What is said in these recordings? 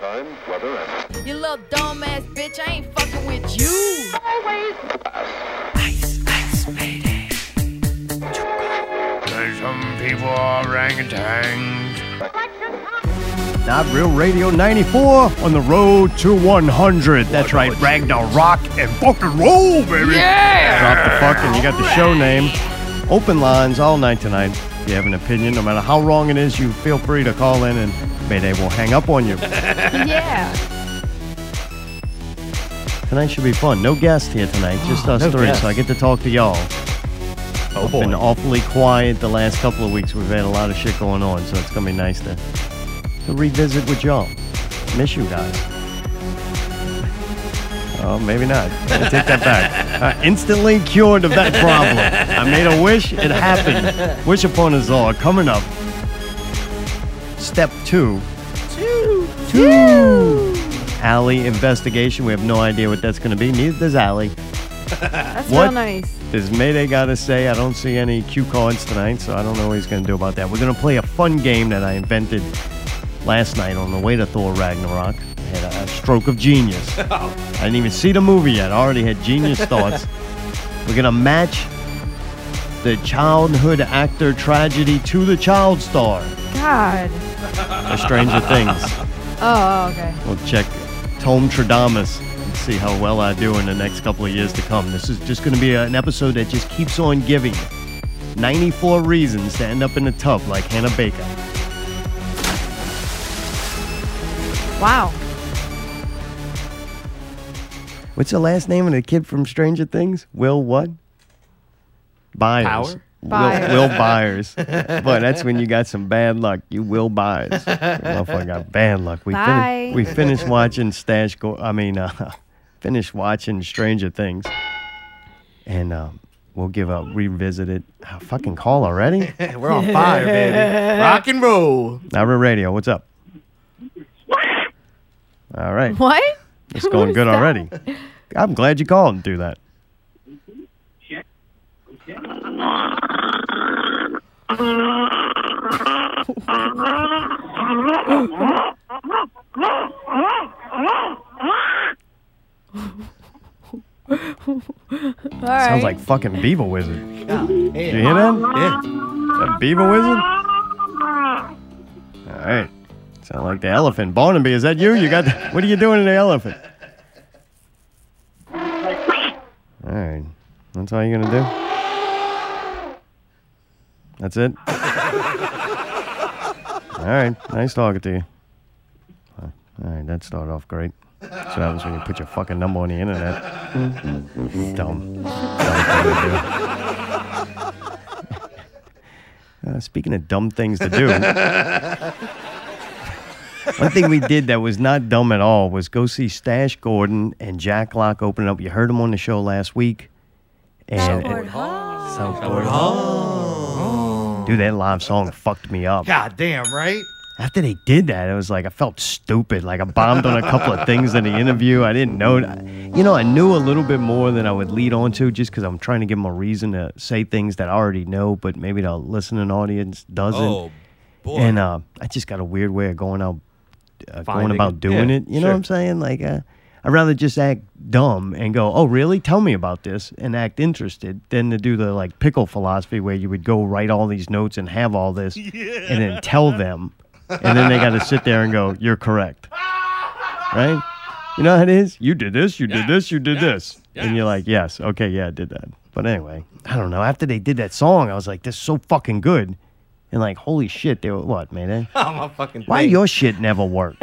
time, weather, and You little dumbass bitch, I ain't fucking with you. Cause some people are orangutans. Not Real Radio 94 on the road to 100. That's right, Ragnar Rock and fucking roll, baby. Yeah! Drop the fucking, you got the show name. Open lines all night tonight. If you have an opinion, no matter how wrong it is, you feel free to call in and Mayday will hang up on you. Yeah. Tonight should be fun. No guest here tonight, just us Ah, no three, guest. so I get to talk to y'all. Oh Been boy. awfully quiet the last couple of weeks. We've had a lot of shit going on, so it's gonna be nice to, to revisit with y'all. Miss you guys. Oh, maybe not. I take that back. Uh, instantly cured of that problem. I made a wish. It happened. Wish upon us all. Coming up. Step two. Two. Two. Alley investigation. We have no idea what that's going to be. Neither does Alley. That's What? real nice. Does Mayday got to say? I don't see any cue cards tonight, so I don't know what he's going to do about that. We're going to play a fun game that I invented last night on the way to Thor Ragnarok. I had a, a stroke of genius. Oh. I didn't even see the movie yet. I already had genius thoughts. We're going to match the childhood actor tragedy to the child star God. of Stranger Things. Oh, okay. We'll check Tom Tradamus and see how well I do in the next couple of years to come. This is just going to be an episode that just keeps on giving. 94 reasons to end up in the tub like Hannah Baker. Wow. What's the last name of the kid from Stranger Things? Will what? Byers. Power? Will, Byers. Will Byers. Boy, that's when you got some bad luck. You Will Byers. Motherfucker got bad luck. We, Bye. Finished, we finished watching Stash. Go- I mean, uh, finished watching Stranger Things, and um, we'll give a revisit it. Ah, fucking call already. We're on fire, baby. Rock and roll. Nara Radio. What's up? All right. What? It's going good already. I'm glad you called and do that. All right. Sounds like fucking Beaver Wizard. Yeah. You hear that? Yeah. That Beaver Wizard? All right. Sound like the elephant. Barnaby, is that you? You got the, what are you doing to the elephant? All right. That's all you're going to do? That's it? All right. Nice talking to you. All right. That started off great. That's what happens when you put your fucking number on the internet. Dumb. Dumb thing to do. Uh, speaking of dumb things to do, one thing we did that was not dumb at all was go see Stash Gordon and Jack Locke open up. You heard him on the show last week. And, and South Gordon Hall. Dude, that live song fucked me up. God damn, right? After they did that, it was like I felt stupid. Like I bombed on a couple of things in the interview. I didn't know. You know, I knew a little bit more than I would lead on to just because I'm trying to give them a reason to say things that I already know, but maybe the listening audience doesn't. Oh, boy. And uh, I just got a weird way of going out, uh, going Finding about it. doing Yeah, it. You know what sure. I'm saying? Like, uh, I'd rather just act dumb and go, "Oh, really? Tell me about this," and act interested, than to do the like pickle philosophy where you would go write all these notes and have all this, and then tell them, and then they got to sit there and go, "You're correct," right? You know how it is? You did this, you did this, you did this. And you're like, yes, okay, yeah, I did that. But anyway, I don't know. After they did that song, I was like, this is so fucking good. And like, holy shit, they were what, man? I'm a fucking Why thing. your shit never works?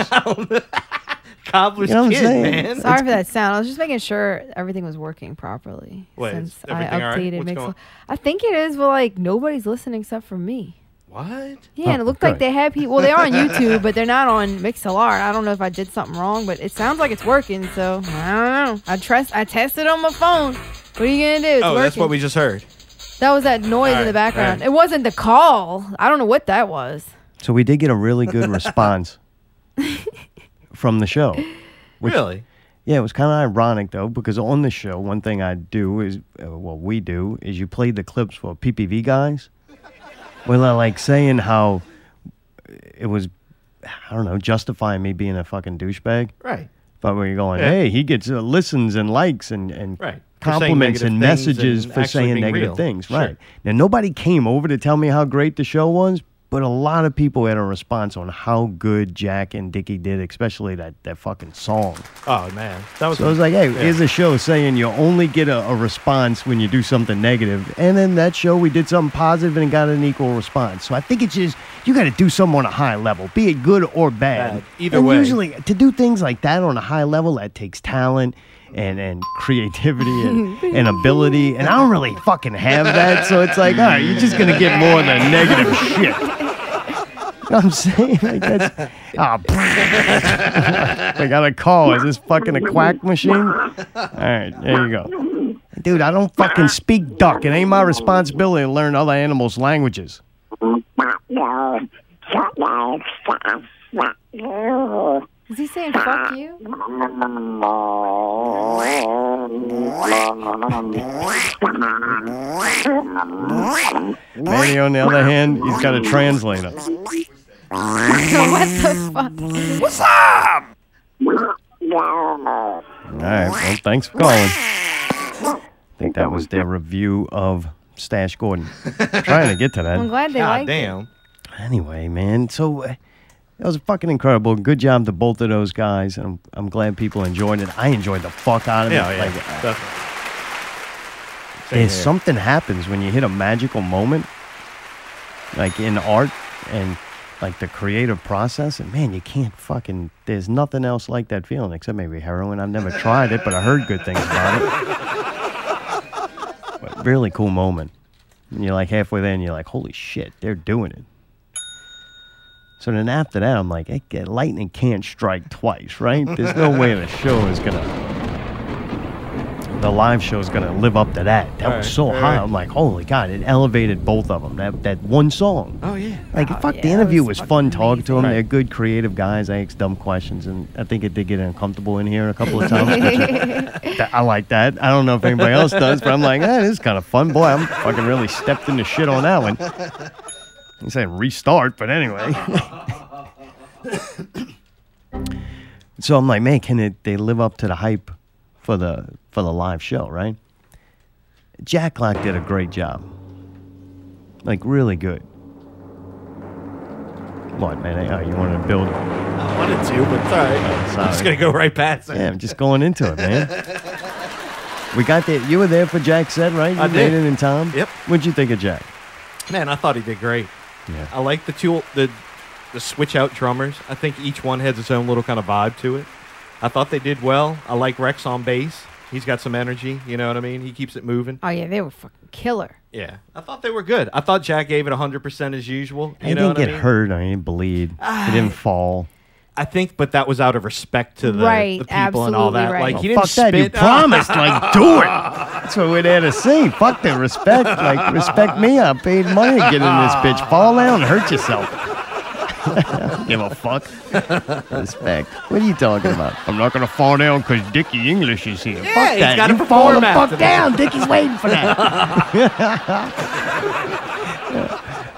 cobbler's You know what I'm kid, saying? man? Sorry for that sound. I was just making sure everything was working properly Wait, is since I everything all right? updated What's Mixel. going- I think it is, but like nobody's listening except for me. What? Yeah, and it Oh, looked like good. they had people. Well, they are on YouTube, but they're not on MixLR. and I don't know if I did something wrong, but it sounds like it's working. So I don't know. I trust. I tested on my phone. What are you gonna do? It's Oh, working. that's what we just heard. That was that noise in Alright, the background. alright. It wasn't the call. I don't know what that was. so we did get a really good response from the show. Which- Really? Yeah, it was kind of ironic though, because on the show, one thing I do is, uh, what we do is you play the clips for PPV guys. Well, I like saying how it was I don't know, justifying me being a fucking douchebag. Right. But when you're going, Yeah. hey, he gets uh, listens and likes and, and Right. For saying compliments negative and things messages and for actually saying being negative real. things. Sure. Right. Now, nobody came over to tell me how great the show was, but a lot of people had a response on how good Jack and Dickie did, especially that, that fucking song. Oh man, that was. So I was like, hey, Yeah. here's a show saying you only get a, a response when you do something negative. And then that show, we did something positive and got an equal response. So I think it's just, you got to do something on a high level, be it good or bad. Bad. Either and way. Usually, to do things like that on a high level, that takes talent. And, and creativity and, and ability and I don't really fucking have that so it's like all right you're just gonna get more of the negative shit. You know what I'm saying like that's oh, I got a call. Is this fucking a quack machine? All right, there you go. Dude, I don't fucking speak duck. It ain't my responsibility to learn other animals' languages. Is he saying fuck you? Manny, on the other hand, he's got a translator. what the fuck? All right, well, thanks for calling. I think that was their review of Stash Gordon. trying to get to I'm that. glad they God like it. damn. Anyway, man, so uh, that was fucking incredible. Good job to both of those guys. and I'm, I'm glad people enjoyed it. I enjoyed the fuck out of Yeah, it. yeah. Like, uh, I- definitely. There's here. something happens when you hit a magical moment, like in art and like the creative process. And man, you can't fucking. There's nothing else like that feeling except maybe heroin. I've never tried it, but I heard good things about it. But really cool moment. And you're like halfway there, and you're like, holy shit, they're doing it. So then after that, I'm like, "Eh, lightning can't strike twice, right? There's no way the show is gonna, the live show is gonna live up to that. That Right, was so right, high. right. I'm like, holy god, it elevated both of them. That that one song. Oh yeah. Like, Oh, fuck, the yeah, it interview was, was fun fucking talking to them. amazing. They're Right. good, creative guys. I asked dumb questions, and I think it did get uncomfortable in here a couple of times. which is- I like that. I don't know if anybody else does, but I'm like, that is kind of fun. Boy, I'm fucking really stepped into shit on that one. He said restart, but anyway. so I'm like, man, can it, they live up to the hype for the for the live show, right? Jack Black did a great job. Like really good. What, man? Oh, you wanted to build? I wanted to, but it's all right. Oh, I'm just sorry. gonna go right past it. Yeah, I'm just going into it, man. We got there. You were there for Jack said, right? You I did. Dated in Tom. Yep. Uh, What'd you think of Jack? Man, I thought he did great. Yeah. I like the two the the switch out drummers. I think each one has its own little kind of vibe to it. I thought they did well. I like Rex on bass. He's got some energy. You know what I mean? He keeps it moving. Oh yeah, they were fucking killer. Yeah, I thought they were good. I thought Jack gave it 100% as usual. he You know didn't what get I mean? Ah. hurt. I didn't bleed. he didn't fall. I think, but that was out of respect to the, Right, the people and all absolutely that. right. Like Well, he didn't Oh, Fuck that! spit. You promised, like, do it. That's what we're there to see. Fuck the respect. Like, respect me. I paid money to get in this bitch. Fall down, and hurt yourself. Give a fuck. Respect. What are you talking about? I'm not gonna fall down because Dickie English is here. Yeah, fuck he's that. gotta You fall the perform after fuck that. down. Dickie's waiting for that.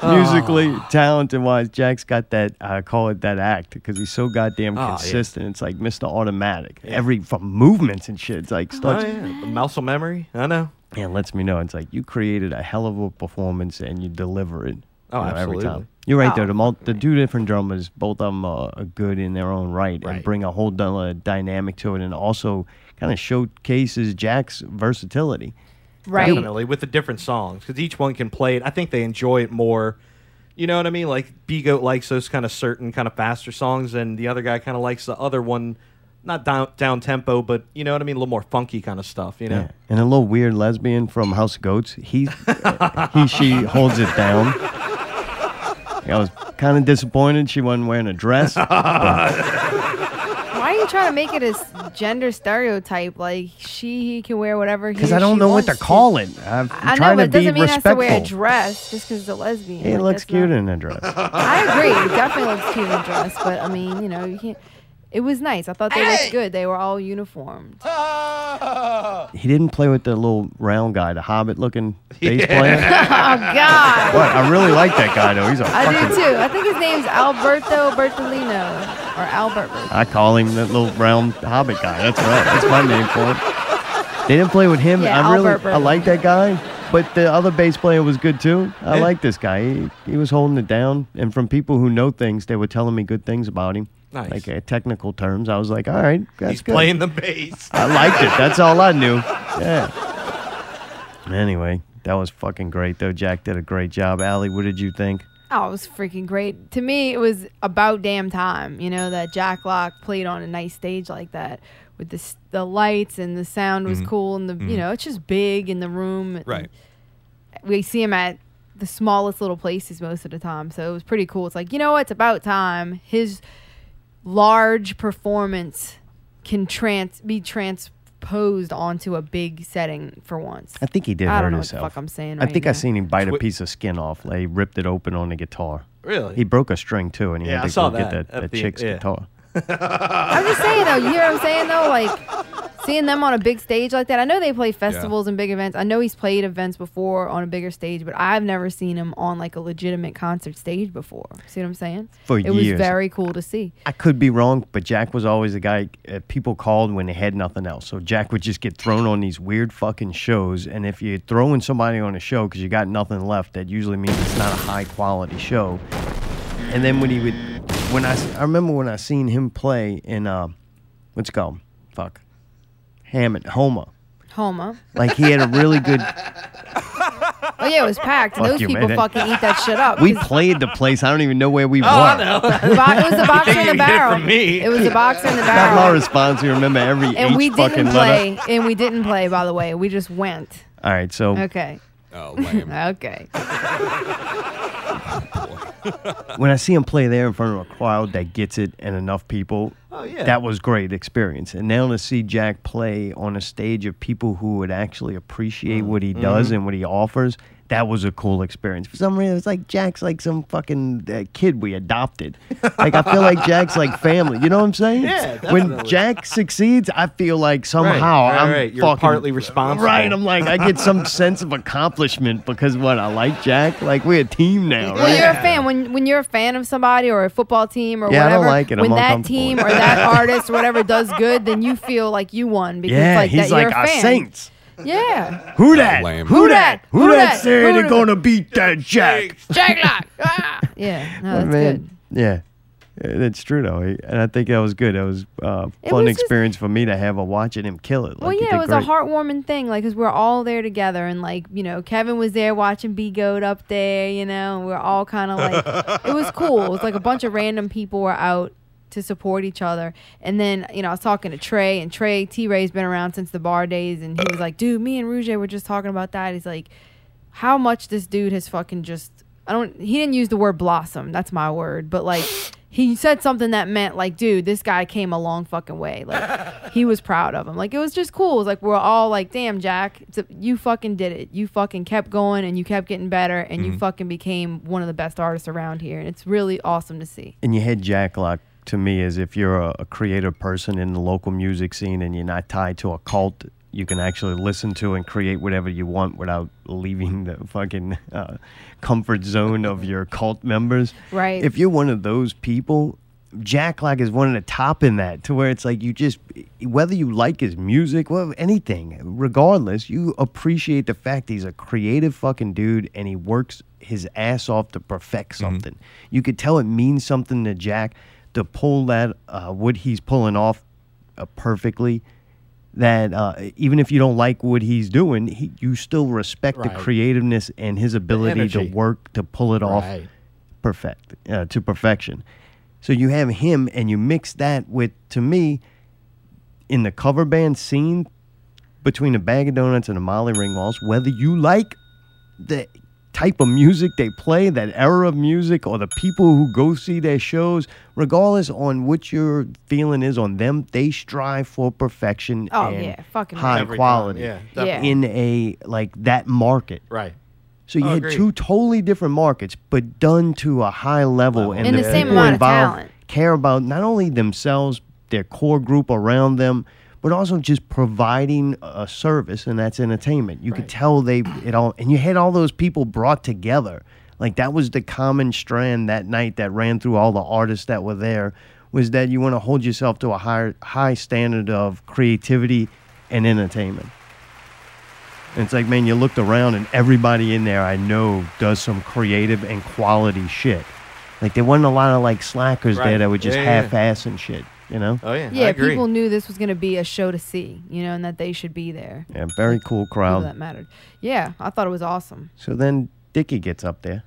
musically talented wise jack's got that i call it that act because he's so goddamn Oh, yeah. consistent it's like mr automatic every from movements and shit it's like Oh, starts yeah. Muscle memory. I know. and lets me know it's like you created a hell of a performance and you deliver it Oh, you know, every absolutely. time you're right there Oh, the, mul- the two different drummers both of them are, are good in their own right, and Right. bring a whole dun- uh, dynamic to it and also kind of showcases jack's versatility Right. Definitely with the different songs because each one can play it. I think they enjoy it more. You know what I mean? Like B Goat likes those kind of certain kind of faster songs, and the other guy kind of likes the other one, not down down tempo, but you know what I mean, a little more funky kind of stuff. You know? Yeah. And a little weird lesbian from House of Goats. He, he, she holds it down. I was kind of disappointed she wasn't wearing a dress. Why are you trying to make it a s- gender stereotype? Like she he can wear whatever. Because I don't know what to call it. I'm I know, trying but to it doesn't be mean respectful. I have to wear a dress just because it's a lesbian. It Like, looks that's not- cute in a dress. I agree. It definitely looks cute in a dress, but I mean, you know, you can't. It was nice. I thought they looked good. They were all uniformed. He didn't play with the little round guy, the hobbit looking bass player. Oh God. But I really like that guy though. He's a I do fucking. too. I think his name's Alberto Bertolino or Albert. Bert- I call him that little round hobbit guy. That's right. That's my name for him. They didn't play with him. Yeah, I really, Albert I like that guy. But the other bass player was good too. I like this guy. He, he was holding it down. And from people who know things, they were telling me good things about him. Nice. Like uh, technical terms. I was like, all right, that's He's good. playing the bass. I liked it. That's all I knew. Yeah. Anyway, that was fucking great though. Jack did a great job. Allie, what did you think? Oh, it was freaking great. To me, it was about damn time. You know that Jack Lock played on a nice stage like that with the s- the lights and the sound was cool and the you know it's just big in the room. Right. we see him at the smallest little places most of the time. So it was pretty cool. It's like, you know what? It's about time. His large performance can trans be transposed onto a big setting for once. I think he did I hurt don't know what the himself. fuck I'm saying I right think I now. seen him bite a Twi- piece of skin off. Like, he ripped it open on the guitar. Really? He broke a string too, and he Yeah, had I to saw go get that that, at that the- chick's yeah. guitar. I'm just saying though, you hear what I'm saying though? Like seeing them on a big stage like that. I know they play festivals and big events. I know he's played events before on a bigger stage, but I've never seen him on like a legitimate concert stage before. See what I'm saying? For it was years. very cool to see. I could be wrong, but Jack was always the guy uh, people called when they had nothing else. So Jack would just get thrown on these weird fucking shows. And if you're throwing somebody on a show because you got nothing left, that usually means it's not a high quality show. And then when he would, when I, s- I remember when I seen him play in, uh, what's it called? Fuck. Hammond, Homa. Homa. Like he had a really good. Oh yeah, it was packed. And Fuck those you, people man. fucking eat that shit up. We 'cause played the place. Oh, I don't even know where we were. the bo- it was the boxer in the You get it barrel. from me. It was the boxer in the Not my barrel. response. We remember every And H we fucking didn't letter. play. And we didn't play. By the way, we just went. All right, so Okay. Oh, lame. Okay. when I see him play there in front of a crowd that gets it and enough people, Oh, yeah. that was great experience. And now to see Jack play on a stage of people who would actually appreciate what Mm-hmm. he does and what he offers, that was a cool experience. For some reason, it's like Jack's like some fucking uh, kid we adopted. like I feel like Jack's like family. You know what I'm saying? Yeah, when definitely. Jack succeeds, I feel like somehow right, I'm right. You're fucking partly responsible. Right, I'm like I get some sense of accomplishment because what I like Jack. Like we're a team now, right? Well, you're a fan. When when you're a fan of somebody or a football team or Yeah, I don't whatever, like it. I'm when that uncomfortable team with or that artist or whatever does good, then you feel like you won because Yeah, like he's that like you're a our fan. Saints. Yeah. Who that? lame. Who that? Who that said Who they're that? gonna beat that Jack? Jack Lock. Ah! Yeah. No, that's good. Yeah. Yeah, That's true though, He- and I think that was good. That was uh, It fun was just- experience for me to have a watching him kill it. Like, Well, he yeah, did it was great. a heartwarming thing, like, because we're all there together, and like, you know, Kevin was there watching B Goat up there, you know, and we're all kind of like, it was cool. It was like a bunch of random people were out to support each other, and then you know, I was talking to Trey, and Trey T Ray's been around since the bar days, and he was like, dude, me and Rouge were just talking about that. He's like, how much this dude has fucking just I don't he didn't use the word blossom, that's my word, but like he said something that meant like, dude, this guy came a long fucking way. Like he was proud of him. Like it was just cool. It was like we're all like, damn, Jack, it's a, you fucking did it. You fucking kept going and you kept getting better and Mm-hmm. you fucking became one of the best artists around here. And it's really awesome to see. and you had Jack Lock to me as if you're a, a creative person in the local music scene and you're not tied to a cult. You can actually listen to and create whatever you want without leaving the fucking uh, comfort zone of your cult members. Right. If you're one of those people, Jack Lock is one of the top in that to where it's like you just, whether you like his music, well, anything, regardless, you appreciate the fact he's a creative fucking dude and he works his ass off to perfect Mm-hmm. something. You could tell it means something to Jack to pull that, uh, what he's pulling off uh, perfectly. That uh, even if you don't like what he's doing, he, you still respect Right. the creativeness and his ability to energy. work to pull it off Right. perfect uh, to perfection. So you have him, and you mix that with, to me, in the cover band scene between the bag of donuts and the Molly Ring Waltz, whether you like the type of music they play, that era of music, or the people who go see their shows, regardless on what your feeling is on them, they strive for perfection Oh, and yeah, fucking high Every time, quality yeah, Yeah. in a like that market. Right. So you Oh, had agreed. two totally different markets, but done to a high level, and And the same people amount of involved talent. care about not only themselves their core group around them, but also just providing a service, and that's entertainment. You could tell they it all, and you had all those people brought together. Like that was the common strand that night that ran through all the artists that were there, was that you want to hold yourself to a higher high standard of creativity and entertainment. And it's like, man, you looked around and everybody in there I know does some creative and quality shit. Like there wasn't a lot of like slackers Right. there that would just Yeah, yeah, yeah. half-ass and shit, you know? Oh yeah, I Yeah, agree. people knew this was going to be a show to see, you know, and that they should be there. Yeah, very cool People that crowd. mattered. Yeah, I thought it was awesome. So then Dickie gets up there.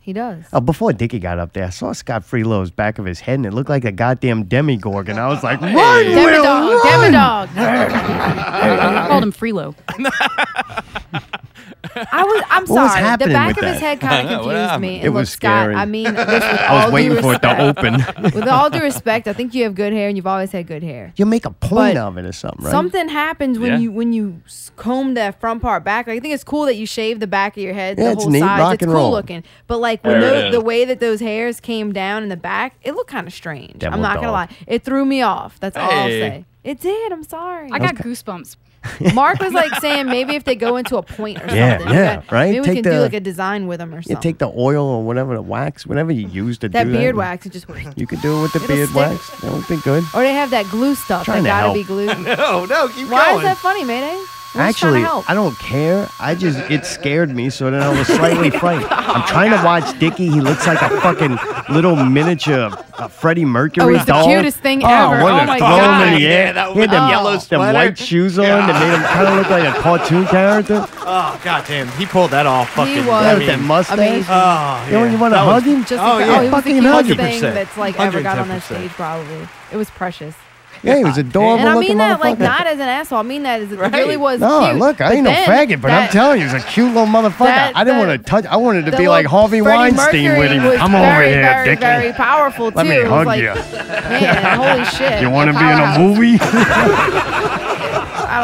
He does. Oh, before Dickie got up there, I saw Scott Freelo's back of his head, and it looked like a goddamn demigorgon. I was like, "Run, Will, Demodog, run!" Demodog. I called him Freelo. I was. I'm What was sorry. happening the back with of his head that? kind I of know, what confused happened? me. It And look, was Scott, scary. I mean, this with I all was due waiting for it to respect- open. With all due respect, I think you have good hair, and you've always had good hair. you make a point But of it or something, right? Something happens when Yeah. you when you s- comb that front part back. Like, I think it's cool that you shave the back of your head, Yeah, the it's whole neat, sides. rock it's and cool roll. looking. But like when There it those, is. the way that those hairs came down in the back, it looked kind of strange. Demo I'm not gonna dog. lie, it threw me off. That's all I'll Hey. say. It did. I'm sorry. I got goosebumps. Mark was like saying maybe if they go into a point or Yeah, something. yeah, okay, right? Maybe we Take can the- do like a design with them or You something. take the oil or whatever the wax, whatever you use to that do beard that. wax and just. You could do it with the It'll beard stick. wax. That would be good. Or they have that glue stuff Trying that to gotta help. be glued. no, no, keep Why going. is that funny, Mayday? We're just trying to Actually, help. I don't care. I just it scared me, so then I was slightly frightened. Oh I'm trying to watch Dickie. He looks like a fucking little miniature uh, Freddie Mercury it's the doll. cutest thing oh, ever. wanted Oh to my throw him in God. the air. Yeah, that he had them, one yellow them sweater. white shoes on that made him kind of look like a cartoon character. Oh goddamn, he pulled that off. Fucking. he was that with that mustache. amazing. Oh, You know, yeah. you want to That hug was- him? just Oh, because, yeah. oh, it was the Fucking cutest 100%. thing that's like ever got on that 110%. stage. Probably it was precious, yeah, he was adorable and I looking mean that like motherfucker. not as an asshole. I mean that as it really was. No, cute. look, I But ain't no then faggot, but I'm that- telling you, he's a cute little motherfucker. that- I didn't the- want to touch. I wanted to the be like little Harvey Freddie Weinstein Mercury with him. was Come over very, here, very, Dickie. Very powerful too. Let me It was hug like, you. Man, holy shit! You want to be in a powerhouse. movie? I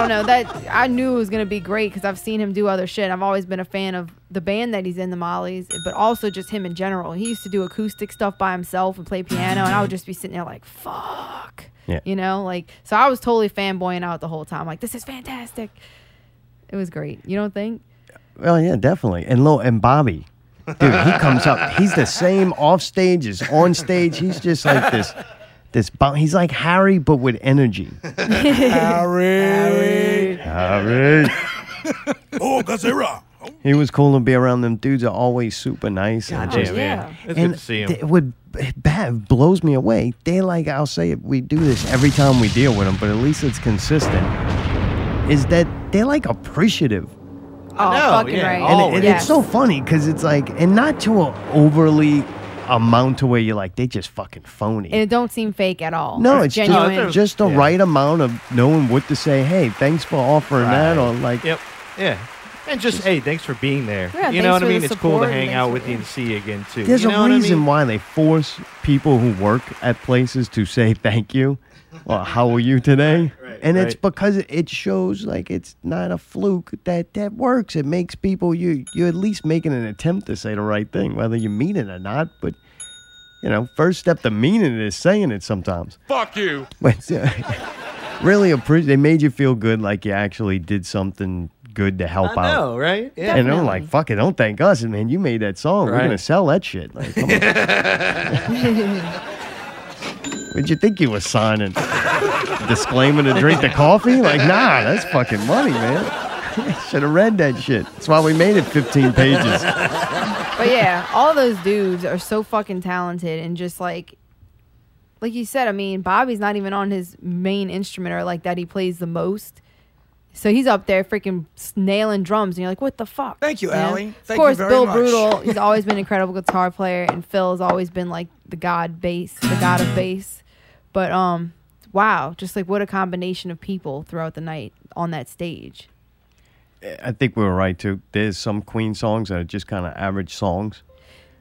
don't know that I knew it was gonna be great because I've seen him do other shit. I've always been a fan of the band that he's in, the Mollies, but also just him in general. He used to do acoustic stuff by himself and play piano, and I would just be sitting there like, "Fuck," Yeah. you know, like. So I was totally fanboying out the whole time, like, "This is fantastic." It was great. You don't think? Well, yeah, definitely. And Lil and Bobby, dude, he comes up. He's the same off stage as on stage. He's just like this, this. bo- He's like Harry, but with energy. Harry, Harry. Oh, Gazera. He was cool to be around. Them dudes are always super nice. and Damn, just- yeah. yeah. It's and good to see him. th- It would it bad, blows me away. They like I'll say it. We do this every time we deal with them, but at least it's consistent. Is that they like appreciative Oh, know, fucking yeah. right. and Oh, it- and yes. it's so funny because it's like, and not to a overly amount to where you're like, they just fucking phony. and it don't seem fake at all. no, it's genuine. just, just the right amount of knowing what to say. Hey, thanks for offering that, or like, Yep. Yeah. And just hey, thanks for being there. Yeah, you thanks know what I for the mean? It's cool support to and hang thanks out for- with you and see you again too. there's you know a what I reason mean? why they force people who work at places to say thank you or how are you today, and it's right. because it shows like it's not a fluke that that works. It makes people you you're at least making an attempt to say the right thing, whether you mean it or not, but. You know, first step to meaning it is saying it sometimes. Fuck you. But uh, really appreciate. They made you feel good, like you actually did something good to help I out. know, right? Yeah. And I'm like, Definitely. fuck it, don't thank us, man. You made that song. We're Right. gonna sell that shit. Like, come on. What'd you think you was signing? Disclaiming to drink the coffee? Like, nah, that's fucking money, man. Should have read that shit. That's why we made it 15 pages. But yeah, all those dudes are so fucking talented and just like like you said, I mean, Bobby's not even on his main instrument or like that he plays the most. So he's up there freaking s- nailing drums, and you're like, "What the fuck?" Thank you, know? Allie. of Thank you course, very Bill much. Brutal. He's always been an incredible guitar player, and Phil's always been like the god bass, the god of bass. But um, wow, just like what a combination of people throughout the night on that stage. I think we were right, too. There's some Queen songs that are just kind of average songs.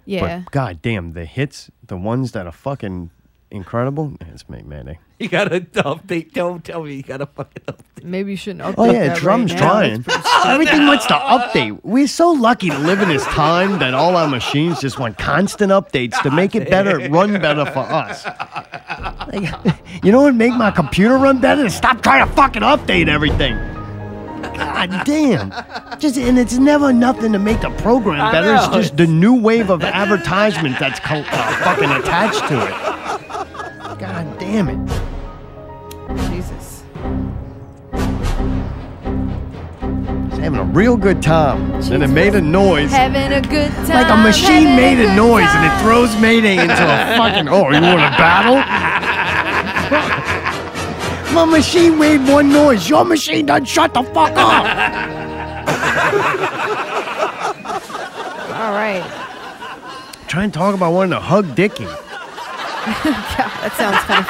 Yeah, But god damn, the hits, the ones that are fucking incredible, it's me, Manny. You gotta update. Don't tell me you gotta fucking update. maybe you shouldn't. update Oh yeah, that drums right now. trying. Everything wants to update. We're so lucky to live in this time that all our machines just want constant updates to make it better, run better for us. you know what would make my computer run better? Stop trying to fucking update everything. God damn. Just and it's never nothing to make the program better. It's know. just the new wave of advertisement that's co- uh, fucking attached to it. God damn it. Jesus. It's having a real good time. And it made a noise. Having a good time. Like a machine having made a good noise and time. it throws Mayday into a fucking. Oh, you want a battle? My machine made one noise. Your machine done shut the fuck up. All right. Try and talk about wanting to hug Dickie. That sounds kind of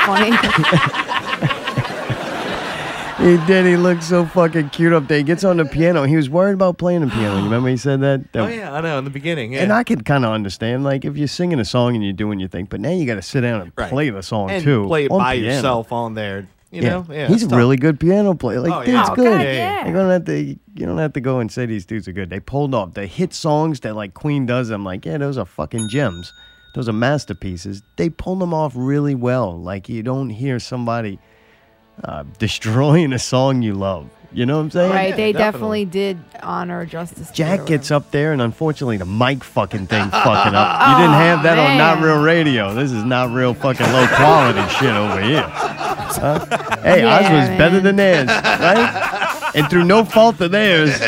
funny. He did. He looked so fucking cute up there. He gets on the piano. He was worried about playing the piano. You remember he said that? That- Oh yeah, I know. In the beginning, yeah. And I could kind of understand, like, if you're singing a song and you're doing your thing, but now you got to sit down and Right. play the song and too. Play it on by piano. yourself on there. You know, yeah. he's a it's tough. really good piano player. Like, Oh, yeah. dude's Oh, God, good. yeah. You don't have to. You don't have to go and say these dudes are good. They pulled off the hit songs that like Queen does. I'm like, yeah, those are fucking gems. Those are masterpieces. They pulled them off really well. Like you don't hear somebody uh, destroying a song you love. You know what I'm saying? right. They definitely. definitely did honor Justice. to it or Jack whatever. gets up there, and unfortunately, the mic fucking thing fucking up. You didn't have that on Not man. Real Radio. This is not real fucking low quality shit over here. Huh? Hey, ours Yeah, was better man. than theirs, right? And through no fault of theirs, I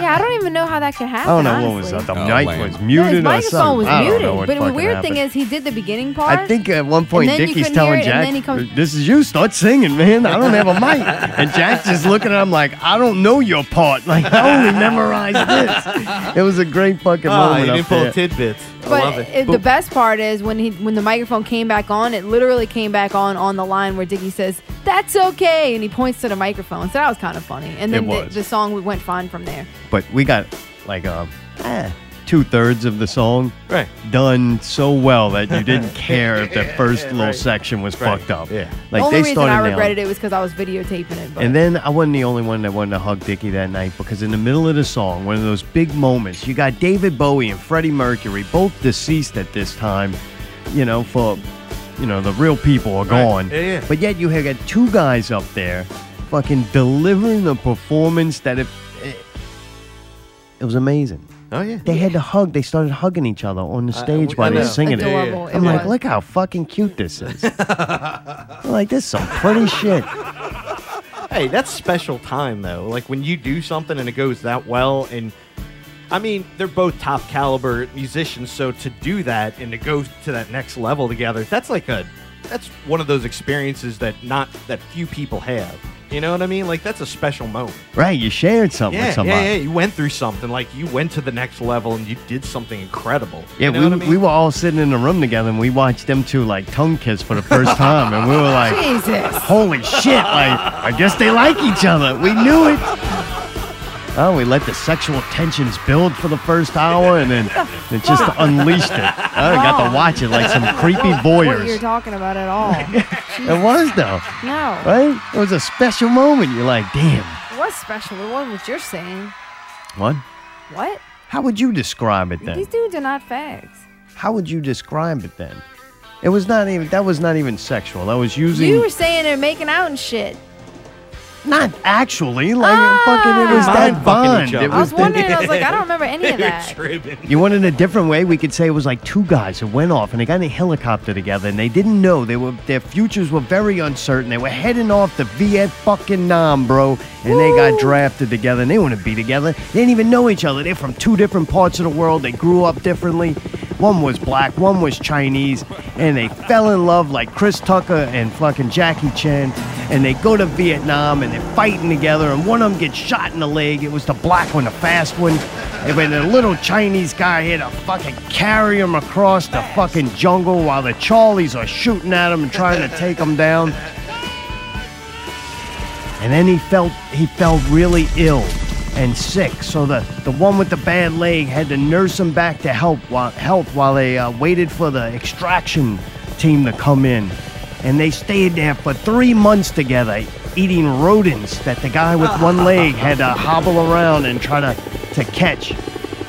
Yeah, I don't even know how that could happen. don't know what was honestly. up. The Oh, mic lame. was Yeah, muted his or microphone something. was I don't muted. know what but the fucking weird happened. thing is, he did the beginning part. I think at one point then you Dickie's couldn't hear telling it, and Jack, then he comes- "This is you. Start singing, man. I don't have a mic." And Jack's just looking at him like, "I don't know your part. Like I only memorized this." It was a great fucking Ah, moment you up didn't pull there. tidbits. I But love it. it- the best part is when he when the microphone came back on, it literally came back on on the line where Dickie says, "That's okay," and he points to the microphone. So that was kind of funny. And then It the, was. the song went fine from there. but we got like uh two thirds of the song Right. done so well that you didn't care if the first little right. section was Right. fucked up. Yeah. like Only they reason started I nailing regretted it was because I was videotaping it. But And then I wasn't the only one that wanted to hug Dickie that night because in the middle of the song, one of those big moments, you got David Bowie and Freddie Mercury, both deceased at this time, you know, for, you know, the real people are gone. Yeah, yeah. But yet you had got two guys up there fucking delivering a performance that it, it, it was amazing. Oh yeah. They had to hug. They started hugging each other on the stage I while they were know. singing it. adorable. I'm it like, was. look how fucking cute this is. I'm like, this is some pretty shit. Hey, that's special time though. Like when you do something and it goes that well, and I mean they're both top caliber musicians, so to do that and to go to that next level together, that's like a that's one of those experiences that not that few people have. You know what I mean? Like that's a special moment. Right, you shared something with Yeah, somebody. yeah, yeah. You went through something. Like you went to the next level and you did something incredible. Yeah, you know we, what I mean? we were all sitting in a room together and we watched them two like tongue kiss for the first time and we were like, Jesus. holy shit, like I guess they like each other. We knew it. Oh, we let the sexual tensions build for the first hour and then it just unleashed it. I got to watch it like some creepy What you're voyeurs. talking about at all? It was though, no, right? It was a special moment. You're like, damn. it was special. It wasn't what you're saying. What? What? How would you describe it then? These dudes are not fags. How would you describe it then? It was not even that was not even sexual. That was using You were saying they're making out and shit. Not actually. Like Ah! fucking, it was that Mind fucking bond. each other. It I was was that- wondering. I was like, I don't remember any of that. you want it a different way? We could say it was like two guys who went off and they got in a helicopter together and they didn't know they were their futures were very uncertain. They were heading off to Viet fucking Nam, bro, and they got drafted together and they want to be together. They didn't even know each other. They're from two different parts of the world. They grew up differently. One was black, one was Chinese, and they fell in love like Chris Tucker and fucking Jackie Chan. And they go to Vietnam and they're fighting together, and one of them gets shot in the leg. It was the black one, the fast one. And when the little Chinese guy had to fucking carry him across the fucking jungle while the Charlies are shooting at him and trying to take him down. And then he felt he felt really ill and sick. So the, the one with the bad leg had to nurse him back to help while, health while they uh, waited for the extraction team to come in. And they stayed there for three months together, eating rodents that the guy with one leg had to hobble around and try to, to catch.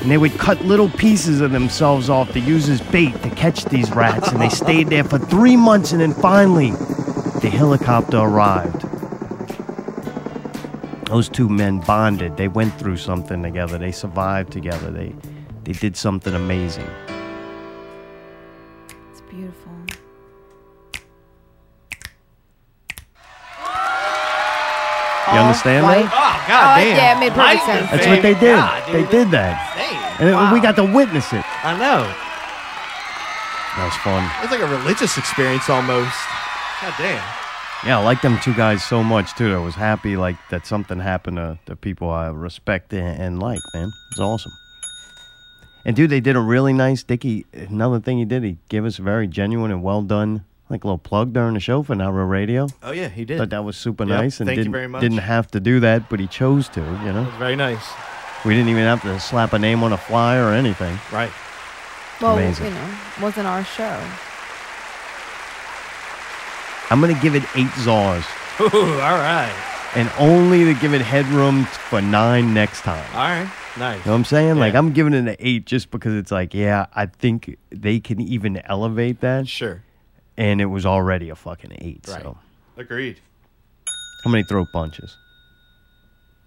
And they would cut little pieces of themselves off to use as bait to catch these rats. And they stayed there for three months. And then finally, the helicopter arrived. Those two men bonded. They went through something together. They survived together. They, they did something amazing. It's beautiful. You understand White. that? Oh, Oh, God damn. yeah, it made perfect Lightning sense. That's what they did. God, dude, they this- did that. And Damn. it- we got to witness it. I know. That was fun. It's like a religious experience almost. God damn. Yeah, I like them two guys so much too. I was happy like that something happened to the people I respect and, and like, man. It's awesome. And dude, they did a really nice Dickie. Another thing he did, he gave us a very genuine and well done like little plug during the show for Now Real Radio. Oh yeah, he did. Thought that was super Yep, nice and thank you didn't very much. didn't have to do that, but he chose to, you know. was very nice. We didn't even have to slap a name on a flyer or anything. Right. Well, Amazing. you know, wasn't our show. I'm gonna give it eight czars. Ooh, all right. and only to give it headroom t- for nine next time. All right. Nice. You know what I'm saying? Like Yeah. I'm giving it an eight just because it's like, yeah, I think they can even elevate that, Sure. and it was already a fucking eight. Right. So Agreed. how many throat punches?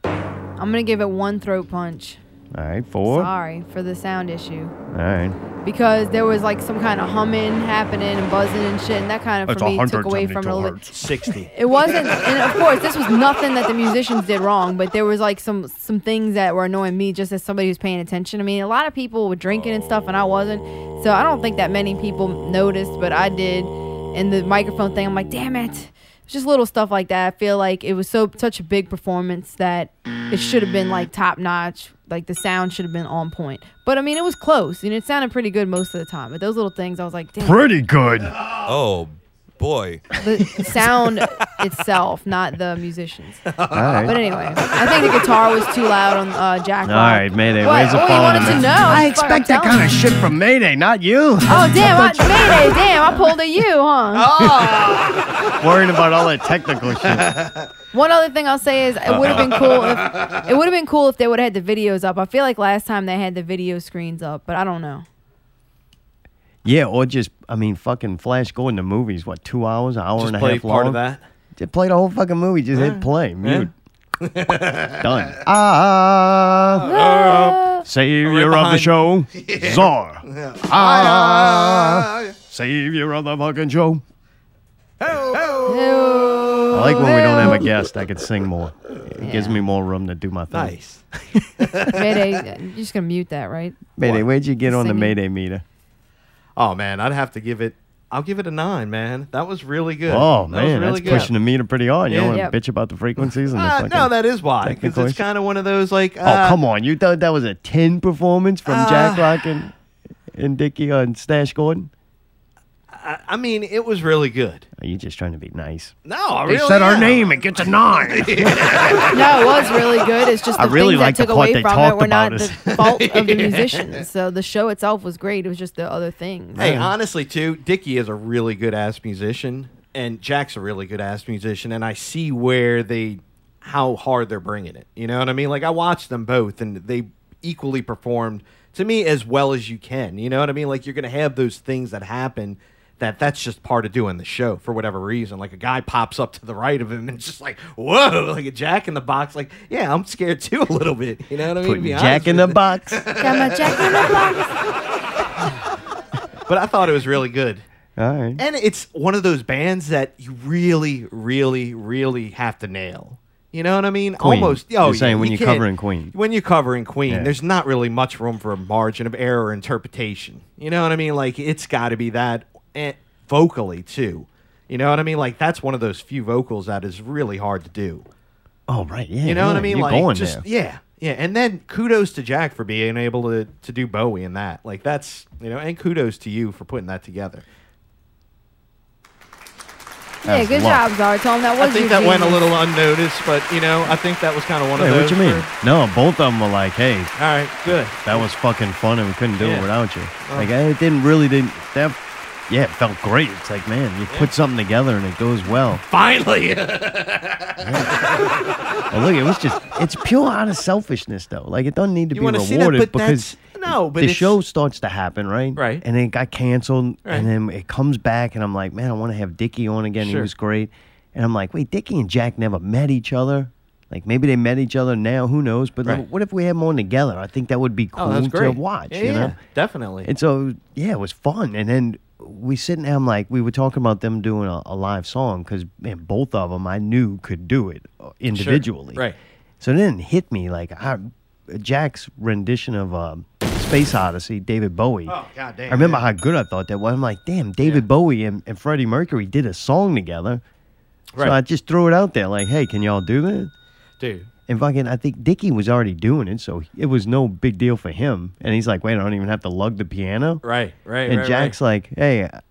I'm gonna give it one throat punch. All right, four. Sorry for the sound issue. All right, Because there was like some kind of humming happening and buzzing and shit, and that kind of that's for me took away 172 from it a little bit. hertz. Sixty. It wasn't, and of course, this was nothing that the musicians did wrong, but there was like some some things that were annoying me just as somebody who's paying attention to me. A lot of people were drinking and stuff, and I wasn't, so I don't think that many people noticed, but I did. And the microphone thing, I'm like, damn it, It's just little stuff like that. I feel like it was so such a big performance that it should have been like top notch. Like the sound should have been on point, but I mean it was close, and it sounded pretty good most of the time. But those little things, I was like, damn. Pretty good. Oh boy. the sound itself, not the musicians. All right. But anyway, I think the guitar was too loud on uh, Jack. All right, Mayday. What? Raise a Oh, you phone wanted and to message know? me. I Fuck, expect I'm that kind telling of shit from Mayday, not you. Oh damn! I, Mayday, damn! I pulled a you, huh? Worrying about all that technical shit. One other thing I'll say is it would have been cool. If, it would have been cool if they would have had the videos up. I feel like last time they had the video screens up, but I don't know. Yeah, or just I mean, fucking Flash Gordon. The movie's what two hours, an hour Just and a play half part long. of that. Just play the whole fucking movie. Just hit play. Mute. Done. Ah. Savior of the behind. show. Czar. Ah. Savior of the fucking show. I like when we don't have a guest. I could sing more. It gives me more room to do my thing. Nice. Mayday, you're just gonna mute that, right? Mayday, where'd you get on the Singing. Mayday meter? Oh man, I'd have to give it. I'll give it a nine, man. That was really good. Oh, That was man, really that's good. pushing the meter pretty hard. You Yeah. don't Yep. want to bitch about the frequencies and the Uh, fucking... no, that is why. Because technical it's issue. kind of one of those like. Oh, Uh, Ah. come on. You thought that was a 10 performance from Jack Rock and, and Dickie on Stash Gordon? I mean, it was really good. Are you just trying to be nice? No, I They really said our am. name. It gets a nine. No, it was really good. It's just the I really things like that the took part away they from it talked were not about the fault of the musicians. So the show itself was great. It was just the other things. Hey, honestly, too, Dickie is a really good ass musician, and Jack's a really good ass musician, and I see where they, how hard they're bringing it. You know what I mean? Like I watched them both, and they equally performed to me as well as you can. You know what I mean? Like you're gonna have those things that happen. That that's just part of doing the show for whatever reason. Like a guy pops up to the right of him and it's just like, whoa, like a jack in the box. Like, yeah, I'm scared too a little bit. You know what I mean? To Putting be Jack honest in with the you. box. Got my Jack in the box. But I thought it was really good. All right. And it's one of those bands that you really, really, really have to nail. You know what I mean? Queen. Almost. You're Oh, yeah, saying when you you're can't- covering Queen. When you're covering Queen, Yeah. there's not really much room for a margin of error or interpretation. You know what I mean? Like it's got to be that and vocally too. You know what I mean? Like that's one of those few vocals that is really hard to do. Oh, right. Yeah. You know what I yeah. mean? You're like going there. just yeah. Yeah, and then kudos to Jack for being able to, to do Bowie in that. Like that's you know, and kudos to you for putting that together. Yeah, That's good luck. job, Zartan. That was I think your that went a genius. little unnoticed, but you know, I think that was kind of one Wait, of what those. you mean? where- No, both of them were like, hey, all right, good. that was fucking fun and we couldn't do eh, it Yeah. without you. Like, it didn't really, didn't, that Yeah, it felt great. It's like, man, you put something together and it goes well. Finally. But Oh, look, it was just, it's pure honest selfishness, though. Like, it doesn't need to You be wanna rewarded see that, but because that's- no, but the it's- show starts to happen, right? Right. And then it got canceled, Right. and then it comes back, and I'm like, man, I want to have Dickie on again. He Sure. was great. And I'm like, wait, Dickie and Jack never met each other. Like, maybe they met each other now. Who knows? But like, Right. what if we had them on together? I think that would be cool oh, that's to great. watch, Yeah, you know? yeah, definitely. And so, yeah, it was fun. And then we sitting there, I'm like, we were talking about them doing a, a live song because, man, both of them I knew could do it uh, individually. Right. So then it hit me like I, Jack's rendition of um Space Odyssey, David Bowie. Oh, goddamn, I remember how good I thought that was. I'm like, damn, David Bowie and, and Freddie Mercury did a song together. Right. So I just threw it out there like, hey, can y'all do that? Dude. And fucking, I think Dickie was already doing it, so it was no big deal for him. And he's like, wait, I don't even have to lug the piano. Right, right, And right, Jack's like, hey, uh,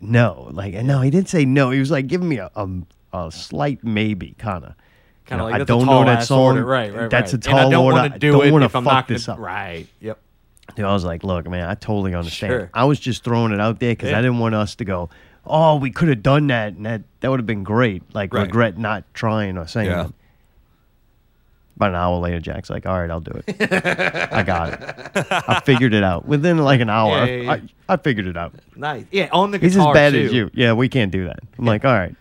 no. Like, and no, he didn't say no. He was like giving me a, a, a slight maybe, kind of. Kinda like, I that's a don't know tall that ass song. order. Right, right, That's right. a tall and I don't order. wanna do I don't it wanna if I'm fuck not gonna- this up. Right, yep. Dude, I was like, look, man, I totally understand. Sure. I was just throwing it out there because I Yeah. didn't want us to go, oh, we could have done that, and that, that would have been great. Like, Right. regret not trying or saying Yeah. it. About an hour later, Jack's like, all right, I'll do it. I got it. I figured it out. Within like an hour, Yeah, yeah, yeah. I, I figured it out. Nice. Yeah, on the He's as guitar bad too. as you. Yeah, we can't do that. I'm like, all right.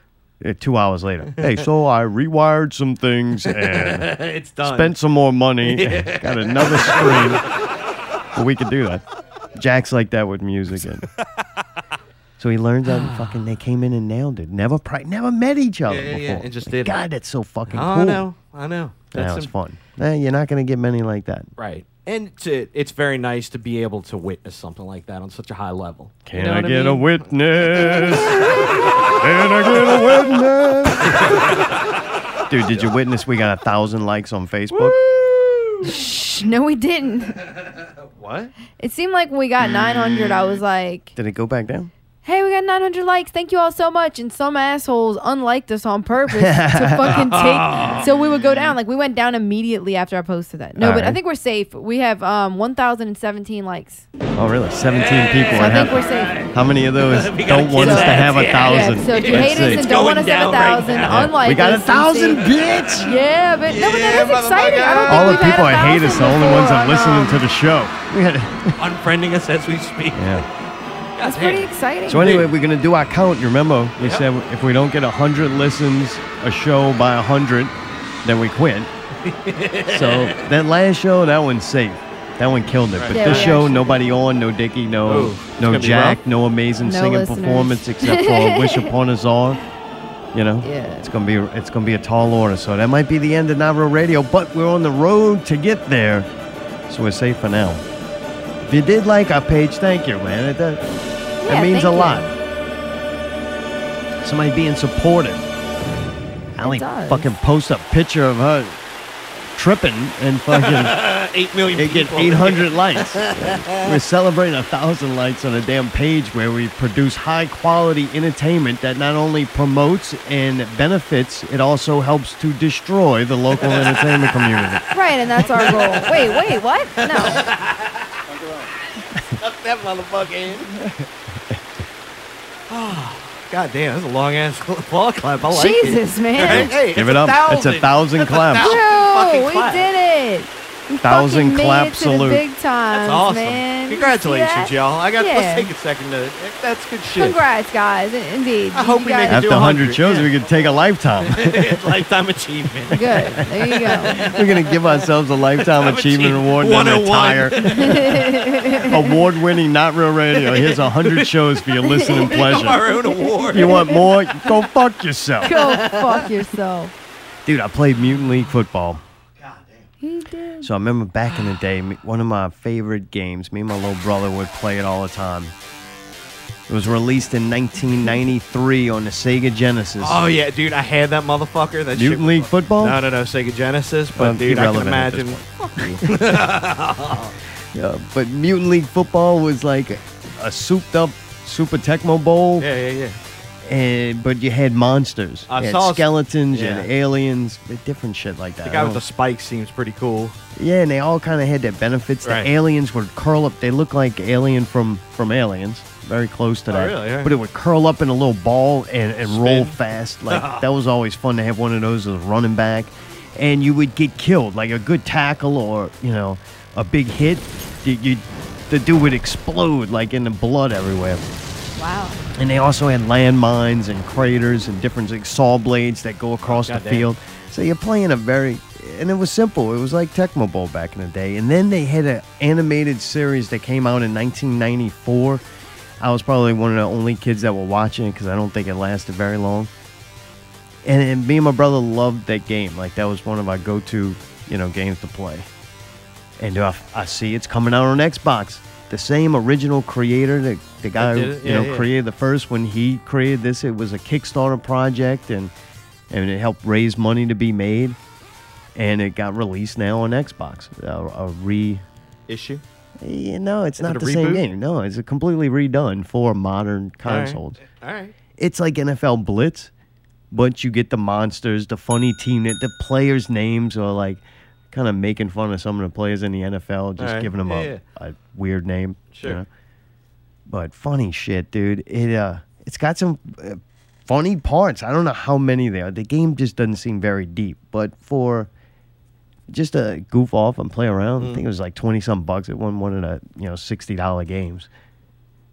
Uh, two hours later. Hey, so I rewired some things and it's done. spent some more money. and Got another screen. but we could do that. Jack's like that with music. And so he learns how to fucking they came in and nailed it. Never pri- never met each other Yeah, yeah, yeah, before. and just Like, did it. Oh, God, that's so fucking I cool. know. I know. That was im- fun. Eh, you're not gonna get many like that. Right. And to, it's very nice to be able to witness something like that on such a high level. You Can know I what get a mean? witness? Can I get a witness? Dude, did you witness we got a thousand likes on Facebook? Shh, no, we didn't. What? It seemed like when we got 900, I was like, Did it go back down? hey, we got 900 likes. Thank you all so much. And some assholes unliked us on purpose to fucking take. So we would go down. Like, we went down immediately after I posted that. No, All but I right. think we're safe. We have um 1,017 likes. Oh, really? 17 people. So I and think how, we're safe. how many of those don't want us to have a thousand? Yeah, so if you Let's hate us see. and don't want us to have a going down right thousand, now. unlike we got a us, you thousand, see. bitch! Yeah, but no, but that is exciting. I don't think All the we've had people a I hate is thousand the only ones before on, that um, listening to the show. We had a- Unfriending us as we speak. yeah. That's pretty exciting. So anyway, we're gonna do our count. You remember we said if we don't get hundred listens a show by hundred, then we quit. so that last show, that one's safe. That one killed it. But Yeah, this we show, actually- nobody on, no Dickie, no Ooh, it's no gonna be Jack, rough. no amazing No singing listeners. performance except for "Wish Upon a Czar." You know, Yeah. it's gonna be it's gonna be a tall order. So that might be the end of Navro Radio, but we're on the road to get there, so we're safe for now. If you did like our page, thank you, man. It does, Yeah, that means thank a you. lot. Somebody being supportive. Allie does. fucking post a picture of her tripping and fucking Uh, Eight million they get people. 800 likes. We're celebrating a thousand likes on a damn page where we produce high quality entertainment that not only promotes and benefits, it also helps to destroy the local entertainment community. Right, and that's our goal. Wait, wait, what? No. That motherfucker in. God damn, that's a long ass ball clap. I like it. Jesus, man. Hey, hey, Give it it's a up. It's a thousand claps. fucking Yo, we clap. did it. We Thousand fucking made clap it to salute. The big time, That's awesome. man. You see Congratulations, that? y'all. I got. Yeah. Let's take a second to. That's good shit. Congrats, guys. in- Indeed. I hope You we make guys- After do 100 100, shows, yeah. we could take a lifetime. Lifetime achievement. Good. There you go. We're gonna give ourselves a lifetime achievement Achievement award and then 101. retire. Award-winning, not real radio. Here's a hundred shows for your listening pleasure. Our own award. You want more? Go fuck yourself, Go fuck yourself. dude. I played mutant league football, He did. so I remember back in the day, me- one of my favorite games. Me and my little brother would play it all the time. It was released in 1993 on the Sega Genesis. Oh yeah, dude, I had that motherfucker. That shit Mutant was League fun. football? No, no, no, Sega Genesis. But Um, dude, I can irrelevant at this imagine. Yeah, but Mutant League football was like a souped-up Super Tecmo Bowl. Yeah, yeah, yeah. and but you had monsters, I you had saw- skeletons, you yeah. had aliens, different shit like that. The I guy with the don't- spike seems pretty cool. yeah, and they all kind of had their benefits. Right. The aliens would curl up; they look like alien from from aliens. very close to Oh, that. really? Yeah. But it would curl up in a little ball and, and roll fast. Like that was always fun to have one of those as a running back. And you would get killed, like a good tackle or you know a big hit. You, you, the dude would explode like in the blood everywhere. Wow. And they also had landmines and craters and different like, saw blades that go across the Goddamn. field. So you're playing a very, and it was simple. It was like Tecmo Bowl back in the day. And then they had an animated series that came out in 1994. I was probably one of the only kids that were watching it because I don't think it lasted very long. And, and me and my brother loved that game. Like that was one of our go-to, you know, games to play. And uh, I see it's coming out on Xbox. The same original creator, the, the guy who did it? you know Yeah, yeah. created the first one. He created this. It was a Kickstarter project, and and it helped raise money to be made. And it got released now on Xbox. A, a re, Issue. you know, it's Is not it a the same reboot? game. No, it's a completely redone for modern consoles All right. it's like NFL Blitz, but you get the monsters, the funny team, that the players' names are like kind of making fun of some of the players in the NFL, just Alright, giving them yeah, a, a weird name. Sure. But funny shit, dude. It uh, it's got some uh, funny parts. I don't know how many there are. The game just doesn't seem very deep, but for just to goof off and play around, Mm. I think it was like twenty some bucks. It won one of the you know sixty dollar games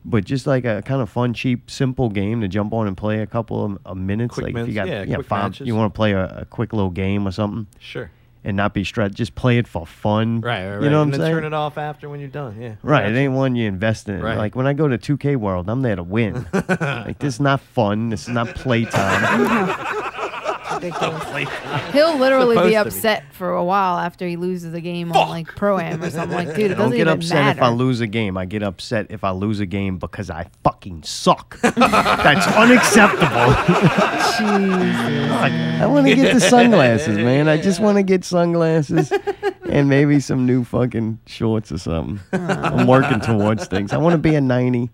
but just like a kind of fun, cheap, simple game to jump on and play a couple of, of minutes. Quick like if you minutes, got yeah, quick five, matches. you want to play a, a quick little game or something Sure. and not be stressed. Just play it for fun. Right. Right. right. You know and what I'm then saying? Turn it off after when you're done. Yeah. Right, Gotcha. it ain't one you invest in. Right. Like when I go to 2K World, I'm there to win. like this is not fun. This is not playtime. He'll literally Supposed be to be. upset for a while after he loses a game on like pro am or something. Like, dude, it I don't doesn't get even upset matter. if I lose a game. I get upset if I lose a game because I fucking suck. That's unacceptable. Like, I want to get the sunglasses, man. I just want to get sunglasses and maybe some new fucking shorts or something. I'm working towards things. I want to be a 90,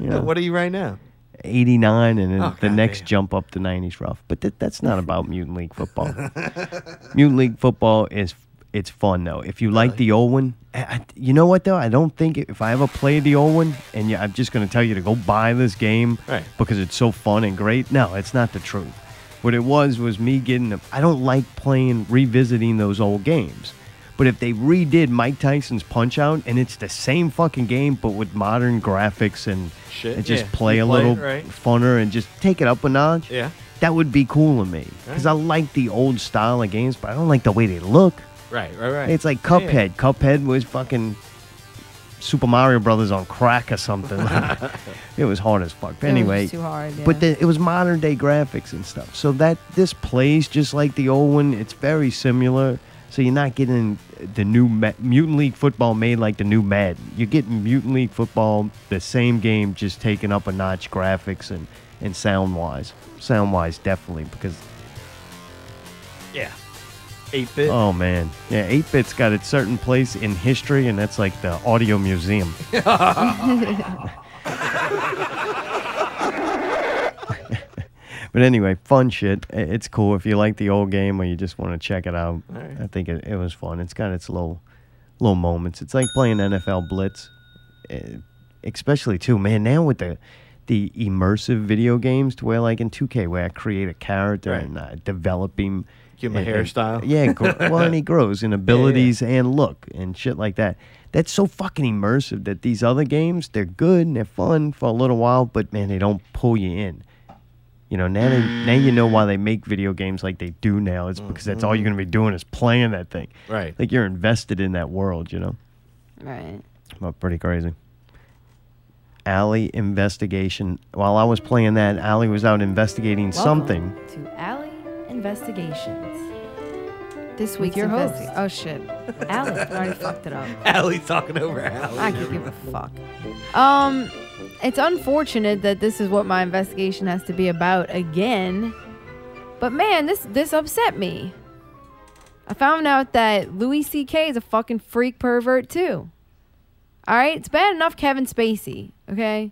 you know, What are you right now? 89, and then Oh, the next goddamn. jump up to 90s rough. But that, that's not about Mutant League football. Mutant League football is it's fun though. If you like the old one, I, I- you know what though? I don't think if I ever played the old one, and yeah, I'm just gonna tell you to go buy this game Right. because it's so fun and great. No, it's not the truth. What it was was me getting. The, I don't like playing revisiting those old games. But if they redid Mike Tyson's Punch Out and it's the same fucking game but with modern graphics and, Shit, and just yeah. play You a play it, little right. funner and just take it up a notch, Yeah. that would be cool to me because I like the old style of games, but I don't like the way they look. Right. Right. Right. It's like Yeah. Cuphead. Cuphead was fucking Super Mario Brothers on crack or something. Like, it was hard as fuck. But It was anyway, too hard. yeah. but then it was modern day graphics and stuff. So that this plays just like the old one. It's very similar. So you're not getting the new Ma- Mutant League Football made like the new Madden. You're getting Mutant League Football, the same game, just taken up a notch graphics and and sound wise. Sound wise, definitely because yeah. Eight bit. oh man, yeah, eight bit's got its certain place in history, and that's like the audio museum. But anyway, fun shit. I- It's cool if you like the old game or you just want to check it out. Alright. I think it, it was fun. It's got its little little moments. It's like playing NFL Blitz, Eh, especially too. Man, now with the the immersive video games, to where like in 2K, where I create a character Right. and I develop him. Give him a and- and- hairstyle. yeah, gr- well, and he grows in abilities and look and shit like that. That's so fucking immersive that these other games, they're good and they're fun for a little while, but man, they don't pull you in. You know, now they, now you know why they make video games like they do now. It's because that's all you're gonna be doing is playing that thing. Right. Like you're invested in that world, you know. right. Well, pretty crazy. Allie investigation. While I was playing that, Allie was out investigating something. Welcome to Alley Investigations. This With week's your host. investi- Oh shit! Alley, I already fucked it up. Allie's talking over Allie. I could give a fuck. Um, it's unfortunate that this is what my investigation has to be about again. But man, this this upset me. I found out that Louis C.K. is a fucking freak pervert too. All right, it's bad enough Kevin Spacey, okay?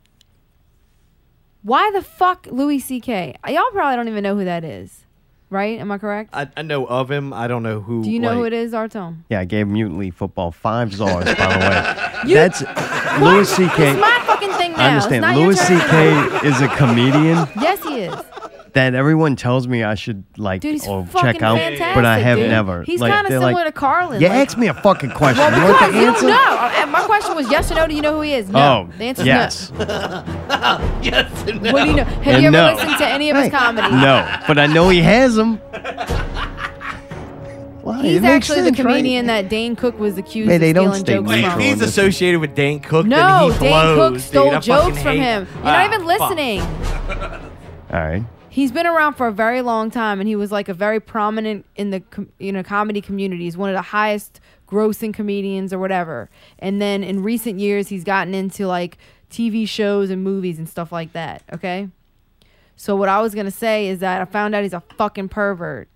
Why the fuck Louis C.K.? Uh, Y'all probably don't even know who that is, right? Am I correct? I, I know of him. I don't know who. Do you know who like- it is, Artone? Yeah, I gave Mutant League Football five czars, by the way. You- That's Louis C.K. It's my fucking thing thing now. I It's understand. not Louis your turn. C.K. is a comedian Yes, he is. that everyone tells me I should like Dude, he's or fucking check out, fantastic. but I have dude. never. He's Like, kind of they're similar like, to Carlin. You like, ask me a fucking question. Well, you want because the you don't answer? know. Uh, My question was yes or no. Do you know who he is? No. Oh, the answer's yes. no. What do you know? Have And you ever no. listened to any of his Hey, comedy? No, but I know he has them. Well, He's it makes actually the sense, right? comedian that Dane Cook was accused Man, of they don't stealing stay jokes neutral. from. Wait, He's He's associated with Dan Cook. No, then he Dane Cook stole dude, jokes from him. You're Ah, Ah, not even listening. All right. He's been around for a very long time, and he was like a very prominent in the com- you know comedy community. He's one of the highest grossing comedians or whatever. And then in recent years, he's gotten into like TV shows and movies and stuff like that. Okay. So what I was gonna say is that I found out he's a fucking pervert.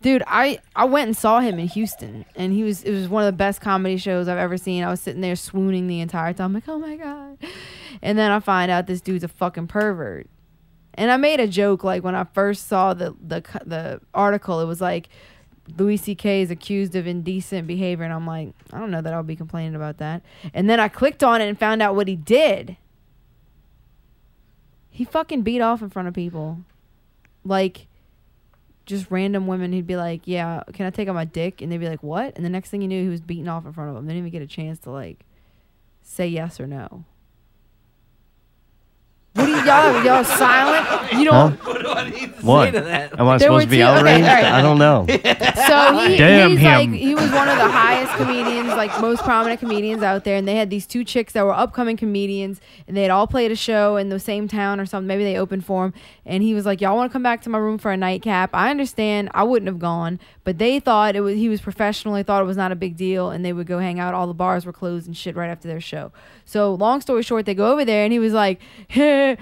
Dude, I, I went and saw him in Houston, and he was it was one of the best comedy shows I've ever seen. I was sitting there swooning the entire time, like, oh my god. And then I find out this dude's a fucking pervert. And I made a joke like when I first saw the the co- the article, it was like Louis C.K. is accused of indecent behavior, and I'm like, I don't know that I'll be complaining about that. And then I clicked on it and found out what he did. He fucking beat off in front of people, like just random women. He'd be like, "Yeah, can I take out my dick?" And they'd be like, "What?" And the next thing you knew, he was beating off in front of them. They didn't even get a chance to like say yes or no. What do you y'all y'all silent? You Huh? don't. What? Am I There were supposed to be two- okay, outraged? all right. I don't know. So he, Damn he's him. like he was one of the highest comedians, like most prominent comedians out there, and they had these two chicks that were upcoming comedians, and they had all played a show in the same town or something. Maybe they opened for him, and he was like, "Y'all want to come back to my room for a nightcap?" I understand. I wouldn't have gone, but they thought it was he was professional. They thought it was not a big deal, and they would go hang out. All the bars were closed and shit right after their show. So long story short, they go over there, and he was like.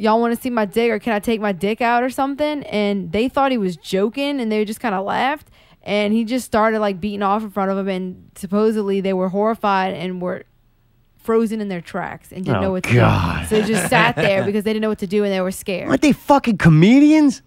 y'all want to see my dick or can I take my dick out or something? And they thought he was joking and they just kind of laughed. And he just started like beating off in front of him. And supposedly they were horrified and were frozen in their tracks and didn't Oh, know what to God. do. So they just sat there because they didn't know what to do and they were scared. Aren't they fucking comedians?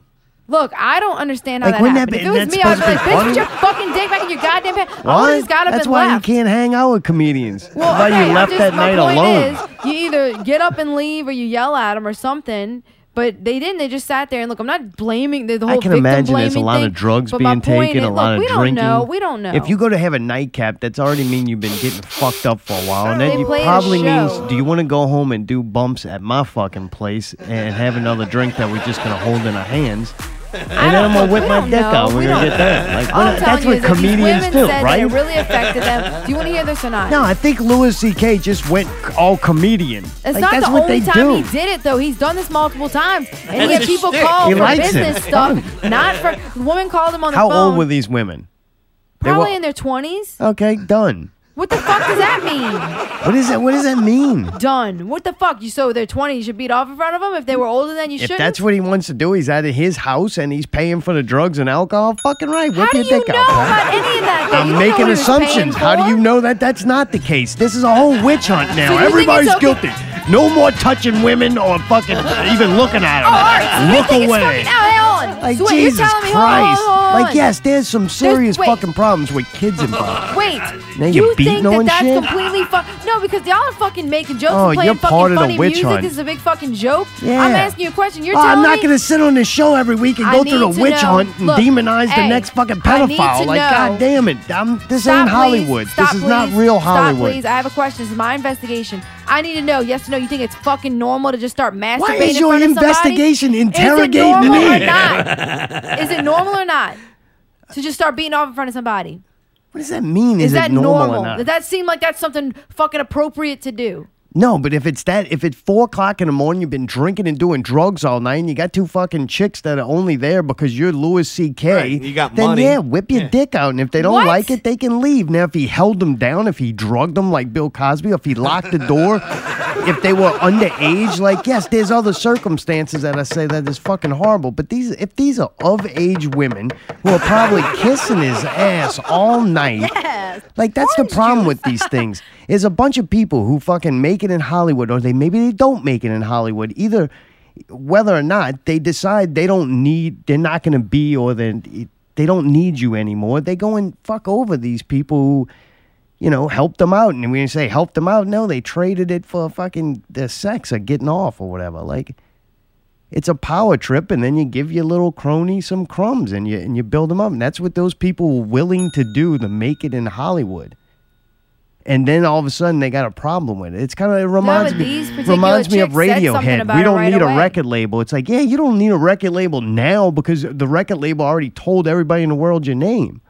Look, I don't understand how Like, that wouldn't happened. that if be- it was that's me, I'd be like, supposed to be bitch, put funny? your fucking dick back in your goddamn pants. I What? would've just got up That's and why left. you can't hang out with comedians. Well, That's why okay, you I'm left just- that my night point alone. is, you either get up and leave, or you yell at them, or something. But they didn't. They just sat there and look. I'm not blaming the, the whole. I can victim imagine there's a blaming lot thing, of drugs but being my point taken, is, a lot look, of we drinking. Don't know. We don't know. If you go to have a nightcap, that's already mean you've been getting fucked up for a while, and They that you play a probably means show. do you want to go home and do bumps at my fucking place and have another drink that we're just gonna hold in our hands, and then I'm gonna look, whip we my don't dick know. out. We're We gonna don't get that. Like All I'm that's telling you what is that these comedians women do, said right? That it really affected them. Do you want to hear this or not? no, I think Louis C.K. just went all comedian. It's like, not that's the what only they time do. he did it though. He's done this multiple times, and he had his people shtick. call He for likes it. business It's stuff. Not for woman called him on the How phone. old were these women? They were- Probably in their twenties. Okay, done. What the fuck does that mean? What is that? What does that mean? done. What the fuck? You so they're twenty. You should beat off in front of them. If they were older than you If should. that's what he wants to do, he's out of his house and he's paying for the drugs and alcohol. Fucking right. Whip How do your you know dick out. pal. about any of that? though? You I'm don't know making what he was assumptions. paying How do for. you know that that's not the case? This is a whole witch hunt now. So you think Everybody's it's okay- guilty. No more touching women or fucking even looking at Oh, all right. them. So you Look think it's away. fucking- Now, hold on. Like so wait, Jesus you're telling me, Christ! hold on, hold on, hold Like on. yes, there's some serious wait. fucking problems with kids involved. Wait. Now you you're think beating that on that's shit? completely fu- No, because y'all are fucking making jokes Oh, and playing you're fucking part of the funny witch music. hunt. This is a big fucking joke. Yeah. I'm asking you a question. You're Oh, telling I'm not me gonna sit on this show every week and I go need through the to witch know- hunt and Look, demonize hey, the next fucking I need pedophile. to Like, know- god damn it, I'm, this Stop, ain't Hollywood. Please. Stop, this is not please. real Stop, Hollywood. please. I have a question. This is my investigation. I need to know. Yes or no? You think it's fucking normal to just start masturbating? Why in is your front of somebody? investigation is it interrogating normal Or me? not? Is it normal or not? To just start beating off in front of somebody. What does that mean? Is, Is, that it normal, normal? or not? Does that seem like that's something fucking appropriate to do? No, but if it's that, if it's four o'clock in the morning, you've been drinking and doing drugs all night, and you got two fucking chicks that are only there because you're Louis C.K. Right, and you got then money. yeah, whip your dick out, and if they don't What? like it, they can leave. Now, if he held them down, if he drugged them like Bill Cosby, if he locked the door, if they were underage, like yes, there's other circumstances that I say that is fucking horrible. But these, if these are of age women who are probably kissing his ass all night. Like that's the problem with these things is a bunch of people who fucking make it in Hollywood or they maybe they don't make it in Hollywood either whether or not they decide they don't need they're not going to be or they they don't need you anymore they go and fuck over these people who you know, helped them out. And we say helped them out. No, they traded it for fucking the sex or getting off or whatever. Like, it's a power trip, and then you give your little crony some crumbs and you and you build them up. And that's what those people were willing to do to make it in Hollywood. And then all of a sudden they got a problem with it. It's kind of it reminds but these me particular reminds me of chicks said something Radiohead. about We it don't right need a away. record label. It's like yeah, you don't need a record label now because the record label already told everybody in the world your name.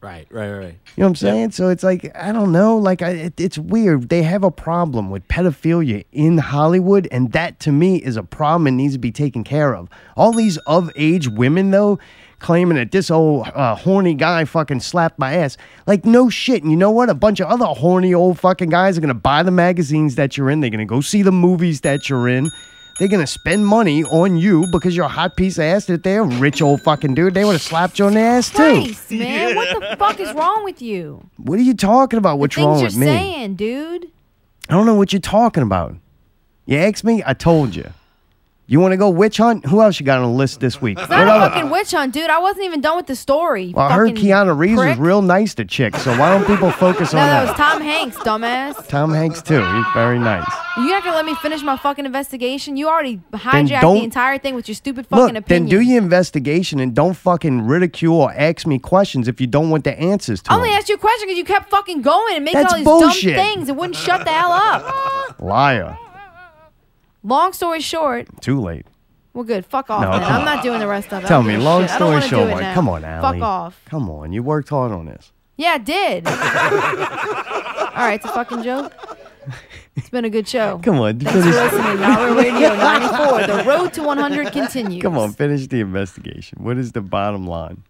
Right, right, right. You know what I'm saying? So it's like I don't know. Like I, it, it's weird. They have a problem with pedophilia in Hollywood, and that to me is a problem and needs to be taken care of. All these of age women though, claiming that this old uh, horny guy fucking slapped my ass. Like no shit. And you know what? A bunch of other horny old fucking guys are gonna buy the magazines that you're in. They're gonna go see the movies that you're in. They're gonna spend money on you because you're a hot piece of ass. That they're a rich old fucking dude. They would have slapped you on the ass too. Christ, man, what the fuck is wrong with you? What are you talking about? What's Things wrong you're with me? saying, dude. I don't know what you're talking about. You asked me, I told you. You want to go witch hunt? Who else you got on the list this week? It's not a fucking witch hunt, dude. I wasn't even done with the story. you well, I heard fucking Keanu Reeves prick. was real nice to chicks, so why don't people focus No, on that that? was Tom Hanks, dumbass. Tom Hanks too. He's very nice. You're not gonna let me finish my fucking investigation. You already hijacked don't- the entire thing with your stupid fucking Look, opinion. then do your investigation and don't fucking ridicule or ask me questions if you don't want the answers to I only 'em. asked you a question because you kept fucking going and making That's all these bullshit. dumb things and wouldn't shut the hell up. Liar. Long story short, Too late. well, good. Fuck off. No, man. come I'm on. not doing the rest of it. I Tell don't me, give a long Oh, shit. I don't story wanna do short, it one. now. Come on, Allie. Fuck off. Come on, you worked hard on this. Yeah, I did. all right, it's a fucking joke. It's been a good show. Come on, Thanks finish- for listening. Hour Radio 94. The road to 100 continues. Come on, finish the investigation. What is the bottom line?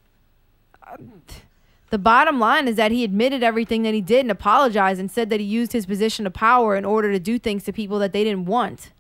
The bottom line is that he admitted everything that he did and apologized and said that he used his position of power in order to do things to people that they didn't want.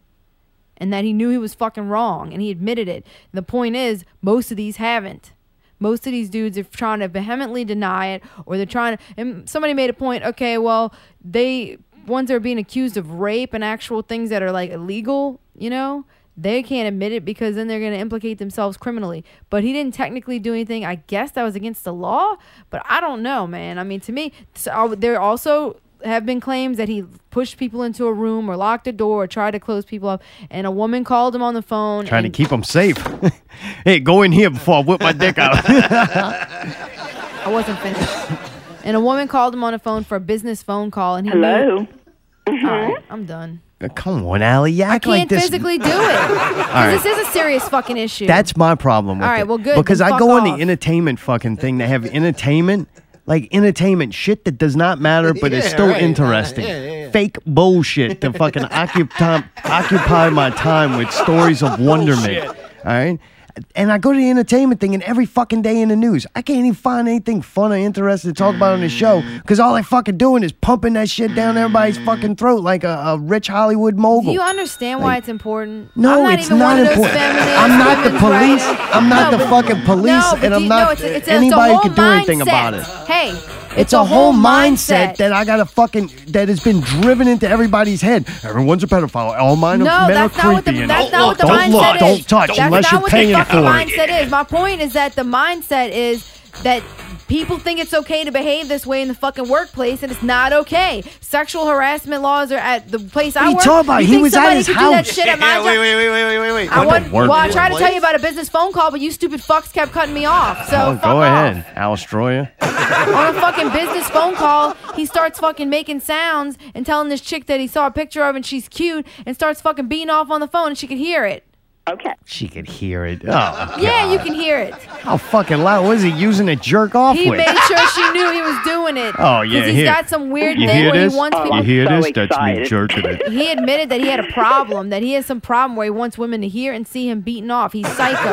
And that he knew he was fucking wrong and he admitted it. And the point is, most of these haven't. Most of these dudes are trying to vehemently deny it or they're trying to. And somebody made a point, okay, well, they, ones that are being accused of rape and actual things that are like illegal, you know, they can't admit it because then they're going to implicate themselves criminally. But he didn't technically do anything. I guess that was against the law, but I don't know, man. I mean, to me, so I would- there also have been claims that he pushed people into a room or locked a door or tried to close people up. And a woman called him on the phone. Trying to and keep them safe. hey, go in here before I whip my dick out. I wasn't finished. and a woman called him on the phone for a business phone call, and he knew- Hello. All right, I'm done. Come on, Allie. You act Can't like this. physically do it. 'Cause right. this is a serious fucking issue. That's my problem with All right, it. well, good, Because then I fuck go on off. the entertainment fucking thing. They have entertainment, like entertainment shit that does not matter, but it's still interesting. Fake bullshit to fucking occupy, occupy my time with stories of wonderment. All right. And I go to the entertainment thing, and every fucking day in the news, I can't even find anything fun or interesting to talk about on the show because all they fucking doing is pumping that shit down everybody's fucking throat like a, a rich Hollywood Do mogul. you understand why it's important? No, I'm not it's even not one of those important. feminist I'm not the women's rights- police. I'm not No, the but- fucking police, no, but and do I'm you- not- no, it's, it's, it's anybody a whole could do anything mindset. about it. Hey, it's, It's a whole mindset that I gotta fucking that has been driven into everybody's head. Everyone's a pedophile. All mine no, are men are that's not what the creepy. and that's don't not what look, the Oh, don't mindset look, is. don't touch that's unless not you're what paying the fucking for it. mindset is. My point is that the mindset is that people think it's okay to behave this way in the fucking workplace, and it's not okay. Sexual harassment laws are at the place I you work. talking about? You He think was at somebody his could house. Do that shit at my job? wait, wait, wait, wait, wait, wait. I want, work well, I tried to tell place? you about a business phone call, but you stupid fucks kept cutting me off. So Oh, fuck go off. ahead, Al Stroya. On a fucking business phone call, he starts fucking making sounds and telling this chick that he saw a picture of and she's cute and starts fucking beating off on the phone and she can hear it. Okay. She could hear it. Oh, Yeah, you can hear it. how fucking loud was he using a jerk off He with? made sure she knew he was doing it. Oh, yeah, 'Cause he's here. got some weird you thing hear where this? he wants people. you hear I'm this? so That's me excited. jerking it. He admitted that he had a problem, that he has some problem where he wants women to hear and see him beaten off. He's psycho.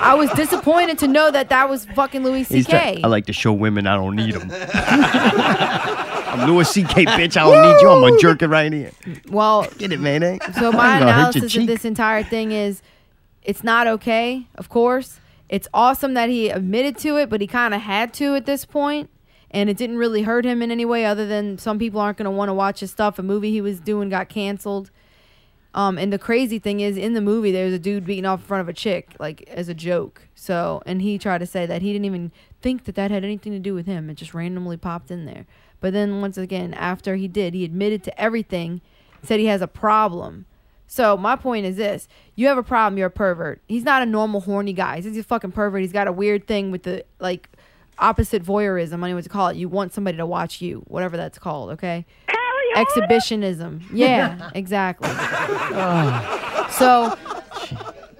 I was disappointed to know that that was fucking Louis He's C.K. the- I like to show women I don't need them. I'm Louis C.K. bitch. I don't need you. I'm a jerking right here. well, Get it, man. eh? So I'm my gonna hurt your analysis of cheek. this entire thing is, it's not okay. Of course, it's awesome that he admitted to it, but he kind of had to at this point, and it didn't really hurt him in any way other than some people aren't going to want to watch his stuff. A movie he was doing got canceled. Um, and the crazy thing is, in the movie, there's a dude beating off in front of a chick, like as a joke. So, and he tried to say that he didn't even think that that had anything to do with him. It just randomly popped in there. But then once again, after he did, he admitted to everything, said he has a problem. So my point is this: you have a problem. You're a pervert. He's not a normal horny guy. He's a fucking pervert. He's got a weird thing with the like opposite voyeurism. I don't know what to call it. You want somebody to watch you, whatever that's called. Okay. Exhibitionism. Yeah, exactly. So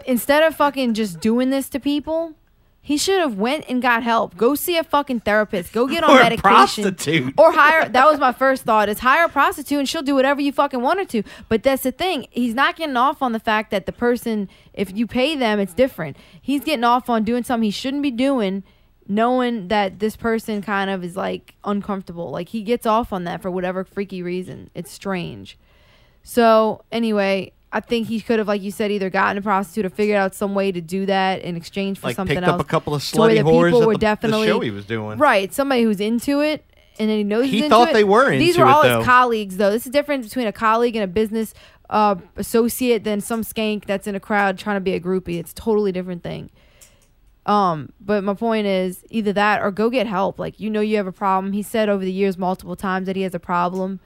instead of fucking just doing this to people, he should have went and got help. Go see a fucking therapist. Go get on Or a medication. prostitute. Or hire that was my first thought is hire a prostitute and she'll do whatever you fucking want her to. But that's the thing. He's not getting off on the fact that the person if you pay them it's different. He's getting off on doing something he shouldn't be doing knowing that this person kind of is like uncomfortable. Like he gets off on that for whatever freaky reason. It's strange. So anyway, I think he could have, like you said, either gotten a prostitute or figured out some way to do that in exchange for Like, something picked up else. a couple of to where slutty the whores people at were the- the definitely show he was doing. Right, somebody who's into it. And then he knows He he's into thought it. they were These into were it, all though. his colleagues, though. This is different between a colleague and a business uh, associate than some skank that's in a crowd trying to be a groupie. It's a totally different thing. Um, but my point is either that or go get help. Like you know you have a problem. He said over the years multiple times that he has a problem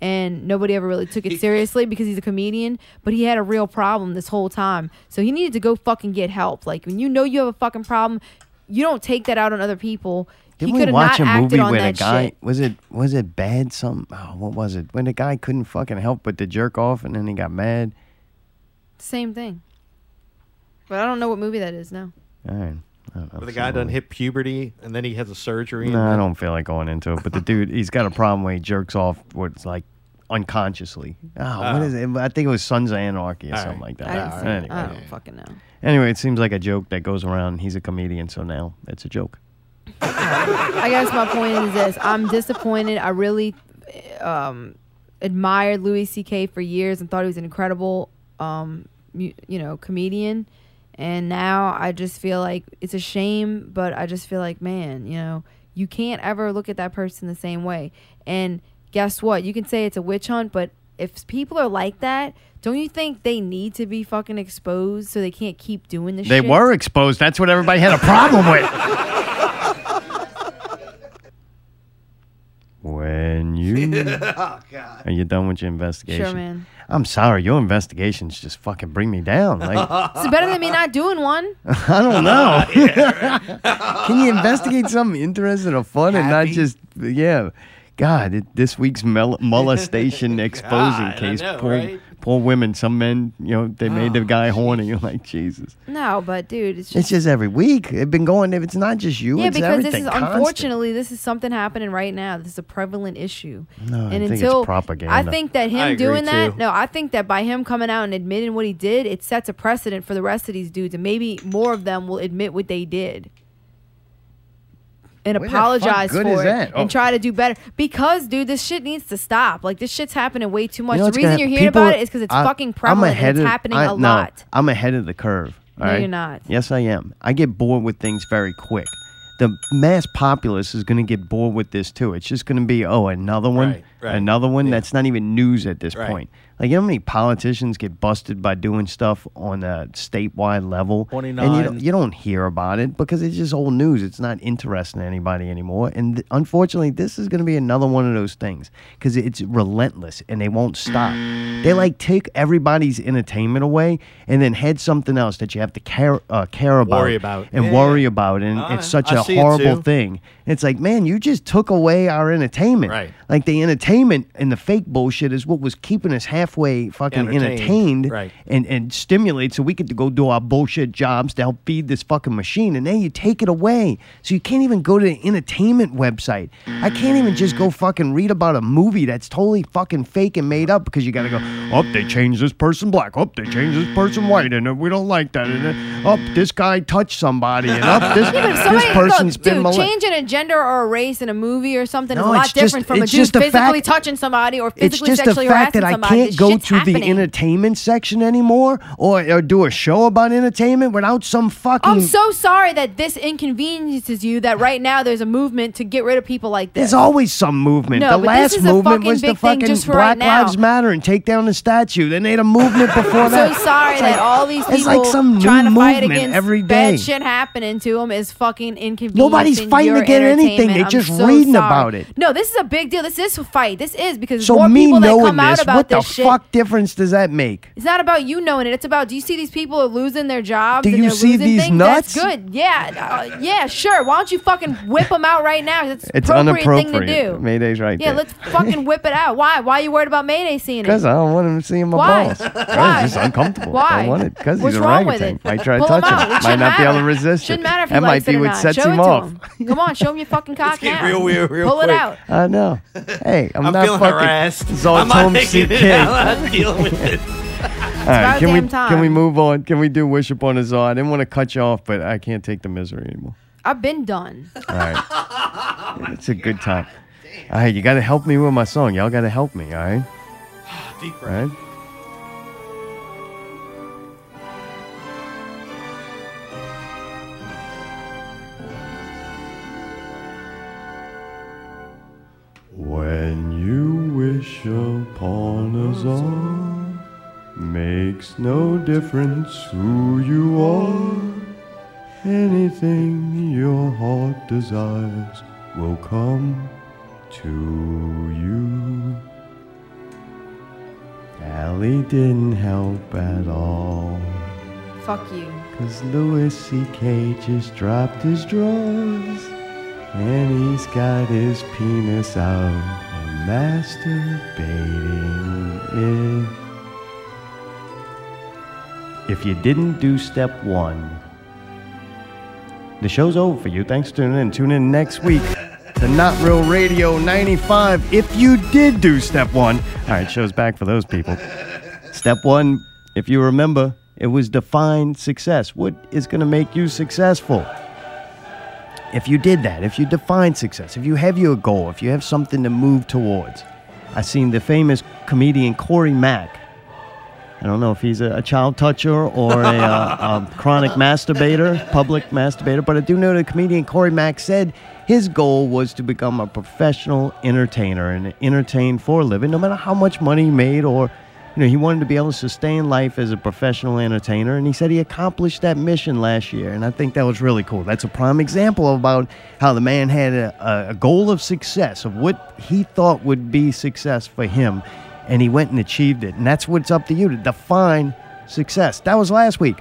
and nobody ever really took it seriously because he's a comedian, but he had a real problem this whole time. So he needed to go fucking get help. Like when you know you have a fucking problem, you don't take that out on other people. Didn't he we could have watch not a acted movie on where a that guy shit. was it was it bad some oh, what was it when the guy couldn't fucking help but to jerk off and then he got mad? Same thing. But I don't know what movie that is now. All right, I don't know. Where the guy some done movie. hit puberty and then he has a surgery. and No, I then- don't feel like going into it. But the dude, he's got a problem where he jerks off where it's like unconsciously. Oh, what Oh. is it? I think it was Sons of Anarchy or All something right. like that. I, didn't see it. anyway, I don't fucking know. anyway, it seems like a joke that goes around. He's a comedian, so now it's a joke. I guess my point is this: I'm disappointed. I really um, admired Louis C.K. for years and thought he was an incredible, um, mu- you know, comedian. And now I just feel like it's a shame, but I just feel like, man, you know, you can't ever look at that person the same way. And guess what? You can say it's a witch hunt, but if people are like that, don't you think they need to be fucking exposed so they can't keep doing this? They shit? were exposed. That's what everybody had a problem with. When you are you done with your investigation? Sure, man. I'm sorry, your investigations just fucking bring me down. Like It's better than me not doing one. I don't know. Can you investigate something interesting or fun and not Happy? just yeah? God, it, this week's mol- molestation exposing God, I case. know, poor, right? Oh, poor women. Some men, you know, they made the guy horny. You're like Jesus. No, but dude, it's just It's just every week. It's been going. It's not just you. Yeah, it's because everything. this is constant. unfortunately this is something happening right now. This is a prevalent issue. No, and I think it's until propaganda. I think that him I agree, doing that, too. no, I think that by him coming out and admitting what he did, it sets a precedent for the rest of these dudes, and maybe more of them will admit what they did. And Where the fuck apologize good is for it that? Oh. and try to do better. Because, dude, this shit needs to stop. Like, this shit's happening way too much. You know the what's reason gonna- you're hearing people- about it is because it's I- fucking I'm prevalent ahead and it's of- happening I- a no, lot. I'm ahead of the curve. all No, right? you're not. Yes, I am. I get bored with things very quick. The mass populace is going to get bored with this too. It's just going to be oh another one, Right, right. another one. That's not even news at this Right. point. Like you know how many politicians get busted by doing stuff on a statewide level, and you 29. don't, you don't hear about it because it's just old news. It's not interesting to anybody anymore. And th- unfortunately, this is going to be another one of those things because it's relentless and they won't stop. They like take everybody's entertainment away and then head something else that you have to care uh, care about, Worry about. and Yeah. Ah, worry about. And it's such I a see it horrible too. thing. It's like, man, you just took away our entertainment. Right. Like the entertainment and the fake bullshit is what was keeping us halfway fucking Entertained. entertained Right. and, and stimulate so we could go do our bullshit jobs to help feed this fucking machine. And then you take it away. So you can't even go to the entertainment website. I can't even just go fucking read about a movie that's totally fucking fake and made up because you got to go, oh, they changed this person black. Oh, they changed this person white. And uh, we don't like that. And uh, oh, this guy touched somebody. And up this, But if this somebody, person's look, been dude, mali- changing a gender or a race in a movie or something is a lot just- different from a it's dude just the physically touching somebody or It's physically just the sexually fact harassing that I somebody. can't This go shit's to the happening. entertainment section anymore or, or do a show about entertainment without some fucking. Oh, I'm so sorry that this inconveniences you. That right now there's a movement to get rid of people like this. There's always some movement. No, the but this last is a movement fucking was the big thing fucking just for Black right now. Lives Matter and take down the statue. They made a movement before I'm that. so sorry It's that like- all these people it's like some new trying to fight movement against every day. bad shit happening to them is fucking inconvenient. Nobody's fighting to get anything. They're just reading about it. No, this is a big deal. This is a fight. This is because So more me people that knowing come out this, about what the this shit. fuck difference does that make? It's not about you knowing it. It's about do you see these people are losing their jobs? Do and you they're see losing these things? nuts? That's good. Yeah, uh, yeah, sure. Why don't you fucking whip them out right now? It's, It's appropriate inappropriate. thing to do. Mayday's right yeah, there. let's fucking whip it out. Why? Why are you worried about Mayday seeing Because it? I don't want him seeing my Why? balls. 'Cause Why? It's just uncomfortable. I Why? don't want it. Because he's What's a wrong with orangutan. it? Might try to Pull him touch out. It him. Might shouldn't not be able to matter. resist it. Shouldn't matter if he That might likes be it or what not. sets show him it to off. Him. Come on, show him your fucking cock getting now. real weird real Pull it quick. out. I know. Hey, I'm, I'm not feeling fucking harassed. I'm not Zoltom taking it CK. out. I'm not dealing with this. All right, about can we damn time. can we move on? Can we do wish upon a czar? I didn't want to cut you off, but I can't take the misery anymore. I've been done. All right, it's a good time. All right, you got to help me with my song. Y'all got to help me. All right, Ah, Deep all breath. right. When you wish upon a czar, makes no difference who you are. Anything your heart desires will come to you. Allie didn't help at all, Fuck you. 'cause Louis C.K. just dropped his drawers. And he's got his penis out and masturbating it. If you didn't do step one, the show's over for you. Thanks for tuning in. Tune in next week to Not Real Radio 95 if you did do step one. All right, show's back for those people. Step one, if you remember, it was define success. What is going to make you successful? if you did that, if you define success, if you have your goal, if you have something to move towards. I seen the famous comedian Corey Mack. I don't know if he's a, a child toucher or a, uh a chronic masturbator, public masturbator, but I do know the comedian Corey Mack said his goal was to become a professional entertainer and entertain for a living, no matter how much money he made or. You know, he wanted to be able to sustain life as a professional entertainer, and he said he accomplished that mission last year. And I think that was really cool. That's a prime example about how the man had a, a- a goal of success, of what he thought would be success for him, and he went and achieved it. And that's what's up to you to define success. That was last week.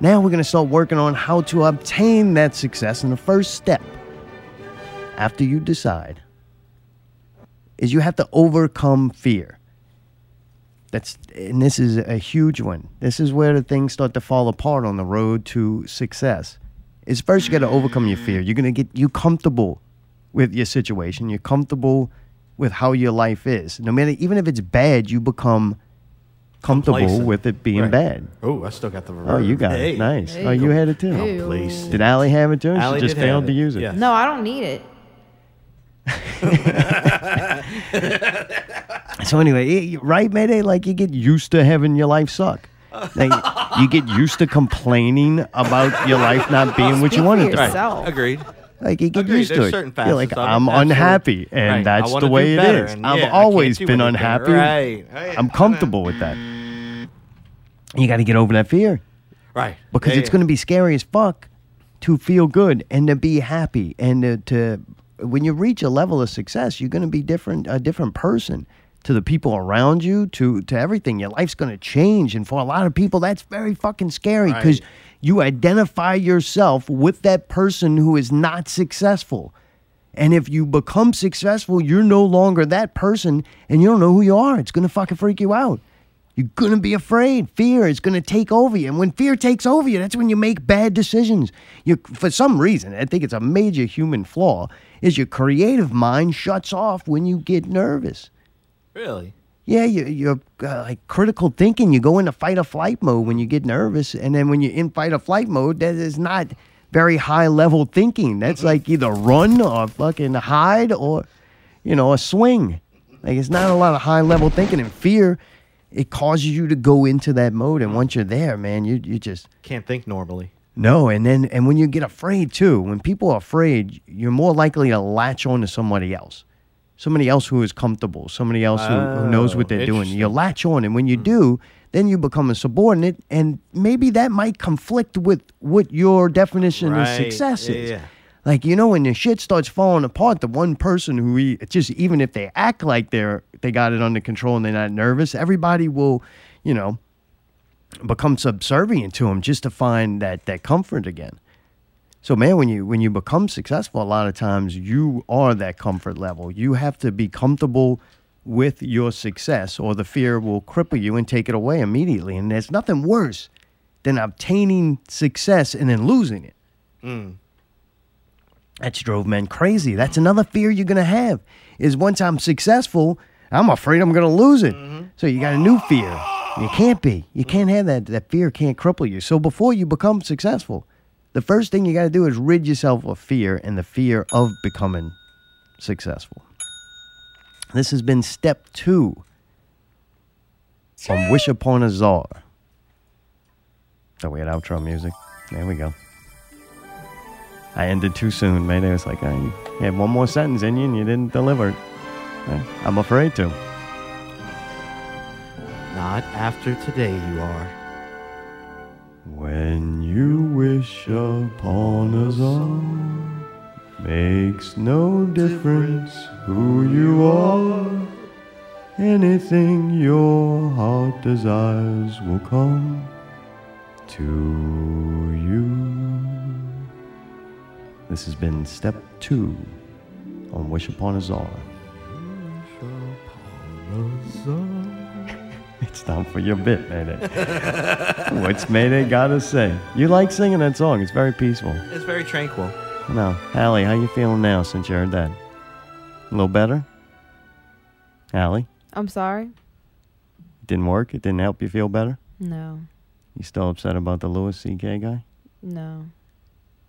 Now we're going to start working on how to obtain that success. And the first step after you decide is you have to overcome fear. That's and this is a huge one. This is where the things start to fall apart on the road to success. Is first you got to overcome your fear. You're gonna get you comfortable with your situation. You're comfortable with how your life is. No matter even if it's bad, you become comfortable Complacent. with it being Right. bad. Oh, I still got the. Oh, you got Hey. it. Nice. Oh, you had it too. Ew. Please. Did Allie have it too? Allie she just did have failed to it. use it. Yeah. No, I don't need it. So anyway, it- right, Mayday? Like you get used to having your life suck. Like, you get used to complaining about your life not being what you Speak for wanted to be. yourself. Right. Agreed. Like you get Agreed. used to There's it. certain You're like, facets of it, I'm absolutely. unhappy, and Right. I that's wanna the do way it better, is. and I've yeah, I can't always do been anything. unhappy. Right. Right. I'm comfortable with that. You got to get over that fear Right. because Yeah, it's yeah. going to be scary as fuck to feel good and to be happy and to, to when you reach a level of success you're going to be different a different person to the people around you to to everything your life's going to change and for a lot of people that's very fucking scary because you identify yourself with that person who is not successful and if you become successful, you're no longer that person and you don't know who you are. It's going to fucking freak you out. You're going to be afraid. Fear is going to take over you. And when fear takes over you, that's when you make bad decisions. You for some reason, I think it's a major human flaw, is your creative mind shuts off when you get nervous. really. Yeah, you, you're uh, like critical thinking. You go into fight or flight mode when you get nervous, and then when you're in fight or flight mode, that is not very high level thinking. That's like either run or fucking hide or, you know, a swing. Like it's not a lot of high level thinking and fear. It causes you to go into that mode, and once you're there, man, you you just Can't think normally. no, and then and when you get afraid too, when people are afraid, you're more likely to latch on to somebody else, somebody else who is comfortable, somebody else who, who knows what Oh, they're doing. You interesting. Hmm. latch on, and when you do, then you become a subordinate, and maybe that might conflict with what your definition of Right, success yeah, is. yeah. Like you know, when the shit starts falling apart, the one person who we, just even if they act like they're they got it under control and they're not nervous, everybody will, you know, become subservient to them just to find that that comfort again. So man, when you when you become successful, a lot of times you are that comfort level. You have to be comfortable with your success, or the fear will cripple you and take it away immediately. And there's nothing worse than obtaining success and then losing it. That's drove men crazy. That's another fear you're gonna have is once I'm successful, I'm afraid I'm gonna lose it. So you got a new fear. You can't be. You can't have that. That fear can't cripple you. So before you become successful, the first thing you gotta do is rid yourself of fear and the fear of becoming successful. This has been step two from Wish Upon a Czar. The weird outro music. There we go. I ended too soon, man. It was like, I had one more sentence in you and you didn't deliver it. Eh, I'm afraid to. Not after today, you are. When you wish upon a song, makes no difference who you are. Anything your heart desires will come to you. This has been step two on Wish Upon a Czar. It's time for your bit, Mayday. What's Mayday gotta say? You like singing that song. It's very peaceful. It's very tranquil. Now, Allie, how you feeling now since you heard that? A little better? Allie, I'm sorry. didn't work? It didn't help you feel better? No, You still upset about the Louis C.K. guy? no.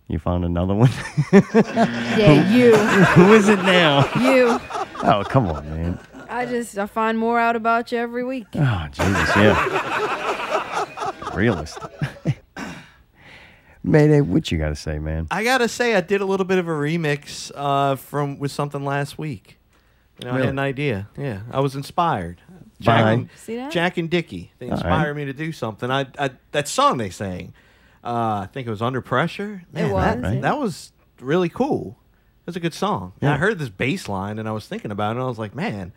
You found another one? Yeah, you, Who is it now? you. Oh, come on, man. I just I find more out about you every week. Oh, Jesus, yeah. Realist. Mayday, what you gotta say, man? I gotta say, I did a little bit of a remix uh, from with something last week. You know, I Really? had an idea. Yeah, I was inspired. By- Jack, and, See that? Jack and Dickie. They All right. inspired me to do something. I, I that song they sang. Uh, I think it was Under Pressure. Man, was, That, yeah. that was really cool. It was a good song. And Yeah. I heard this bass line and I was thinking about it and I was like, man,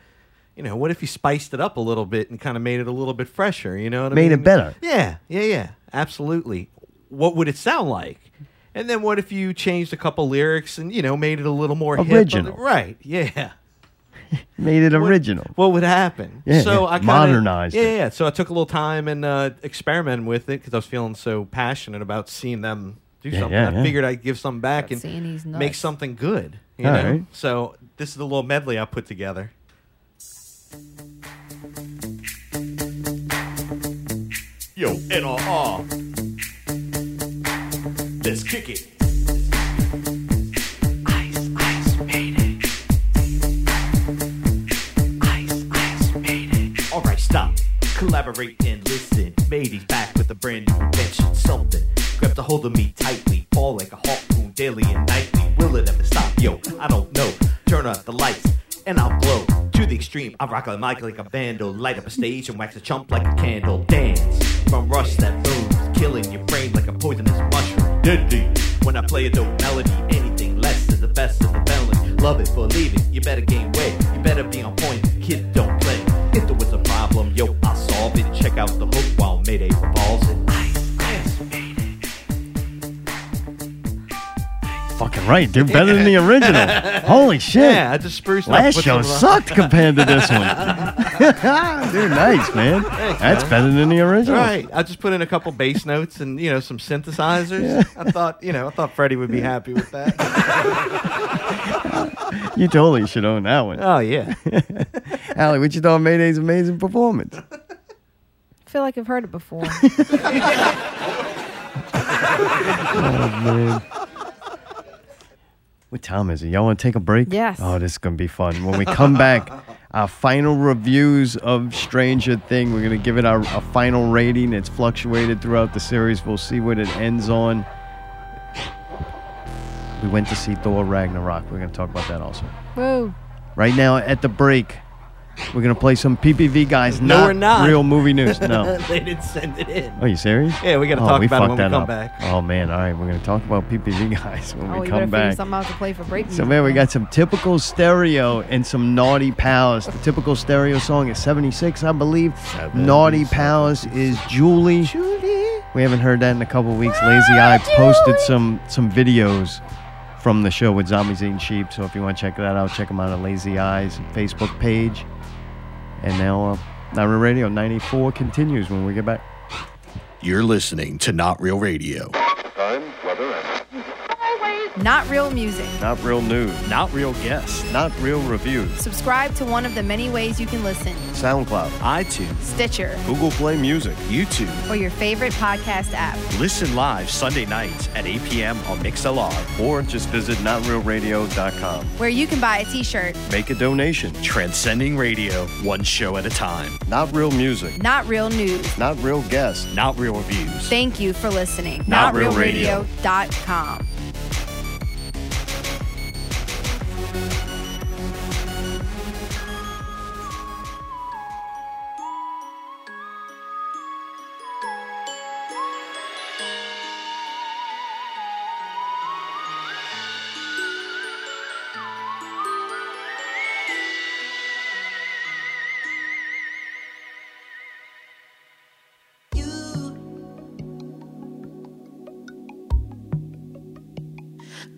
you know, what if you spiced it up a little bit and kind of made it a little bit fresher? You know what I Made mean? it better. Yeah, yeah, yeah. Absolutely. What would it sound like? And then what if you changed a couple lyrics and, you know, made it a little more hip? Original. Right, yeah Made it what- original. What, would happen? Yeah, so yeah. I kinda, Modernized Yeah, it. yeah. So I took a little time and uh, experimented with it because I was feeling so passionate about seeing them do Yeah, something. yeah, I yeah. figured I'd give something back and Seeing these make nuts. something good. You All know. right. So this is the little medley I put together. Yo, NRR. Let's kick it. Alright, stop. Collaborate and listen. Matey's back with a brand new invention. Something grabbed a hold of me tightly. Fall like a harpoon daily and nightly. Will it ever stop? Yo, I don't know. Turn up the lights and I'll glow to the extreme. I rock a mic like a vandal. Light up a stage and wax a chump like a candle. Dance from rush that moves, killing your brain like a poisonous mushroom. Deadly. When I play a dope melody, anything less is the best of the felony. Love it, believe it. You better gain weight. You better be on point. Kid, don't play. If there was a problem, yo, I'll solve it. Check out the hook while Mayday revolves it. Ice, ice, Mayday. Fucking right. They're better than the original. Holy shit. Yeah, I just spruced it up. Last with show some, uh, sucked compared to this one. Dude, nice, man. That's better than the original. Right, I just put in a couple bass notes and you know some synthesizers. I thought you know I thought Freddie would be happy with that. You totally should own that one. oh yeah, Allie, what you thought of Mayday's amazing performance? I feel like I've heard it before. What time is it? Y'all want to take a break? Yes. Oh, this is going to be fun. When we come back, our final reviews of Stranger Thing. We're going to give it our, a final rating. It's fluctuated throughout the series. We'll see what it ends on. We went to see Thor Ragnarok. We're going to talk about that also. Whoa. Right now at the break, we're going to play some PPV guys. No, we're not. Real movie news. No. they didn't send it in. Are you serious? Yeah, we gotta Oh, talk about it fucked when we that come up. back. Oh man, all right, we're gonna talk about PPV guys when Oh, you we better come figure back. something out to play for break. So man, we got some typical stereo and some naughty pals. The typical stereo song is 76, I believe. naughty pals is Julie. Julie. We haven't heard that in a couple weeks. Lazy Eye posted some some videos from the show with Zombies Eating Sheep. So if you want to check that out, check them out on Lazy Eyes Facebook page. And now, uh, Not Real Radio 94 continues when we get back. You're listening to Not Real Radio. Not real music. Not real news. Not real guests. Not real reviews. Subscribe to one of the many ways you can listen SoundCloud, iTunes, Stitcher, Google Play Music. YouTube. or your favorite podcast app. Listen live Sunday nights at 8 p.m. on MixLR. Or just visit notrealradio.com. where you can buy a t-shirt. Make a donation. Transcending radio, one show at a time. Not real music. Not Real News. Not real guests. Not real reviews. Thank you for listening. Not Real Radio. NotRealRadio.com.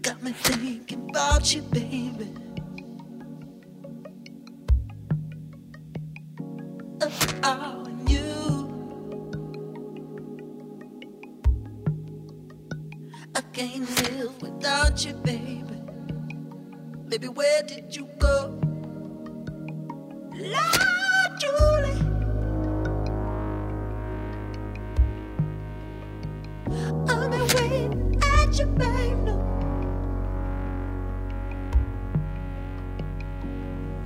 Got me thinking about you, baby. Oh, and you. I can't live without you, baby. Baby, where did you go? Lord Julie. I've been waiting at your back door.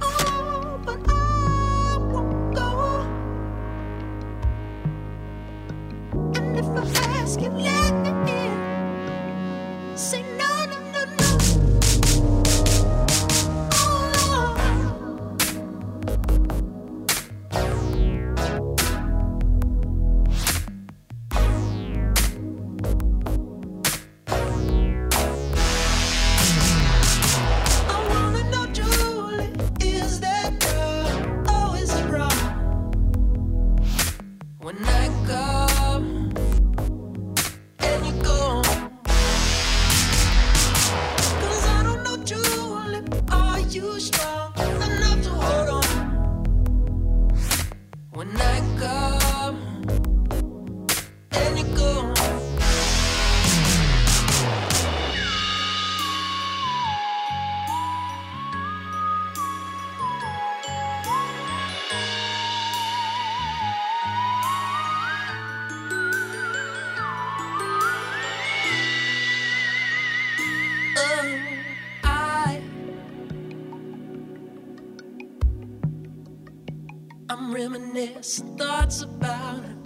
Oh, but I won't go. And if I ask you, let me in. Say no, no, no, no. Oh, Lord. I wanna know, Julie, is that girl always wrong? When I come and you go, 'Cause I don't know, Julie, are you strong enough to hold on? When I come and you go. Oh, I, I'm reminiscing thoughts about it.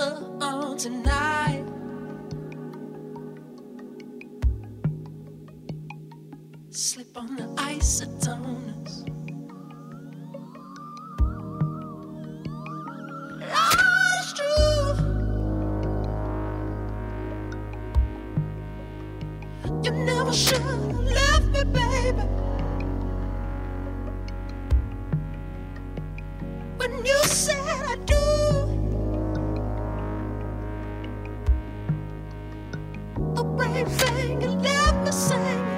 Oh, oh, tonight. Slip on the isotoners. Lies true. You never should have left me, baby. When you said I do, a brave thing and left me singing.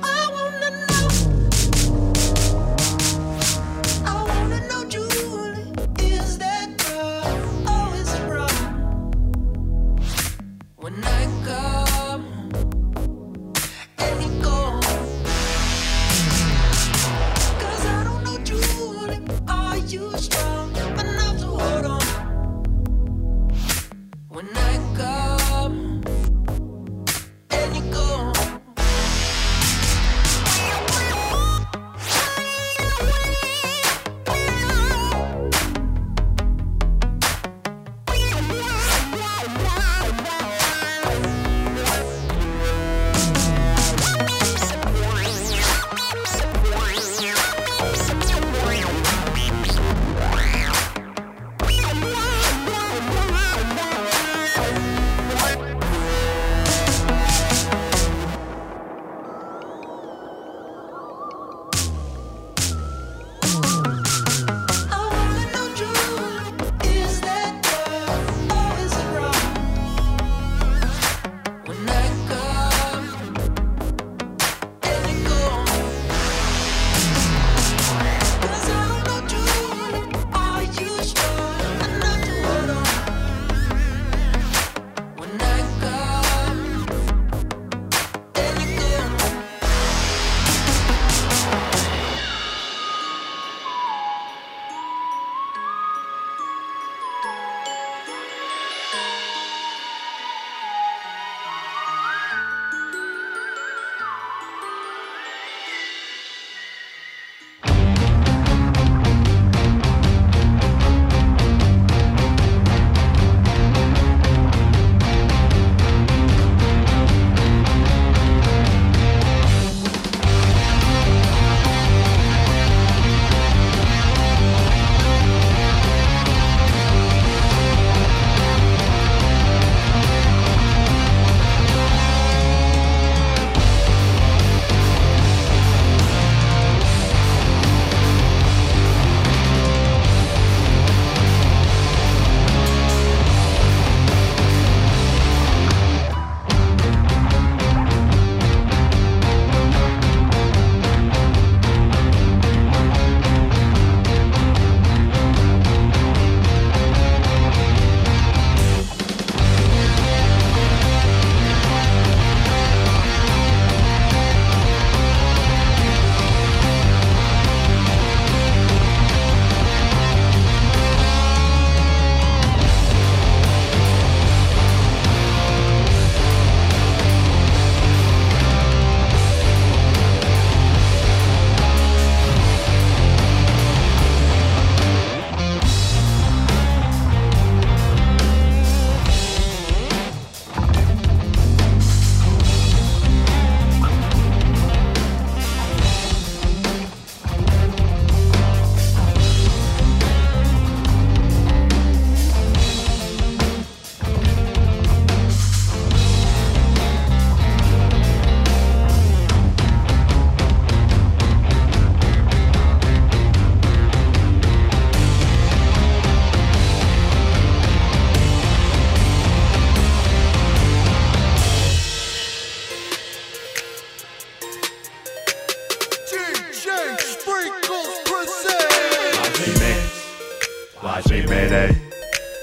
I wanna know. I wanna know, Julie, is that girl always wrong? When I come. And you go, 'cause I don't know, Julie, are you strong enough to hold on? When I come, and you go.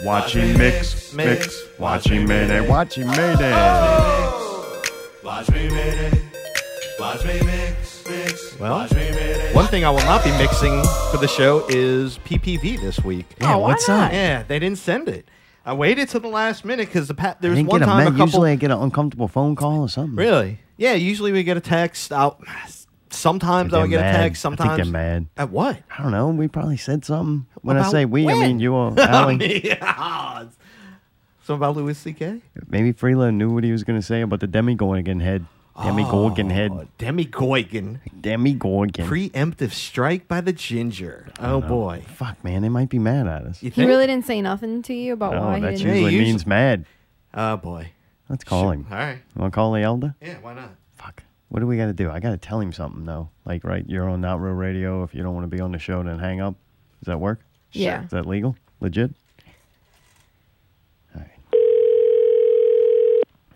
watching mix, mix, watching minute, watching Oh, minute. Watch me minute. Watch me mix, mix. Well, watch me minute. One thing I will not be mixing for the show is PPV this week. Yeah, Oh, why what's not? up? Yeah, they didn't send it. I waited till the last minute because the pa- there I was didn't one get a time a man. couple. Usually I get an uncomfortable phone call or something. Really? Yeah. Usually we get a text. I'll, sometimes They're I'll get mad. a I text. think Sometimes they're mad. At what? I don't know. We probably said something. When I About say we, I when? mean you or Allie. yeah. Something about Louis C.K. Maybe Freeland knew what he was going to say about the Demigorgon head. Demigorgon head. Oh, Demi Goygan. Demigorgon. Preemptive strike by the ginger. Oh boy. Fuck, man. They might be mad at us. You He think? really didn't say nothing to Oh, you about why No, he Oh, that didn't. you. usually Hey, usu- means mad. Oh boy. Let's call him. All right. You want to call the elder? Yeah. Why not? Fuck. What do we got to do? I got to tell him something, though. Like, right, you're on Not Real Radio. If you don't want to be on the show, then hang up. Does that work? Yeah. Is that legal? Legit? All right.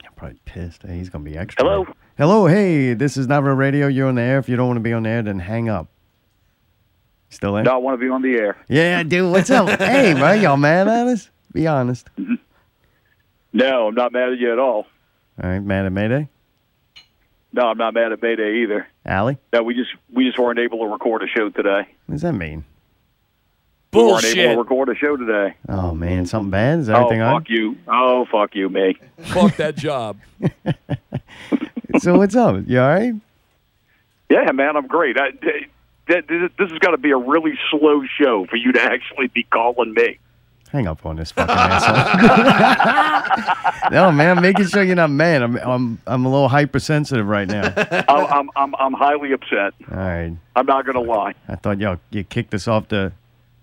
I'm probably pissed. Hey, he's going to be extra. Hello? Hello. Hey, this is Not Real Radio. You're on the air. If you don't want to be on the air, then hang up. Still there? No, I want to be on the air. Yeah, dude. What's up? hey, bro. Y'all mad at us? Be honest. No, I'm not mad at you at all. All right. Mad at Mayday? No, I'm not mad at Mayday either. Allie? No, we just we just weren't able to record a show today. What does that mean? We weren't Bullshit. able to record a show today. Oh, man. Something bad? Is Oh, everything on? fuck you. Oh, fuck you, me. Fuck that job. So, what's up? You all right? Yeah, man, I'm great. I, th- th- th- this has got to be a really slow show for you to actually be calling me. Hang up on this fucking asshole. no, man, I'm making sure you're not mad. I'm, I'm, I'm a little hypersensitive right now. I'm, I'm, I'm, I'm highly upset. All right. I'm not going to lie. I thought y'all you kicked us off the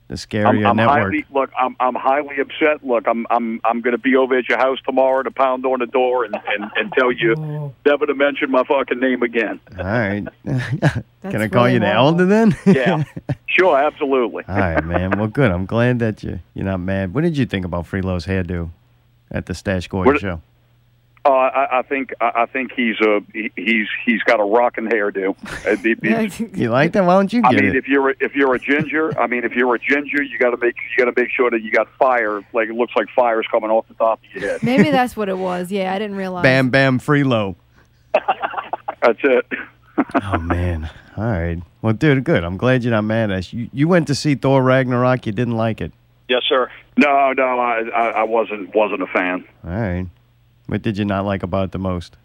the I'm, scarier I'm network. highly look. I'm I'm highly upset. Look, I'm I'm I'm going to be over at your house tomorrow to pound on the door and and, and tell you never to mention my fucking name again. All right. Can I call really you the horrible. elder then? Yeah, sure, absolutely. All right, man. Well, good. I'm glad that you you're not mad. What did you think about Freelo's hairdo at the Stash Gordon What- show? Uh, I, I think I, I think he's a he, he's he's got a rocking hairdo. Uh, the- the- You like that? Why don't you I get mean, it? if you're a, if you're a ginger, I mean, if you're a ginger, you got to make you got to make sure that you got fire. Like it looks like fire's coming off the top of your head. Maybe that's what it was. Yeah, I didn't realize. Bam, bam, Freelo. That's it. Oh man. All right. Well, dude, good. I'm glad you're not mad at us. You, you went to see Thor Ragnarok. You didn't like it. Yes, sir. No, no, I I, I wasn't wasn't a fan. All right. What did you not like about it the most?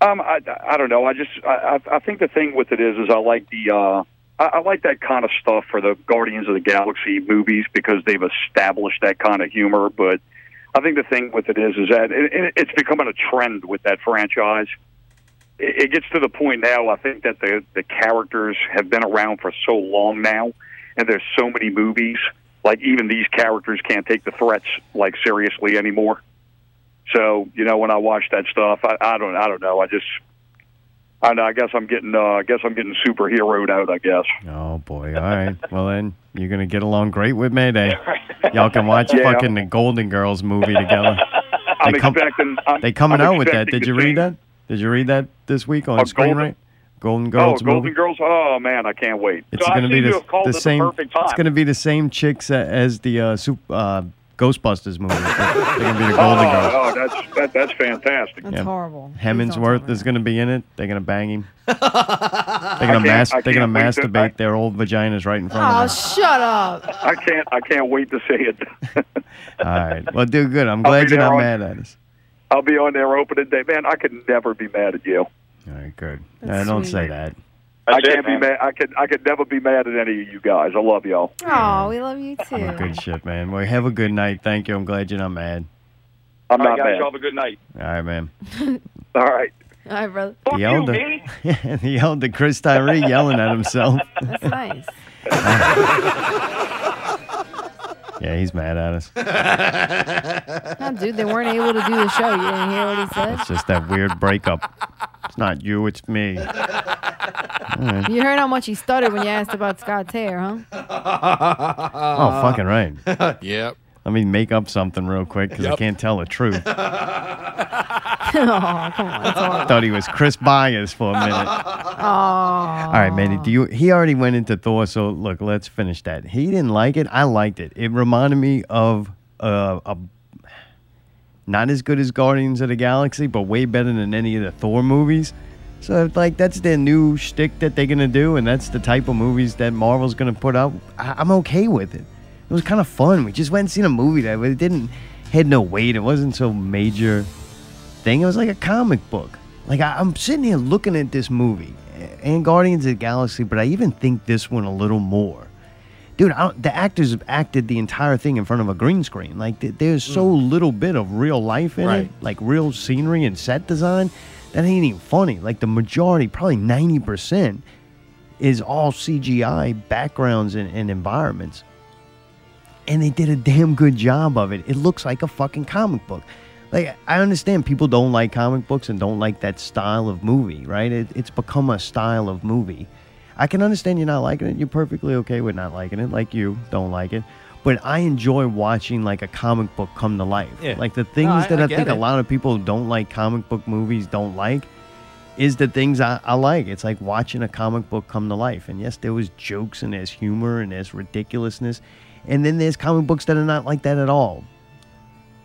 Um, I, I don't know. I just I, I I think the thing with it is is I like the uh, I, I like that kind of stuff for the Guardians of the Galaxy movies because they've established that kind of humor. But I think the thing with it is is that it, it, it's becoming a trend with that franchise. It, it gets to the point now. I think that the the characters have been around for so long now, and there's so many movies. Like even these characters can't take the threats like seriously anymore. So you know, when I watch that stuff, I, I don't, I don't know. I just, I don't know. I guess I'm getting, uh, I guess I'm getting superheroed out. I guess. Oh boy. All right. Well then, you're gonna get along great with Mayday. Y'all can watch Yeah. fucking the Golden Girls movie together. I'm They come- expecting. I'm, They coming I'm out with that. expecting Did to you read see- that? Did you read that this week on A Screen Golden- Right? Golden Oh, Girls Golden movie. Girls. Oh man, I can't wait. It's so gonna I be seem the, to have called the at same. perfect time. It's gonna be the same chicks a- as the uh, sup- uh, Ghostbusters movie. They're gonna be the Golden Girls. oh, oh, that's that, that's fantastic. That's Yeah. horrible. Please don't tell Hemmingsworth me is that. going to be in it. They're going to bang him. they're going to can't- mas- I They're going can't to wait to- masturbate their old vaginas right in Oh, front of shut up. I can't, I can't wait to see it. them. All right. Well, dude, good. I'm be glad there you're not on- mad at us. I'll be on there opening day, man. I could never be mad at you. All right, good. That's Uh, don't sweet. say that. I can't be mad. I could, I could never be mad at any of you guys. I love y'all. Oh, we love you too. Good shit, man. Well, have a good night. Thank you. I'm glad you're not mad. I'm not mad. a good night. All right, man. All right. All right, brother. the elder, the elder Chris Tyree yelling at himself. That's nice. yeah, he's mad at us. No, dude, they weren't able to do the show. You didn't hear what he said? It's just that weird breakup. It's not you, it's me. You heard how much he stuttered when you asked about Scott's hair, huh? Oh, fucking right. Yep. Let me make up something real quick because I Yep. can't tell the truth. oh, come on. That's I thought he was Chris Byers for a minute. all. All right, Manny. Do you? He already went into Thor, so look, let's finish that. He didn't like it. I liked it. It reminded me of uh, a not as good as Guardians of the Galaxy, but way better than any of the Thor movies. So it's like that's their new shtick that they're gonna do, and that's the type of movies that Marvel's gonna put out. I- I'm okay with it. It was kind of fun. We just went and seen a movie that it didn't had no weight. It wasn't so major thing. It was like a comic book. Like I, I'm sitting here looking at this movie a- and Guardians of the Galaxy, but I even think this one a little more. Dude, I don't, the actors have acted the entire thing in front of a green screen. Like th- there's so little bit of real life in Right. it, like real scenery and set design. That ain't even funny. Like the majority, probably ninety percent, is all CGI backgrounds and, and environments. And they did a damn good job of it. It looks like a fucking comic book. Like I understand people don't like comic books and don't like that style of movie, right? It, it's become a style of movie. I can understand you're not liking it. You're perfectly okay with not liking it, like you don't like it. But I enjoy watching like a comic book come to life. Yeah. Like the things No, I- that I I, get think a it. lot of people who don't like comic book movies don't like is the things I, I like. It's like watching a comic book come to life. And yes, there was jokes and there's humor and there's ridiculousness. And then there's comic books that are not like that at all.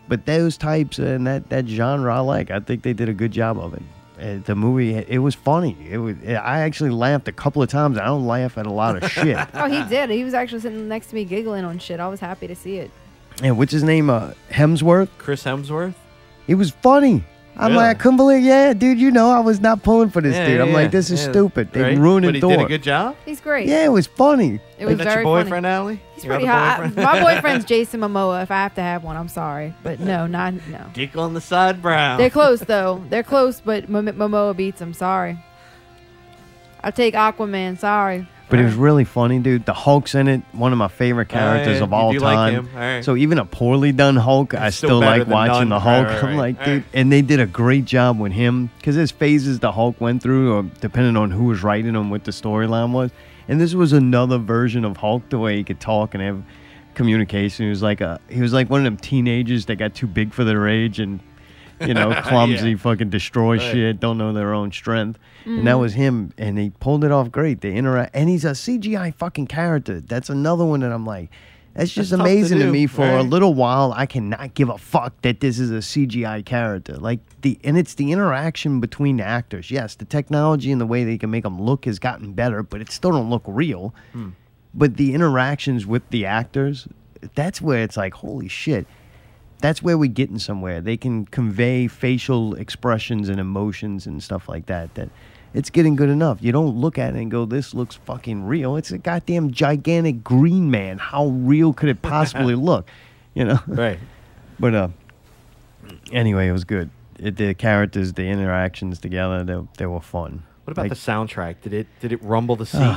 But those types and that, that genre I like. I think they did a good job of it. Uh, The movie, it was funny. It was. I actually laughed a couple of times. I don't laugh at a lot of shit. Oh, he did. He was actually sitting next to me giggling on shit. I was happy to see it. And what's his name? Uh, Hemsworth. Chris Hemsworth. It was funny. I'm Really? like, I couldn't believe, yeah, dude, you know, I was not pulling for this Yeah, dude. I'm yeah, like, this is yeah. stupid. They Right? ruined But he Thor. did a good job. He's great. Yeah, it was funny. It was Isn't that very your boyfriend, funny. Allie? He's Your pretty other hot. my boyfriend? boyfriend's Jason Momoa. If I have to have one, I'm sorry, but no, not no. Dick on the side brow. They're close though. They're close, but Mo- Momoa beats him. Sorry. I'll take Aquaman. Sorry. But it was really funny, dude. The Hulk's in it, one of my favorite All right, characters of you all do like him. time. All right. So even a poorly done Hulk, I still still better like than watching none. the Hulk. Right, right, I'm right. like, All dude, right. and they did a great job with him because his phases the Hulk went through, or depending on who was writing on what the storyline was. And this was another version of Hulk, the way he could talk and have communication. He was like a, he was like one of them teenagers that got too big for their age and, you know, Yeah. clumsy, fucking destroy Right. shit, don't know their own strength. And that Mhm. was him, and he pulled it off great. They interact, and he's a CGI fucking character. That's another one that I'm like, that's just tough to amazing to, do, me. For a right? little while, I cannot give a fuck that this is a CGI character. Like the, and it's the interaction between the actors. Yes, the technology and the way they can make them look has gotten better, but it still don't look real. Hmm. But the interactions with the actors, that's where it's like, holy shit that's where we're getting somewhere. They can convey facial expressions and emotions and stuff like that. That it's getting good enough. You don't look at it and go, "This looks fucking real." It's a goddamn gigantic green man. How real could it possibly look? You know. Right. But uh, anyway, it was good. It, the characters, the interactions together, they, they were fun. What about Like- Ah, the soundtrack? Did it did it rumble the seat?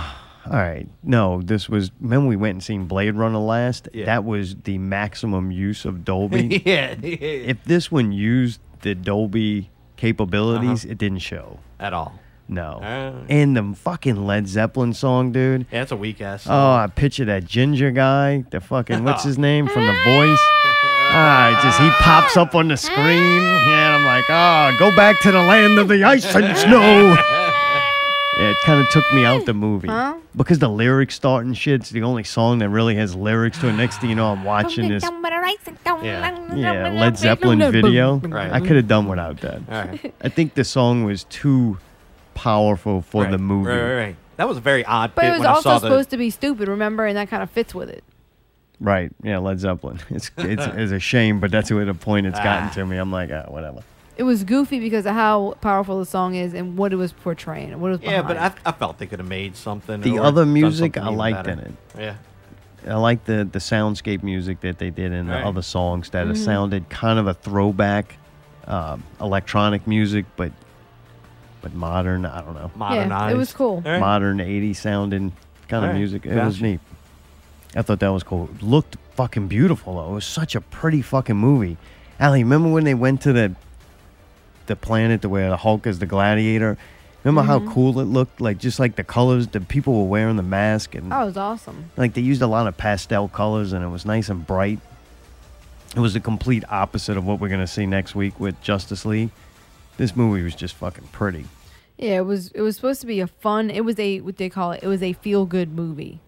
all right. No, this was. Remember, we went and seen Blade Runner last. That was the maximum use of Dolby. yeah, If this one used the Dolby capabilities, it didn't show. at all. No. Alright. And the fucking Led Zeppelin song, dude. Yeah, that's a weak ass. Oh, I picture that ginger guy, the fucking what's his name from The Voice. Ah, just he pops up on the screen, and I'm like, ah, go back to the land of the ice and snow. Yeah, it kind of took me out the movie Huh? because the lyrics start and shit. It's the only song that really has lyrics to it. Next thing you know, I'm watching this, Oh. Yeah. yeah, Led Zeppelin video. Right. I could have done without that. All right. I think the song was too powerful for the movie. Right, right, right. That was a very odd But bit it was when I also saw the. supposed to be stupid, remember? And that kind of fits with it. Right. Yeah, Led Zeppelin. It's it's, it's a shame, but that's where the point it's gotten to me. I'm like, ah, whatever. It was goofy because of how powerful the song is and what it was portraying. and What it was yeah, behind. but I, I felt they could have made something. The or other done music something I even liked better. in it. Yeah. I like the the soundscape music that they did in the Right. other songs that it Mhm. sounded kind of a throwback um, electronic music, but but modern. I don't know. Yeah, it was cool. All right. Modern 80s sounding kind All of right, music. It was gotcha. neat. I thought that was cool. It looked fucking beautiful though. It was such a pretty fucking movie. Ali, remember when they went to the the planet the where the Hulk is the gladiator? Remember how cool it looked? Like just like the colors, the people were wearing the mask and oh, it was awesome. like they used a lot of pastel colors and it was nice and bright. It was the complete opposite of what we're going to see next week with Justice League. This movie was just fucking pretty. Yeah, it was it was supposed to be a fun. It was a what they call it. It was a feel good movie.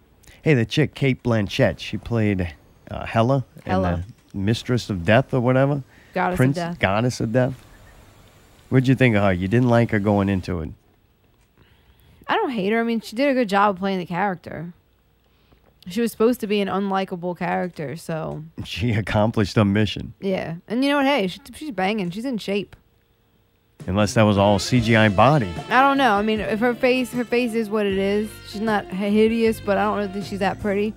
Hey, the chick, Kate Blanchett, she played uh, Hela, Hela. the Mistress of Death or whatever. Goddess of Prince- Death. Goddess of Death. What'd you think of her? You didn't like her going into it. I don't hate her. I mean, she did a good job of playing the character. She was supposed to be an unlikable character, so She accomplished a mission. yeah. And you know what? Hey, she, she's banging. She's in shape. Unless that was all CGI body. I don't know. I mean, if her face, her face is what it is. She's not hideous, but I don't really think she's that pretty.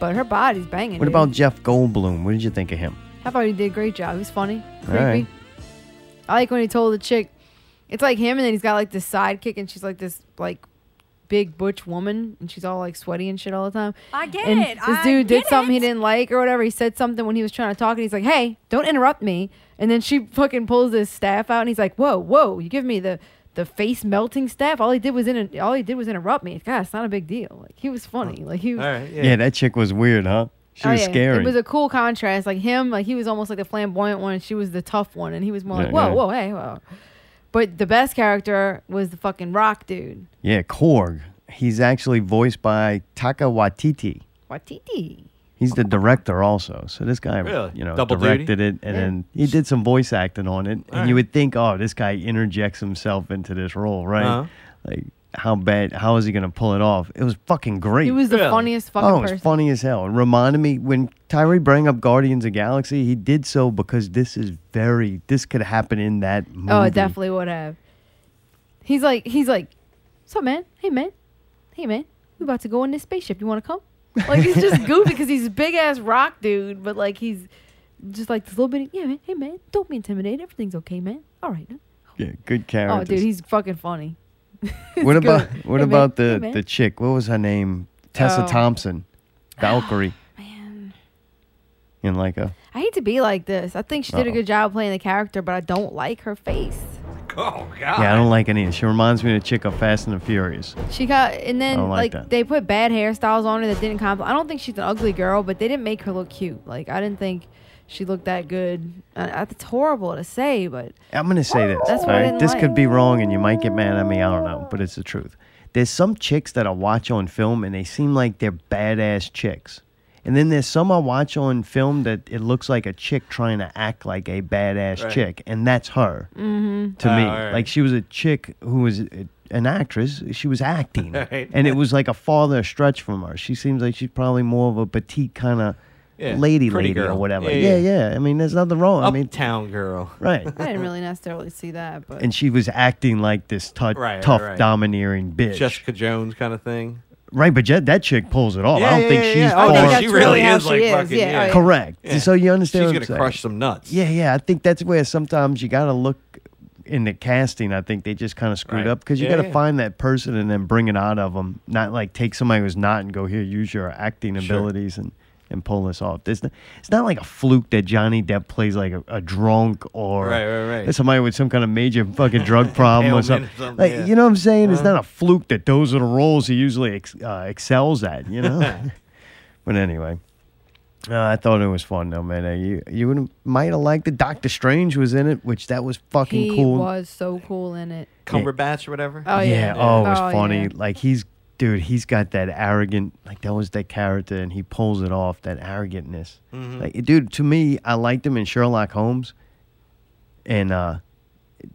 But her body's banging. What dude. about Jeff Goldblum? What did you think of him? I thought he did a great job. He's funny, All creepy. right. I like when he told the chick, it's like him, and then he's got like this sidekick, and she's like this like big butch woman, and she's all like sweaty and shit all the time. I get and it. This I dude did get something he it. didn't like or whatever. He said something when he was trying to talk, and he's like, "Hey, don't interrupt me." And then she fucking pulls this staff out, and he's like, "Whoa, whoa, you give me the." The face melting staff. All he did was in. All he did was interrupt me. God, it's not a big deal. Like he was funny. Like he was. Yeah. that chick was weird, huh? She Oh, was yeah. scary. It was a cool contrast. Like him, like he was almost like the flamboyant one, and she was the tough one, and he was more like, Yeah, whoa, yeah. whoa, hey, whoa. But the best character was the fucking rock dude, yeah, Korg. He's actually voiced by Taka Waititi. Watiti. He's the director also. So this guy, Really? you know, Double directed duty? it and Yeah. then he did some voice acting on it. And you would think, oh, this guy interjects himself into this role, right? Uh-huh. Like, how bad, how is he going to pull it off? It was fucking great. He was the Really? funniest fucking Oh, it was person. funny as hell. It reminded me when Tyree brought up Guardians of Galaxy, he did so because this is very, this could happen in that movie. Oh, it definitely would have. He's like, he's like, what's up, man? Hey, man, hey, man, we about to go in this spaceship. You want to come? Like he's just goofy because he's a big ass rock dude, but like he's just like this little bit. Yeah, man. Hey, man, don't be intimidated. Everything's okay, man. All right. Yeah, good Oh, characters. dude, he's fucking funny. what It's good. about what Hey, man. about Hey, the man. the chick? What was her name? Tessa Oh. Thompson, Valkyrie. Man. In like a I hate to be like this. I think she did a Uh-oh. good job playing the character, but I don't like her face. Oh God. yeah, I don't like any. of it. She reminds me of the chick of Fast and the Furious. She got and then I don't like, like that. they put bad hairstyles on her that didn't compliment. I don't think she's an ugly girl, but they didn't make her look cute. Like I didn't think she looked that good. I, I, it's horrible to say, but I'm gonna say this. That's what all I right? didn't This like. could be wrong, and you might get mad at me. I don't know, but it's the truth. There's some chicks that I watch on film, and they seem like they're badass chicks. And then there's some I watch on film that it looks like a chick trying to act like a badass Right. chick, and that's her. Mm-hmm. to Ah, me. Like she was a chick who was a- an actress. She was acting, Right. and it was like a farther stretch from her. She seems like she's probably more of a petite kind of Yeah, lady, pretty lady or girl. whatever. Yeah, Yeah yeah. I mean, there's nothing wrong. I mean, Town girl. right. I didn't really necessarily see that. But And she was acting like this tou- Right, tough, right, right. domineering bitch. Jessica Jones kind of thing. Right, but yet that chick pulls it off. Yeah, I don't yeah, think yeah, she's yeah. Oh, no, far- she really That's is, really like, how she is. fucking- Yeah, yeah. oh, yeah. correct. Yeah. So you understand? She's what I'm gonna saying. crush some nuts. Yeah, yeah. I think that's where sometimes you gotta look in the casting. I think they just kind of screwed Right. up because you Yeah, gotta yeah. find that person and then bring it out of them. Not like take somebody who's not and go here, use your acting abilities and. And pull this off. It's not, it's not like a fluke that Johnny Depp plays like a, a drunk or Right, right, right. somebody with some kind of major fucking drug problem or Ailment or something. something, like yeah. Uh-huh. you know what I'm saying? It's not a fluke that those are the roles he usually ex- uh, excels at. You know. But anyway, uh, I thought it was fun though, man. Uh, you you would might have liked it. Doctor Strange was in it, which that was fucking he cool. was so cool in it. Cumberbatch or whatever. Oh yeah. Oh, it was Oh, funny. yeah. Like he's dude, he's got that arrogant. Like that was that character, and he pulls it off. That arrogantness. Mhm. Like, dude, to me, I liked him in Sherlock Holmes, and uh,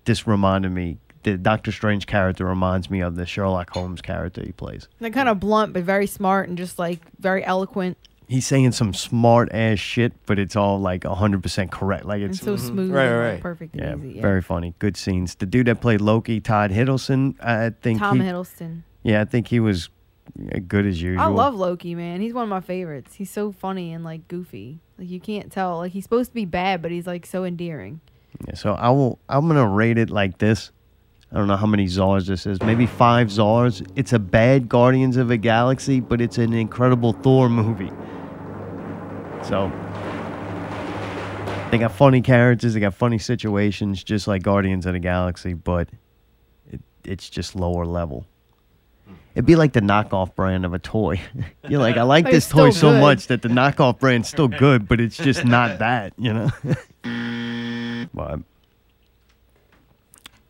this reminded me. The Doctor Strange character reminds me of the Sherlock Holmes character he plays. They're kind of blunt, but very smart and just like very eloquent. He's saying some smart ass shit, but it's all like 100% correct. Like it's It's so smooth, Right, and, right, like, right. perfect, and Yeah, easy. Yeah. very funny. Good scenes. The dude that played Loki, Todd Hiddleston, I think. Tom he, Hiddleston. Yeah, I think he was uh, good as usual. I love Loki, man. He's one of my favorites. He's so funny and like goofy. Like you can't tell. Like he's supposed to be bad, but he's like so endearing. Yeah, so I will. I'm gonna rate it like this. I don't know how many czars this is. Maybe five czars. It's a bad Guardians of a Galaxy, but it's an incredible Thor movie. So they got funny characters. They got funny situations, just like Guardians of the Galaxy, but it, it's just lower level. It'd be like the knockoff brand of a toy. You're like, I like But it's this toy still so good. much that the knockoff brand's still good, but it's just not that, you know. but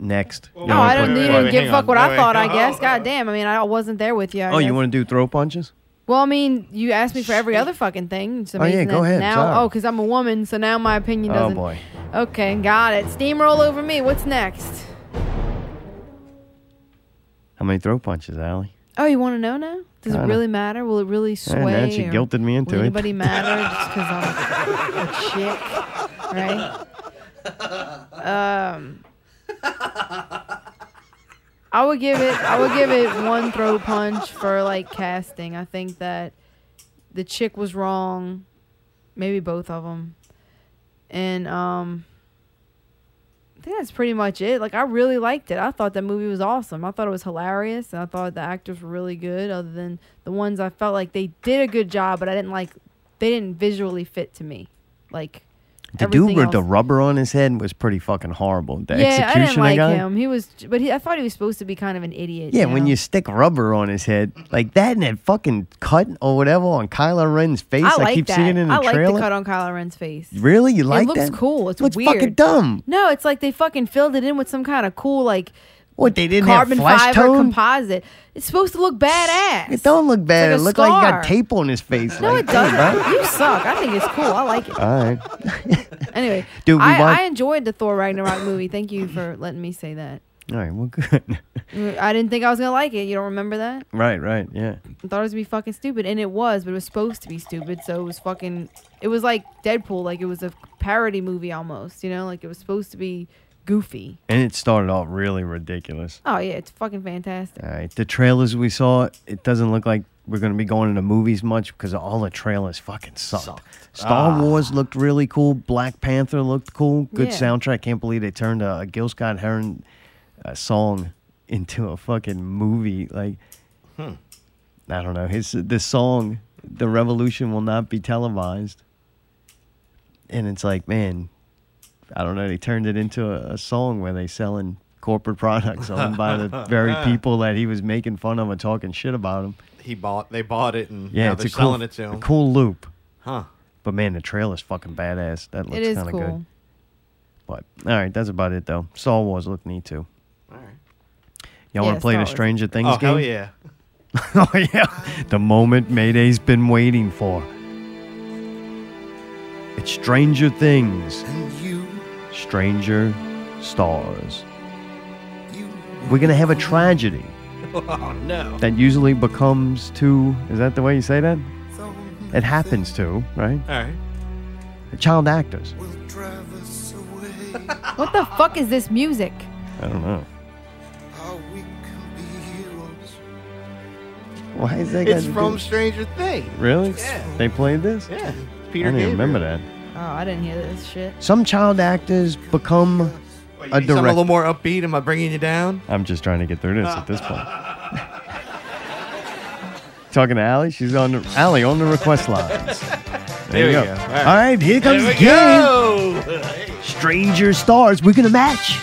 next, You No, wanna Oh, I don't put- you put- didn't give a fuck what I thought. I Oh, guess. God damn. I mean, I wasn't there with you. I Oh, you guess. want to do throw punches? Well, I mean, you asked me for every other fucking thing. It's Oh, yeah, amazing go that ahead. Now, Sorry. oh, because I'm a woman, so now my opinion Oh doesn't. boy. Okay, got it. Steamroll over me. What's next? How many throw punches, Allie? Oh, you want to know now? Does Kinda. it really matter? Will it really Yeah, sway? now she or guilted me into will it. Anybody matter just because I'm a chick, right? Um, I would give it. I would give it one throw punch for like casting. I think that the chick was wrong. Maybe both of them. And um, I think that's pretty much it. Like I really liked it. I thought that movie was awesome. I thought it was hilarious, and I thought the actors were really good. Other than the ones I felt like they did a good job, but I didn't like. They didn't visually fit to me. Like The dude everything with the else- rubber on his head was pretty fucking horrible. The yeah, I execution didn't like guy. him. He was, but he, I thought he was supposed to be kind of an idiot. Yeah, when you stick rubber on his head like that, and that fucking cut or whatever on Kylo Ren's face, I, I, like keep that. seeing it in the I like trailer. the cut on Kylo Ren's face. Really, you like it looks that? cool. It's looks weird. fucking dumb. No, it's like they fucking filled it in with some kind of cool like What they didn't carbon have flesh fiber tone. composite. It's supposed to look badass. it don't look bad. like it a looked like you got scar. tape on his face. No, like, it doesn't. damn, bro. You suck. I think it's cool. I like it. All right. Anyway, Dude, we I, want- I enjoyed the Thor Ragnarok movie. Thank you for letting me say that. All right. Well, good. I didn't think I was gonna like it. You don't remember that? right. Right. Yeah. I thought it was gonna be fucking stupid, and it was, but it was supposed to be stupid, so it was fucking. It was like Deadpool, like it was a parody movie almost. You know, like it was supposed to be goofy. And it started off really ridiculous. Oh yeah, it's fucking fantastic. All right. The trailers we saw, it doesn't look like we're going to be going into movies much because all the trailers fucking sucked. Star Ah. Wars looked really cool. Black Panther looked cool. Good Yeah. soundtrack. Can't believe they turned a, a Gil Scott Heron uh, song into a fucking movie. Like, Hmm. I don't know. His this song, "The Revolution Will Not Be Televised," and it's like, man, I don't know. They turned it into a, a song where they selling corporate products owned by the very people that he was making fun of and talking shit about him. He bought. They bought it, and Yeah, now it's they're a cool, selling it to a him. cool loop. Huh. Oh, But man, the trailer's fucking badass. That looks It is kind of cool. good. But all right, that's about it though. Star Wars looked neat too. All right. Y'all want Yeah, to play Star the Wars. Stranger Things Oh, game? hell yeah. oh yeah. The moment Mayday's been waiting for. It's Stranger Things. Stranger Stars. We're gonna have a tragedy Oh no. that usually becomes to is that the way you say that? It happens to, right? All right. The child actors. What the fuck is this music? I don't know. Why is that? It's got to from do- Stranger Things. Really? Yeah. They played this? Yeah. I Peter didn't Gabriel. remember that. Oh, I didn't hear this shit. Some child actors become a Need something a little director. more upbeat. Am I bringing you down? I'm just trying to get through this at this point. Talking to Allie, she's on the Allie on the request lines. There you we go. All All right. right. here comes There the we game. go. Stranger Stars. We're gonna match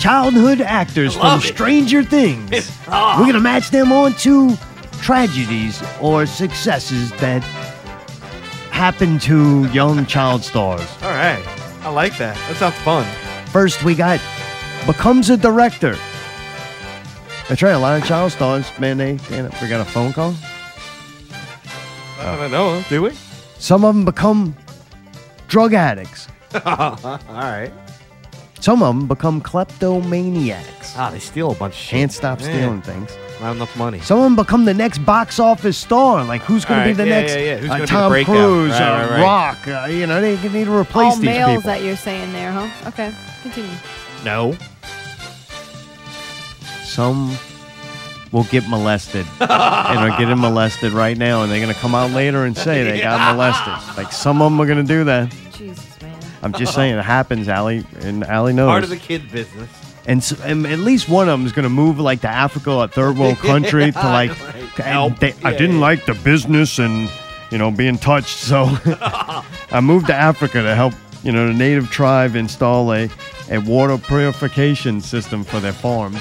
childhood actors from love it. Stranger Things. We're gonna match them on to tragedies or successes that happen to young child stars. All right. I like that. That sounds fun. First, we got becomes a director. That's right. A lot of child stars, man. They, man, we got a phone call. I don't know. Do we? Some of them become drug addicts. All right. Some of them become kleptomaniacs. Ah, they steal a bunch of shit. Can't stop Oh, Man. stealing things. Not enough money. Some of them become the next box office star. Like who's going to All be the right, yeah, next yeah, yeah. Who's uh, gonna be the Tom breakout? Cruise, Right, uh, right, right. Rock? Uh, you know they need to replace All these males people. that you're saying there, huh? Okay, continue. No. Some will get molested and are getting molested right now, and they're going to come out later and say they got molested. Like some of them are going to do that. Jesus, man. I'm just saying it happens, Allie, and Allie knows. Part of the kid business. and, so, and at least one of them is going to move like to Africa or third world country to like, and they- I didn't like the business and you know being touched, so I moved to Africa to help you know the native tribe install a, a water purification system for their farms.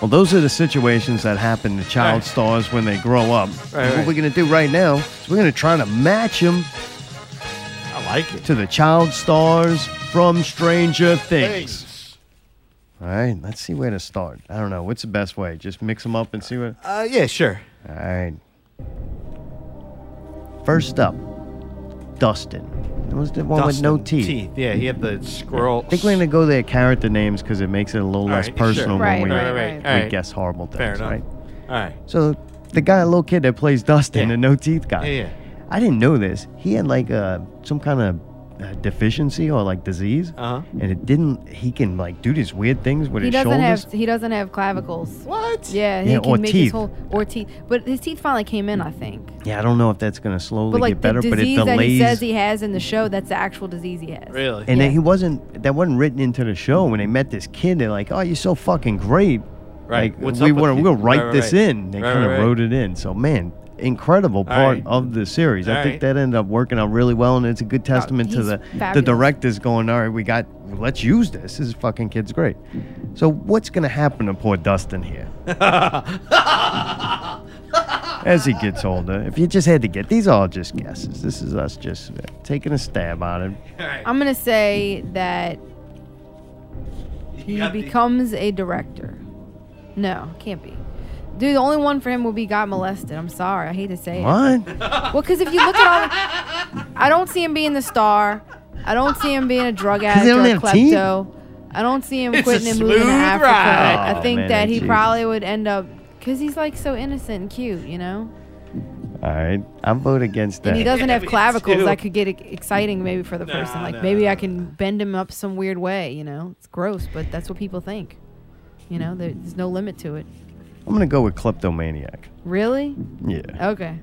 Well, those are the situations that happen to child Right. stars when they grow up. Right, And what right. we're going to do right now is we're going to try to match them I like it. to the child stars from Stranger Things. All right, let's see where to start. I don't know. What's the best way? Just mix them up and see what. Uh, yeah, sure. All right. First up, Dustin. That was the one with no Dustin teeth. Yeah, he had the squirrel. I think we're gonna go their character names because it makes it a little All less right, sure. personal Right, when we, right, right, we all right. guess horrible things. Fair enough. Right. All right. So the guy, little kid that plays Dustin, the no teeth guy. Yeah, yeah. I didn't know this. He had like uh, some kind of uh, deficiency or like disease, Uh-huh. and it didn't. He can like do these weird things with he his doesn't shoulders. have he doesn't have clavicles. What? Yeah, he Yeah, can or make teeth. his whole or teeth. But his teeth finally came in, I think. yeah, I don't know if that's gonna slowly But like get better, the but it disease that he delays. says he has in the show, that's the actual disease he has. Really? and then he wasn't. That wasn't written into the show. When they met this kid, they're like, "Oh, you're so fucking great." Right. Like, What's we up with wanna- you? We'll write Right, right, this right. in. They Right, kind of right, right. wrote it in. So man, incredible All part right. of the series. I All think right. that ended up working out really well, and it's a good testament to he's the the fabulous. directors going, "All right, we got. Let's use this. This fucking kid's great." So what's gonna happen to poor Dustin here? As he gets older, if you just had to get these, are all just guesses. This is us just uh, taking a stab on it. I'm gonna say that he got the- becomes a director. No, can't be. Dude, the only one for him would be got molested. I'm sorry, I hate to say What? it. Well, because if you look at all, I don't see him being the star. I don't see him being a drug addict they don't or a have teeth? Oh, klepto. I don't see him It's a quitting and moving to smooth Africa. ride. I think man, that he Jesus. probably would end up because he's like so innocent and cute, you know. All right, I vote against that. And he doesn't have me clavicles. too. That could get e- exciting maybe for the person. Like maybe I can bend him up some weird way. You know, it's gross, but that's what people think. You know, there- there's no limit to it. I'm gonna go with kleptomaniac. Really? Yeah. Okay.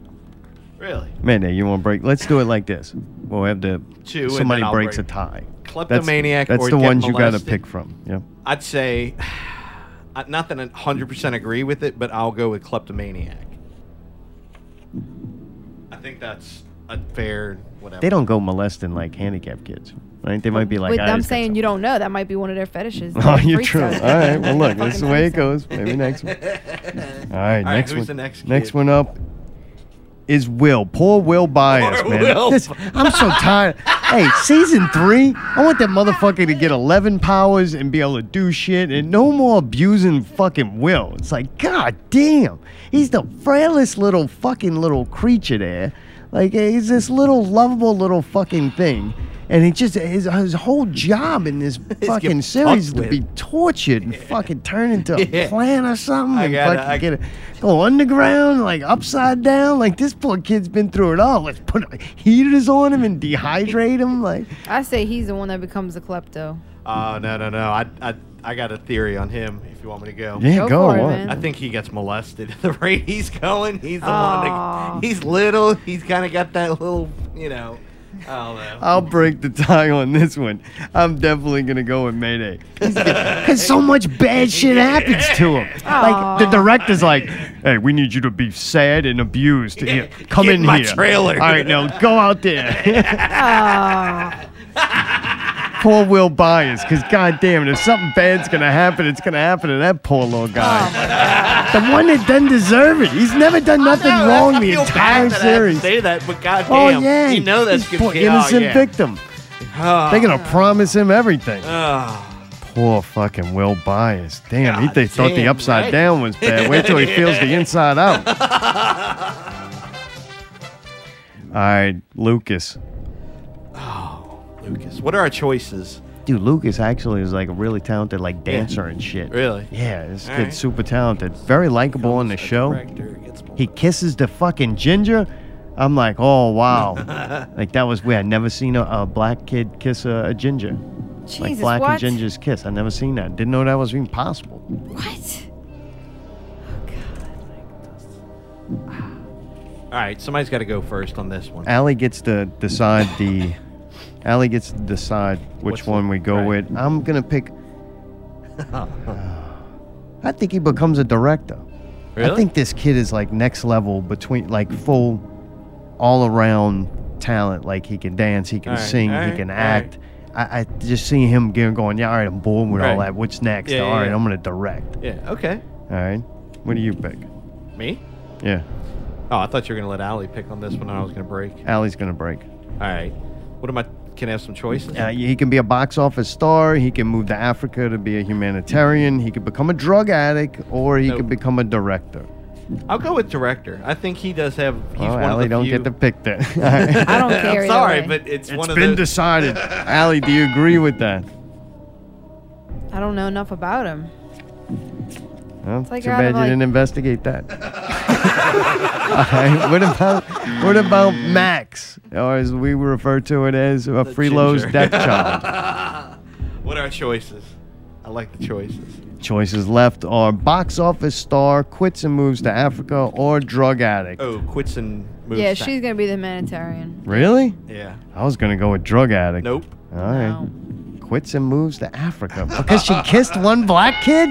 Really? Mayday, you want to break? Let's do it like this. We'll have to. Two, and somebody then I'll breaks a break. tie. That's- Kleptomaniac That's, or the get ones you got to molested. pick from. Yeah. I'd say, I- not that I 100% agree with it, but I'll go with kleptomaniac. I think that's a fair whatever. They don't go molesting like handicapped kids, right? They might be like. but "I I'm just got saying you don't know. That might be one of their fetishes. something." Oh, They're you're freaks true. All out. right. Well, look, Fucking this is the way freaks it out. goes. Maybe next one. All right. right, next who's one. the next kid? one up is Will. Poor Will Byers, Poor man. Will. This- I'm so tired. hey, season three. I want that motherfucker to get 11 powers and be able to do shit, and no more abusing fucking Will. It's like, god damn, he's the frailest little fucking little creature there. Like he's this little lovable little fucking thing. And he just his, his whole job in this get fucking fucked series is to with. be tortured and fucking turn into a Yeah. plant or something I and gotta- fucking I- get it. Go underground, like upside down. Like this poor kid's been through it all. Let's put heaters on him and dehydrate him. Like I say he's the one that becomes a klepto. Oh, no, no, no. I, I, I got a theory on him if you want me to go. yeah, Go go, for it, on. man. I think he gets molested. the rate he's going, he's the Aw. one that. He's little. He's kind of got that little, you know. I don't know. I'll break the tie on this one. I'm definitely gonna go with Mayday. Because so much bad shit happens to him. Like the director's like, "Hey, we need you to be sad and abused. Here, come Get in in my here. trailer." All right, now go out there." Poor Will Byers, because goddamn it, if something bad's gonna happen, it's gonna happen to that poor little guy. the one that doesn't deserve it. He's never done nothing No, wrong I the feel entire bad that I have to series. Say that, but goddamn, Oh yeah, you know that's He's good. poor kid. Oh, innocent yeah. victim. They're gonna promise him everything. Ah. Poor fucking Will Byers. Damn, he they God thought the damn, upside right? down was bad. Wait till he feels the inside out. All right, Lucas. Lucas, what are our choices? Dude, Lucas actually is like a really talented like dancer and shit. Really? Yeah, this All kid's right. super talented. Very likable on the show. He kisses the fucking ginger. I'm like, oh wow, like that was weird. I never seen a, a black kid kiss a, a ginger. like Jesus, black what? and ginger's kiss. I never seen that. Didn't know that was even possible. What? All right, somebody's got to go first on this one. Allie gets to decide the. Allie gets to decide which What's the- one we go right. with. I'm gonna pick. I think he becomes a director. I Really? think this kid is like next level between like full, all around talent. Like he can dance, he can All right, sing, all he right, can all act. I, I just see him going, yeah, all right, I'm bored with all Right. that. What's next? Yeah, all yeah, right, yeah. I'm gonna direct. Yeah. Okay. All right. What do you pick? Me? Yeah. Oh, I thought you were gonna let Allie pick on this one, and I was gonna break. Allie's going to break. All right. What am I? Can I have some choices? Uh, he can be a box office star. He can move to Africa to be a humanitarian. He could become a drug addict, or he Nope. could become a director. I'll go with director. I think he does have. He's oh, one Allie, of the don't few- get to pick that. All right. I don't care. I'm either sorry, way. but it's, It's one of been the. decided. Allie, do you agree with that? I don't know enough about him. Well, It's like too you're out bad of, you didn't like- investigate that. All right, what about what about Max, or as we refer to it as a Freelo's ginger. stepchild? what are our choices? I like the choices. Choices left are box office star, quits and moves to Africa, or drug addict. Oh, quits and moves. Yeah, back. she's gonna be the humanitarian. Really? Yeah. I was gonna go with drug addict. Nope. All right. Quits and moves to Africa because she kissed one black kid.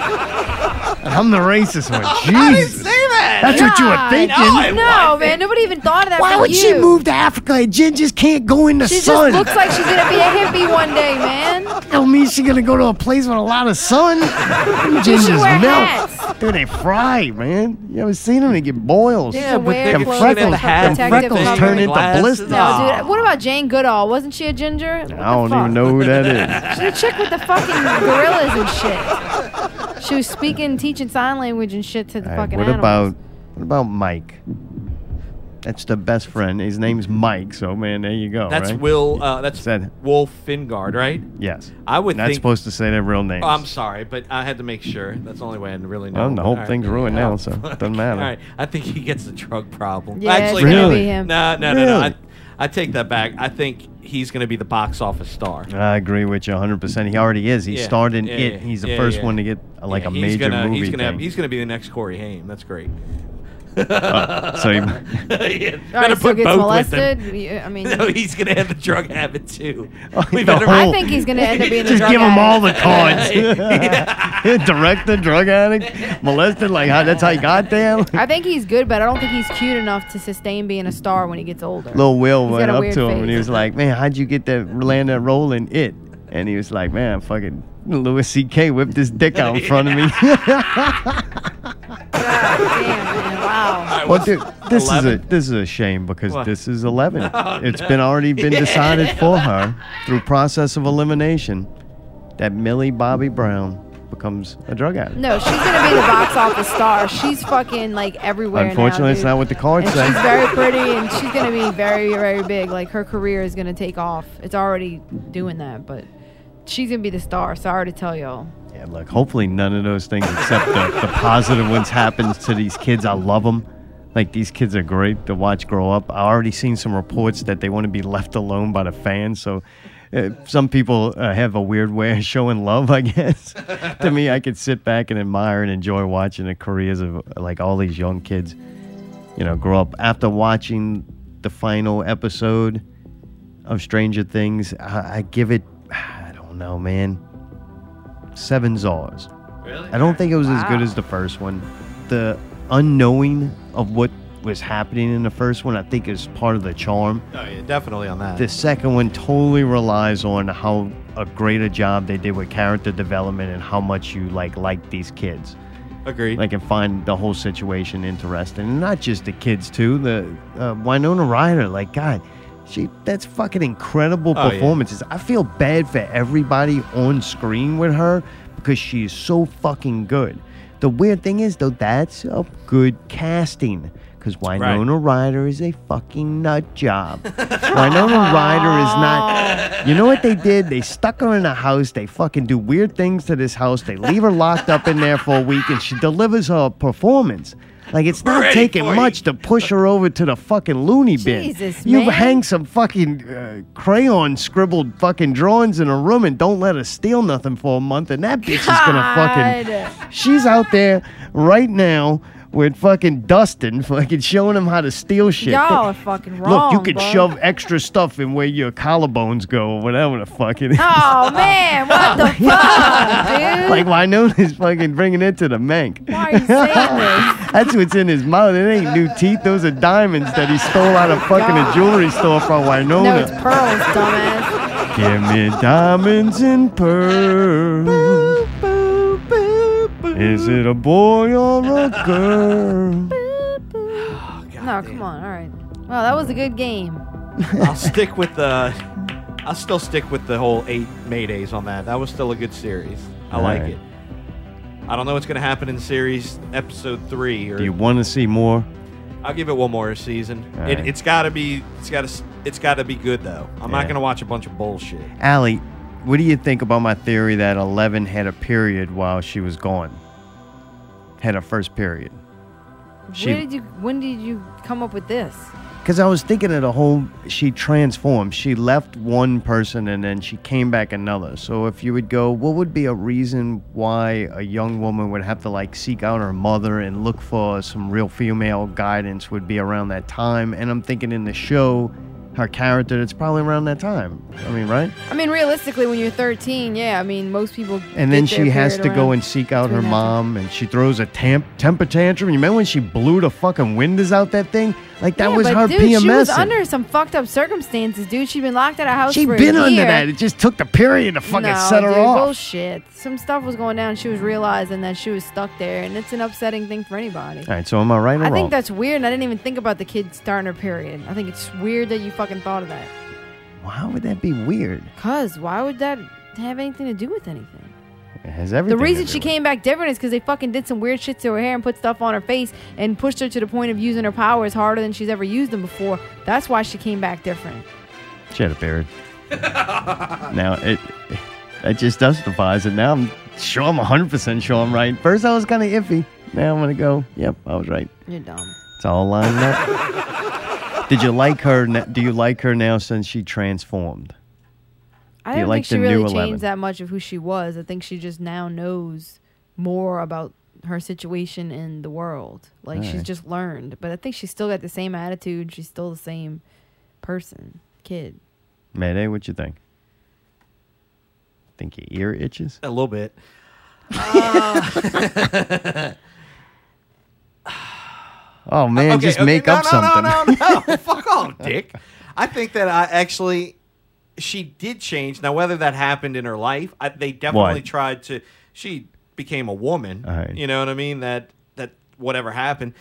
I'm the racist one. Jesus. that. That's what you were thinking. I No, man, nobody even thought of that. Why but would you. she move to Africa? and Jen just can't go in the She sun. just looks like she's gonna be a hippie one day, man. Tell me she's gonna go to a place with a lot of sun. Them Jen should just wear melt. hats. Dude, they fry, man. You ever seen them? They get boils. Yeah, but wear them clothes freckles, with them protective freckles covering. turn into Glasses. blisters. No, dude. What about Jane Goodall? Wasn't she a ginger? What the I don't fuck? even know who that She's a chick with the fucking gorillas and shit. She was speaking, teaching sign language and shit to is. the All right, fucking what animals. about what about Mike? That's the best friend. His name's Mike. So man, there you go. That's right? Will. Uh, that's Said- Wolf Fingard, right? Yes. I would Not think- supposed to say their real names. Oh, I'm sorry, but I had to make sure. That's the only way I really know. Well, the whole All right. thing's ruined now, Oh, so it fuck. doesn't matter. All right, I think he gets the drug problem. Yeah, it's Actually, gonna Really? be him. No, no, no, no. Really? I, I take that back. I think he's going to be the box office star. I agree with you 100%. He already is. He Yeah, starred in yeah, it. yeah, he's the yeah, first yeah. one to get uh, like Yeah, a he's major gonna, movie He's gonna, have- thing. he's gonna be the next Corey Haim. That's great. Uh, so he- Yeah, All right, better so put gets both molested. with him. Yeah, I mean, No, he's gonna have the drug habit too. Oh, We the better- whole- I think he's gonna end up being a Just drug give him addict. all the cards. Director, drug addict, molested. Like, how, that's how he got there. I think he's good, but I don't think he's cute enough to sustain being a star when he gets older. Lil Will He's went got a up weird to him and he face. was like, man, how'd you get that land that role in it? And he was like, man, fucking Louis C.K. whipped his dick out in front of me. Damn, man, wow. All right, Well, what's- dude, this is a 11? this is a shame because What? this is eleven. It's been already been decided for her through process of elimination that Millie Bobby Brown becomes a drug addict. No, she's gonna be the box office star. She's fucking like everywhere. now, Unfortunately, it's dude. not what the cards And say. she's very pretty, and she's gonna be very, very big. Like her career is gonna take off. It's already doing that, but she's gonna be the star. Sorry to tell y'all. yeah, look, hopefully none of those things except the, the positive ones happens to these kids. I love them. Like these kids are great to watch grow up. I already seen some reports that they want to be left alone by the fans. So. Uh, some people uh, have a weird way of showing love, I guess. to me, I could sit back and admire and enjoy watching the careers of like all these young kids, you know, grow up. After watching the final episode of Stranger Things, I, I give it, I don't know, man, seven czars. Really? I don't think it was as good as the first one. The unknowing of what was happening in the first one, I think, is part of the charm. Oh, yeah, definitely on that. The second one totally relies on how a great a job they did with character development and how much you like like these kids. Agreed. Like and find the whole situation interesting, and not just the kids too. The uh, Winona Ryder, like God, she that's fucking incredible Oh, yeah. performances. I feel bad for everybody on screen with her because she is so fucking good. The weird thing is though, that's a good casting. Because Winona Ryder is a fucking nut job. Winona Ryder is not. You know what they did? They stuck her in a house. They fucking do weird things to this house. They leave her locked up in there for a week, and she delivers her performance. Like it's not Ready taking for you. much to push her over to the fucking loony bin. Jesus, you man. hang some fucking uh, crayon scribbled fucking drawings in a room and don't let her steal nothing for a month, and that bitch is gonna God. fucking. She's out there right now with fucking Dustin, fucking showing him how to steal shit. Y'all are fucking Look, wrong. you could bro. shove extra stuff in where your collarbones go or whatever the fuck it is. Oh man, what the fuck, dude? like Winona's fucking bringing it to the mank. Why are you saying this? That's what's in his mouth. It ain't new teeth. Those are diamonds that he stole out of fucking a jewelry store from Oh No, it's Winona. pearls, dumbass. Give me diamonds and pearls. Boop, boop, Is it a boy or a girl? no, come on. All right. Wow, that was a good game. I'll stick with the. I'll still stick with the whole eight Maydays on that. That was still a good series. I All like right. it. I don't know what's going to happen in series episode three. Or Do you want to see more? I'll give it one more season. All It, right. It's got to be. It's got to. It's got to be good though. I'm not Yeah. going to watch a bunch of bullshit. Allie, what do you think about my theory that Eleven had a period while she was gone? Had a first period. She- Where did you? When did you come up with this? Because I was thinking of the whole, she transformed. She left one person and then she came back another. So if you would go, what would be a reason why a young woman would have to like seek out her mother and look for some real female guidance would be around that time? And I'm thinking in the show, her character, it's probably around that time. I mean, right? I mean, realistically, when you're 13, yeah. I mean, most people. And get then their she has period to go around- and seek out her between that mom, and she throws a tamp- temper tantrum. You remember when she blew the fucking windows out that thing? Like that Yeah, was but her dude, PMS. She was ing. under some fucked up circumstances, dude. She'd been locked out of house. She'd for a been under year. that. It just took the period to fucking no, set her dude, off. Bullshit. Some stuff was going down. She was realizing that she was stuck there, and it's an upsetting thing for anybody. All right, so am I right I or wrong? think that's weird, and I didn't even think about the kid starting her period. I think it's weird that you fucking thought of that. Why would that be weird? Cause why would that have anything to do with anything? It has everything. the to reason do she with- came back different is because they fucking did some weird shit to her hair and put stuff on her face and pushed her to the point of using her powers harder than she's ever used them before. That's why she came back different. She had a period. now it, that just justifies it. Now I'm sure I'm 100 percent sure I'm right. First I was kind of iffy. Now I'm gonna go. Yep, I was right. You're dumb. It's all lined up. Did you like her? n- Do you like her now since she transformed? I Do you don't like think she the really new changed 11? that much of who she was. I think she just now knows more about her situation in the world. Like she's Alright. just learned, but I think she's still got the same attitude. She's still the same person, kid. Mayday, what you think? Think your ear itches? A little bit. Oh man, Okay, just okay, make no, up no, something. No, no, no, fuck off, Dick. I think that I actually she did change. Now, whether that happened in her life, I, they definitely What? tried to. She became a woman. All right. You know what I mean? That that whatever happened,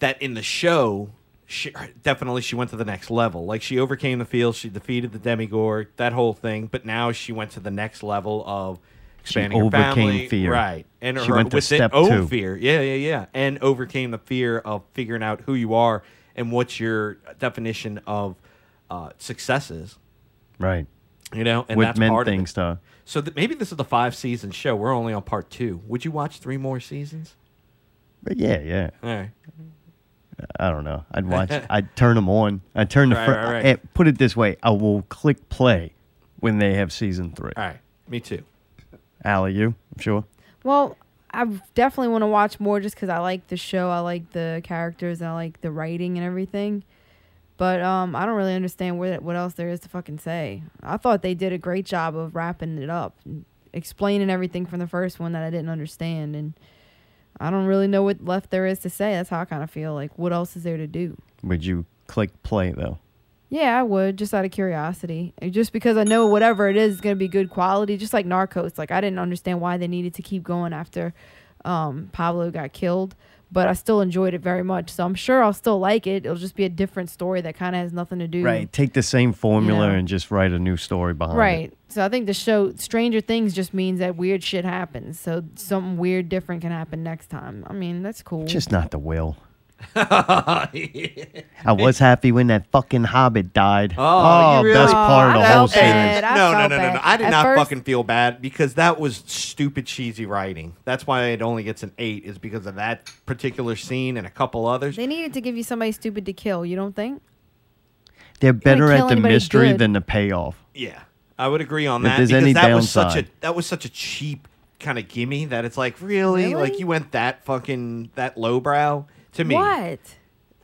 that in the show. She, definitely, she went to the next level. Like she overcame the field, she defeated the demigorg, that whole thing. But now she went to the next level of expanding her overcame family, fear. right? And She her, went to within- step oh, two. fear fear. Yeah, yeah, yeah. And overcame the fear of figuring out who you are and what your definition of uh, success is. Right. You know, and With that's men part thing of it. stuff. So th- maybe this is the five season show. We're only on part two. Would you watch three more seasons? But yeah, yeah. All right. I don't know. I'd watch. I'd turn them on. I'd turn the. Right, fir- right, right. eh, put it this way: I will click play when they have season three. All right. Me too. Allie, you? I'm sure. Well, I definitely want to watch more just because I like the show. I like the characters. I like the writing and everything. But um, I don't really understand what what else there is to fucking say. I thought they did a great job of wrapping it up, and explaining everything from the first one that I didn't understand, and I don't really know what left there is to say. That's how I kind of feel. Like, what else is there to do? Would you click play though? Yeah, I would just out of curiosity, And just because I know whatever it is is gonna be good quality. Just like Narcos, like I didn't understand why they needed to keep going after um, Pablo got killed, but I still enjoyed it very much. So I'm sure I'll still like it. It'll just be a different story that kind of has nothing to do. Right. Take the same formula Yeah. and just write a new story behind it. Right. So I think the show Stranger Things just means that weird shit happens. So something weird different can happen next time. I mean, that's cool. Just not the will. I was happy when that fucking hobbit died. Oh, you best really- part of Oh, the I whole felt series. bad. I no, no, felt no, no, no. bad. I did At not first- fucking feel bad because that was stupid, cheesy writing. That's why it only gets an eight, is because of that particular scene and a couple others. they needed to give you somebody stupid to kill. You don't think? They're better kill at the anybody mystery good. than the payoff. Yeah, I would agree on If that there's because any that was such a downside. that was such a cheap kind of gimme that it's like really? Really? like you went that fucking that lowbrow to me. What?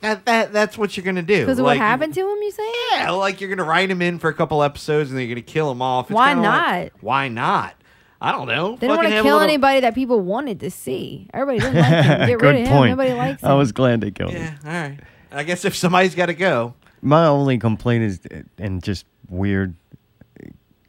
That that that's what you're gonna do Because of like, what happened to him? You say? Yeah, like you're gonna write him in for a couple episodes and then you're gonna kill him off. It's Why kinda like, not? why not? I don't know. They don't want Fucking to have a kill little- anybody that people wanted to see. Everybody didn't like him. Get rid Good of point. him. Nobody likes him. I was glad they killed him. Yeah, all right. I guess if somebody's got to go, My only complaint is, and just weird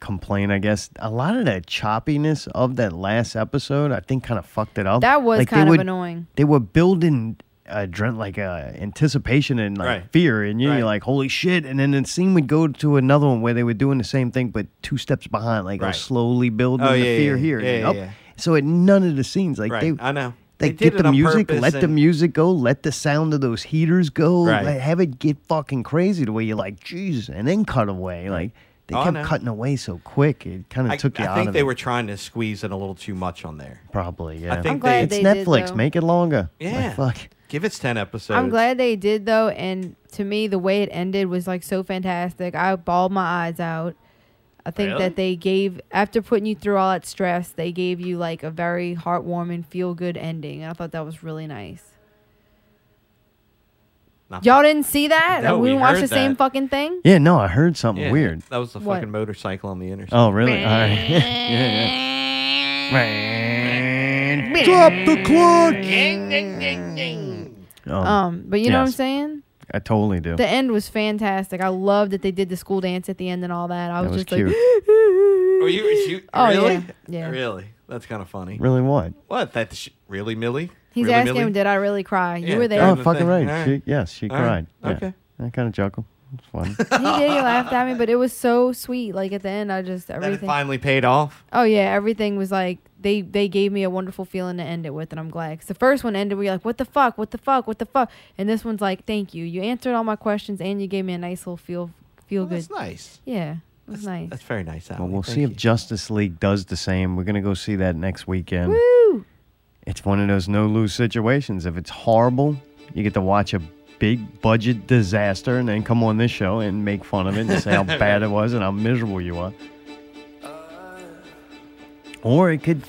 complaint, I guess. A lot of that choppiness of that last episode, I think, kind of fucked it up. That was Like, they kind of would- annoying. They were building adren- like uh, anticipation and like Right. fear, and you're Right. like, "Holy shit!" And then the scene would go to another one where they were doing the same thing, but two steps behind, like oh, Right. slowly building Oh, the yeah, fear yeah, here. yeah, and yeah, up. yeah. So at none of the scenes, like Right, they, I know. They, They did get it the on music, purpose let the and- music go, let the sound of those heaters go, Right. like, have it get fucking crazy to where you're like, "Jeez," and then cut away. Like they Oh, I kept know. cutting away so quick, it kind I, of took you I out think of they it. were trying to squeeze in a little too much on there. Probably, yeah. I think glad it's they, they did, Netflix. though. Make it longer. Like, yeah. fuck. Give its ten episodes. I'm glad they did though, and to me, the way it ended was like so fantastic. I bawled my eyes out. I think Really? that they gave after putting you through all that stress, they gave you like a very heartwarming, feel good ending. And I thought that was really nice. Not- Y'all didn't see that? No, we we didn't watch the heard same that. fucking thing. Yeah, no, I heard something Yeah, weird. That was the What? fucking motorcycle on the interstate. Oh, really? All right. yeah, yeah. Drop the clutch. Um, Um, but you know what I'm yes. saying? I totally do. The end was fantastic. I love that they did the school dance at the end and all that. I That was, was just cute. like, Were you, you Oh, really? yeah, yeah. Really? That's kind of funny. really what? What? That sh- really, Millie? he's really, asking Millie? him, did I really cry? You Yeah, were there. Oh, the fucking thing. right. All She, right. yes, she All cried. Yeah. right. Okay. I kind of chuckled. It's fun. he did. He laughed at me, but it was so sweet. Like at the end, I just That it everything. finally paid off. Oh yeah, everything was like they they gave me a wonderful feeling to end it with, and I'm glad. 'Cause the first one ended, we are like, what the fuck, what the fuck, what the fuck, and this one's like, thank you, you answered all my questions, and you gave me a nice little feel feel Well, Oh, good. that's nice. Yeah, it was nice. That's very nice. Allie. well, we'll Thank see you. if Justice League does the same. We're gonna go see that next weekend. Woo! It's one of those no lose situations. If it's horrible, you get to watch a big budget disaster and then come on this show and make fun of it and say how bad it was and how miserable you are. Or it could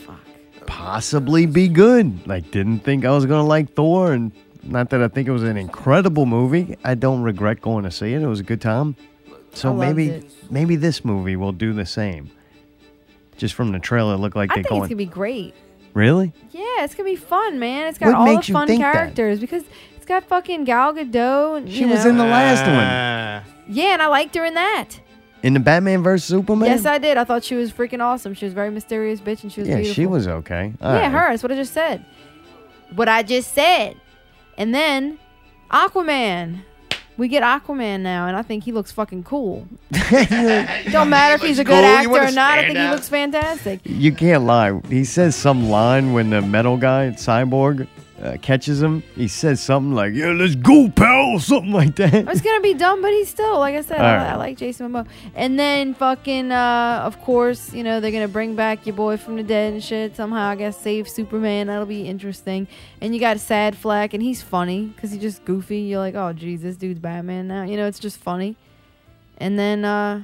possibly be good. Like, didn't think I was going to like Thor. And not that I think it was an incredible movie. I don't regret going to see it. It was a good time. So I loved maybe it. maybe this movie will do the same. Just from the trailer, it looked like I they're think it's going. gonna be great. really? Yeah, it's gonna be fun, man. It's got What all makes the you fun think that? characters because it's got fucking Gal Gadot. And, She you was know. in the last one. Yeah, and I liked her in that. In the Batman vs Superman? Yes, I did. I thought she was freaking awesome. She was a very mysterious bitch, and she was Yeah, beautiful. she was okay. All yeah, right. her. That's what I just said. What I just said. And then Aquaman. We get Aquaman now, and I think he looks fucking cool. Don't matter if he's a good actor or not. I think he looks fantastic. You can't lie. He says some line when the metal guy, Cyborg, uh, catches him. He says something like, yeah, let's go, pal, or something like that. It's gonna be dumb, but he's still like I said. All I, right. I like Jason Momoa. And then fucking, uh, of course, you know they're gonna bring back your boy from the dead and shit. Somehow, I guess save Superman. That'll be interesting. And you got Sad Flack, and he's funny because he's just goofy. You're like, oh geez, this dude's Batman now. You know, it's just funny. And then uh,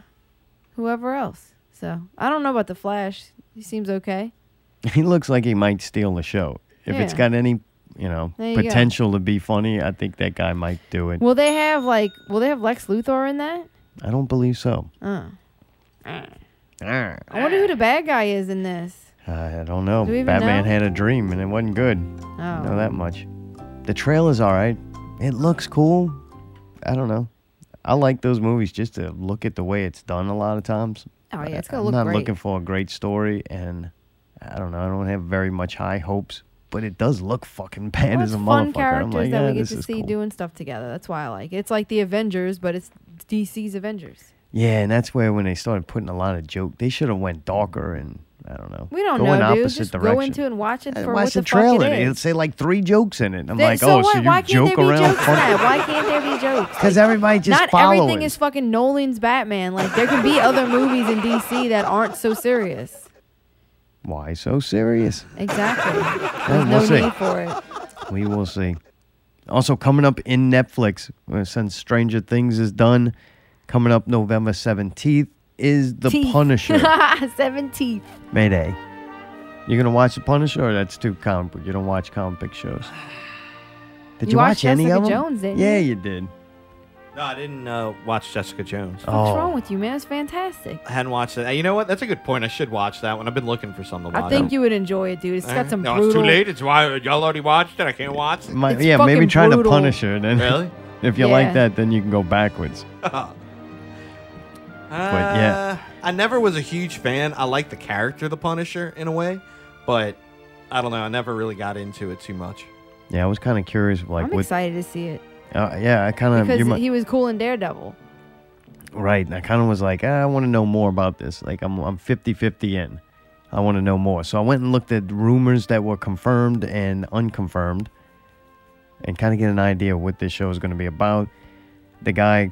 whoever else. So I don't know about the Flash. He seems okay. he looks like he might steal the show. If it's Yeah. got any, you know, There you go. potential to be funny, I think that guy might do it. Will they have like? Will they have Lex Luthor in that? I don't believe so. Uh, Ah, I wonder who the bad guy is in this. I don't know. Do we even Batman know? had a dream and it wasn't good. Oh. I know that much. The trailer's all right. It looks cool. I don't know. I like those movies just to look at the way it's done a lot of times. Oh yeah, it's I- gonna I'm look not great. looking for a great story, and I don't know. I don't have very much high hopes, but it does look fucking bad Well, as it's a fun motherfucker. I'm characters like, that yeah, we get this to is see cool. doing stuff together. That's why I like it. It's like the Avengers, but it's DC's Avengers. Yeah, and that's where when they started putting a lot of joke, they should have went darker and I don't know. We don't go in know, dude. opposite Just direction. go into it and watch it And for watch what the, the, trailer. fuck it It'll is. say like three jokes in it. and I'm Then- like, so oh, what? so you why can't joke there be around? jokes in that? Why can't there be jokes? Because everybody just Not follow everything it. is fucking Nolan's Batman. Like there can be other movies in DC that aren't so serious. Why so serious? Exactly. There's we'll no see. need for it. We will see. Also, coming up in Netflix, uh, since Stranger Things is done, coming up November 17th is The Teeth. Punisher. Seven teeth. Mayday. You're going to watch The Punisher or that's too comic book? You don't watch comic book shows. Did you, You watch watched any Jessica of them? Jones, didn't yeah, you? you did. No, I didn't uh, watch Jessica Jones. What's oh, wrong with you, man? It's fantastic. I hadn't watched that. You know what? That's a good point. I should watch that one. I've been looking for something to watch. I think you would enjoy it, dude. It's got some Eh? no, brutal. it's too late. It's why y'all already watched it. I can't watch it. My- It's yeah, maybe fucking try The brutal. Punisher. Then, Really? if you Yeah. like that, then you can go backwards. All but yeah, Uh, I never was a huge fan. I like the character, the Punisher, in a way, but I don't know. I never really got into it too much. yeah, I was kind of curious, like I'm what? excited to see it Uh, yeah, I kind of because you might he was cool in Daredevil. right. and I kind of was like, ah, I want to know more about this. Like I'm I'm 50-50 in. I want to know more. So I went and looked at rumors that were confirmed and unconfirmed, and kind of get an idea of what this show is going to be about. The guy,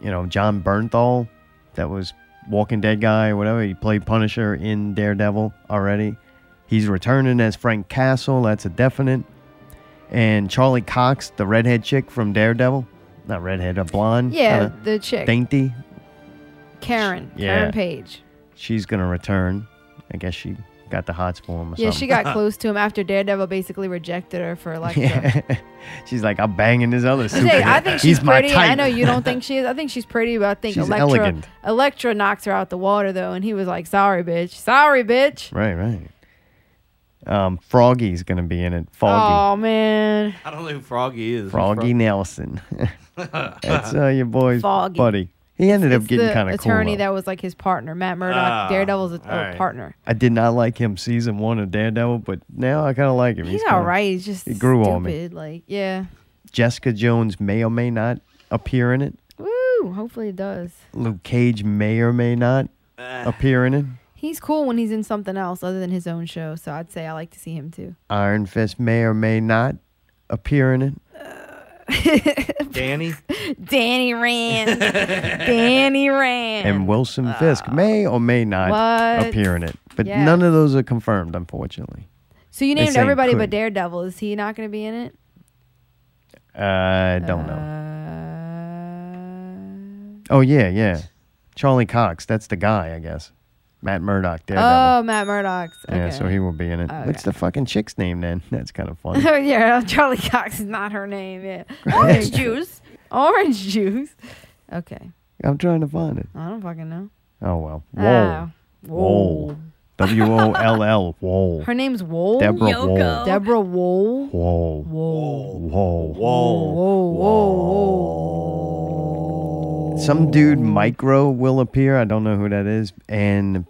you know, John Bernthal, that was Walking Dead guy or whatever. He played Punisher in Daredevil already. He's returning as Frank Castle. That's a definite. And Charlie Cox, the redhead chick from Daredevil, not redhead, a blonde. Yeah, kinda the chick. Dainty. Karen. Uh, Yeah. Karen Page. She's gonna return. I guess she got the hots for him. Or Yeah, something. she got close to him after Daredevil basically rejected her for like. Yeah. she's like, I'm banging this other I say, superhero. I think He's she's my pretty. I know type." you don't think she is. I think she's pretty, but I think She's Electra elegant. Electra knocks her out the water though, and he was like, "Sorry, bitch. Sorry, bitch." right, right. Um, Froggy's gonna be in it. Foggy. Oh man, I don't know who Froggy is. Froggy Nelson. That's uh, your boy's Foggy. buddy. He ended up It's getting the kind of cool. attorney though. that was like his partner, Matt Murdock. Ah, Daredevil's a, all right. partner. I did not like him season one of Daredevil, but now I kind of like him. He's, kinda- all right. He's just he grew stupid. on me. Like, yeah. Jessica Jones may or may not appear in it. Woo. Hopefully it does. Luke Cage may or may not appear in it. He's cool when he's in something else other than his own show. So I'd say I like to see him too. Iron Fist may or may not appear in it. Danny. Danny Rand. Danny Rand. And Wilson Fisk may or may not uh, What? appear in it. But Yeah. none of those are confirmed, unfortunately. so you They're named saying everybody but could. Daredevil. Is he not going to be in it? I don't Uh, know. Oh, yeah, yeah. Charlie Cox, that's the guy, I guess. Matt Murdock, Daredevil. Oh, Matt Murdock's. Okay. Oh, Yeah, so he will be in it. Okay. What's the fucking chick's name then? That's kind of funny. Oh yeah, Charlie Cox is not her name. Yeah, orange juice, orange juice. Okay, I'm trying to find it. I don't fucking know. Oh, well. Whoa. Ah, Whoa. W O L L. Whoa. Her name's Wool. Deborah Wool. Deborah Wool. Whoa. Whoa. Whoa. Whoa, whoa, Some dude micro will appear. I don't know who that is, and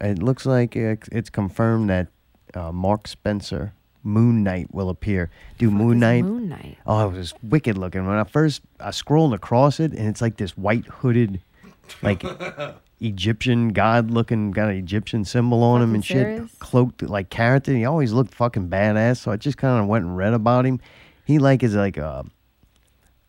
it looks like it- it's confirmed that uh, Mark Spencer Moon Knight will appear. Do Moon Knight? Moon Knight. Oh, it was wicked looking. When I first I scrolled across it, and it's like this white hooded, like Egyptian god looking, got an Egyptian symbol on him Fucking and serious? shit, cloaked like character. He always looked fucking badass, so I just kind of went and read about him. He like is like a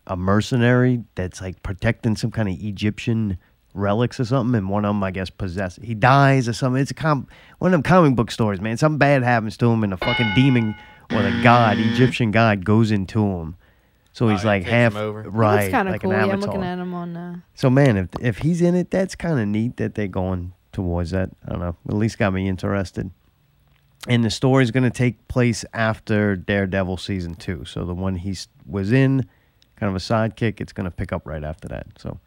a mercenary that's like protecting some kind of Egyptian relics or something, and one of them I guess possess. He dies or something. It's a com- one of them comic book stories, man. Something bad happens to him, and the fucking demon or the god, Egyptian god, goes into him. So he's like Oh, takes half him over. right, He looks kind of like cool. an Yeah, avatar. I'm looking at him on. Uh, So man, if if he's in it, that's kind of neat that they're going towards that. I don't know. At least got me interested. And the story's going to take place after Daredevil season two. So the one he s- was in, kind of a sidekick, it's going to pick up right after that. So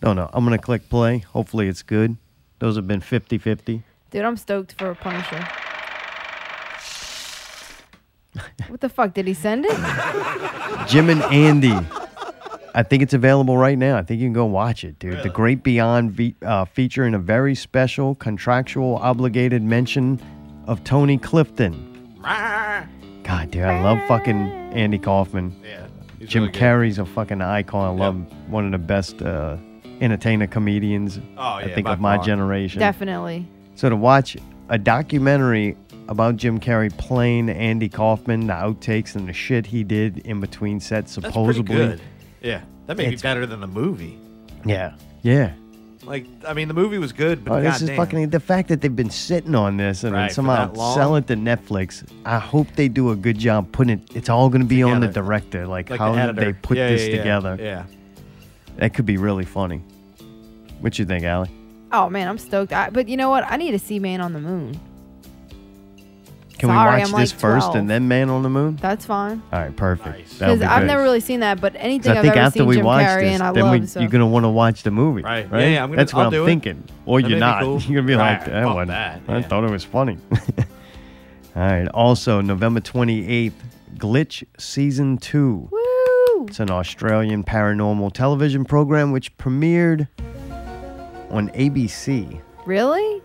don't know. I'm going to click play. Hopefully it's good. Those have been 50 50. dude, I'm stoked for a Punisher. what the fuck did he send it? Jim and Andy. I think it's available right now. I think you can go watch it, dude. The Great Beyond ve- uh, featuring a very special contractual obligated mention of Tony Clifton. God, dude, I love fucking Andy Kaufman. Yeah, Jim really good. Carrey's a fucking icon. I love one of the best uh, entertainer comedians. Oh, I yeah, think by of my far. generation. Definitely. So to watch a documentary about Jim Carrey playing Andy Kaufman, the outtakes and the shit he did in between sets, That's pretty supposedly. good. Yeah, that may be It's- better than the movie. Yeah. Yeah. Like, I mean, the movie was good, but Oh, this is goddamn. fucking the fact that they've been sitting on this and then Right, for somehow that long. sell it to Netflix. I hope they do a good job putting it. It's all going to be on the Together. director, like, Like how the did editor. they put Yeah, this yeah, yeah. together. Yeah. That could be really funny. What you think, Allie? Oh man, I'm stoked. I, but you know what? I need to see Man on the Moon. Can Sorry, we watch I'm this like first 12. and then Man on the Moon? That's fine. All right, perfect. That'll Because be I've good. never really seen that, but 'Cause anything I I've think ever after seen we Jim watch Carrey this, and I then love we, so. you're gonna want to watch the movie, Right. Yeah, right? yeah, I'm gonna- That's what I'll am do it. thinking. Or That you're may be not. cool. You're gonna be like, Right, that fuck one. that, I yeah." thought it was funny. All right. Also, November 28th, Glitch season two. Woo! It's an Australian paranormal television program which premiered on ABC. Really?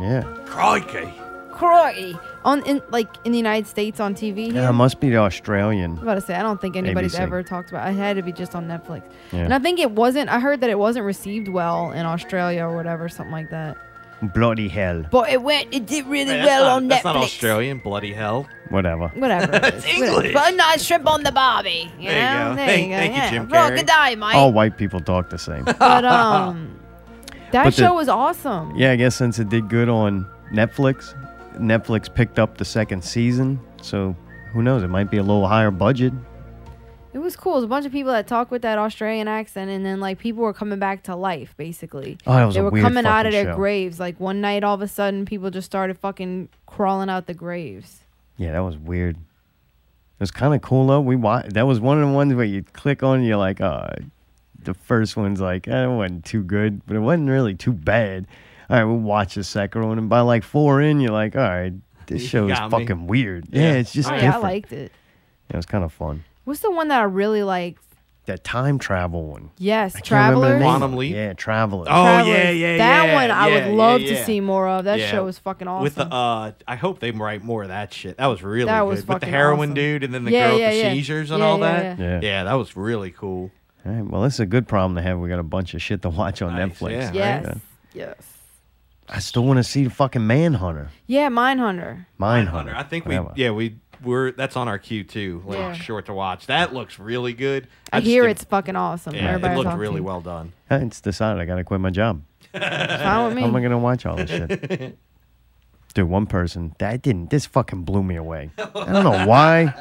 Yeah. Crikey. Croy. On in like in the United States on TV. here? Yeah, it must be the I Australian. was about to say, I don't think anybody's ABC. ever talked about. It had to be just on Netflix, Yeah. and I think it wasn't. I heard that it wasn't received well in Australia or whatever, something like that. Bloody hell. But it went. It did really Hey, that's well not- on That's Netflix. not Australian, bloody hell. Whatever. Whatever. it is. It's English. But a nice shrimp on the barbie. You There you know? go. There Thank- you go. thank you, yeah. Jim Oh. Rock a Carrey. day, mate. All white people talk the same. But um, that But the- show was awesome. Yeah, I guess since it did good on Netflix, Netflix picked up the second season. So who knows? It might be a little higher budget. It was cool. It was a bunch of people that talked with that Australian accent, and then like people were coming back to life, basically. Oh, that was they a were weird coming out of fucking their show. graves. Like one night, all of a sudden, people just started fucking crawling out the graves. Yeah, that was weird. It was kind of cool though. We wa- that was one of the ones where you click on, you're like, uh, the first one's like, eh, it wasn't too good, but it wasn't really too bad. All right, we'll watch the second one, and by like four in, you're like, all right, this You show is got me. fucking weird. Yeah, it's just Oh, yeah, I different. liked it. Yeah, it was kind of fun. What's the one that I really liked? That time travel one. Yes, I can't remember the Travelers. name. Quantum Oh, Leap? Yeah, Travelers. Travelers. That one I would love to see more of. That Yeah. show was fucking awesome. With the, uh, I hope they write more of that shit. That was really That good. was With the fucking heroin awesome. dude and then the Yeah, girl yeah, with the yeah. seizures and Yeah, all yeah, that. yeah. Yeah. that was really cool. All right, well, this is a good problem to have. We got a bunch of shit to watch on Netflix. yeah, right? yes, yes, I still want to see the fucking Manhunter. yeah, Mindhunter. Mindhunter. I think we, whatever. yeah, we were. That's on our queue too. Like Yeah. short to watch. That looks really good. I, just hear didn't- it's fucking awesome. Yeah, Everybody it looked talks really to me. well done. Huh, It's decided I got to quit my job. Fine with me. How am I gonna watch all this shit? Dude, one person that didn't. This fucking blew me away. I don't know why.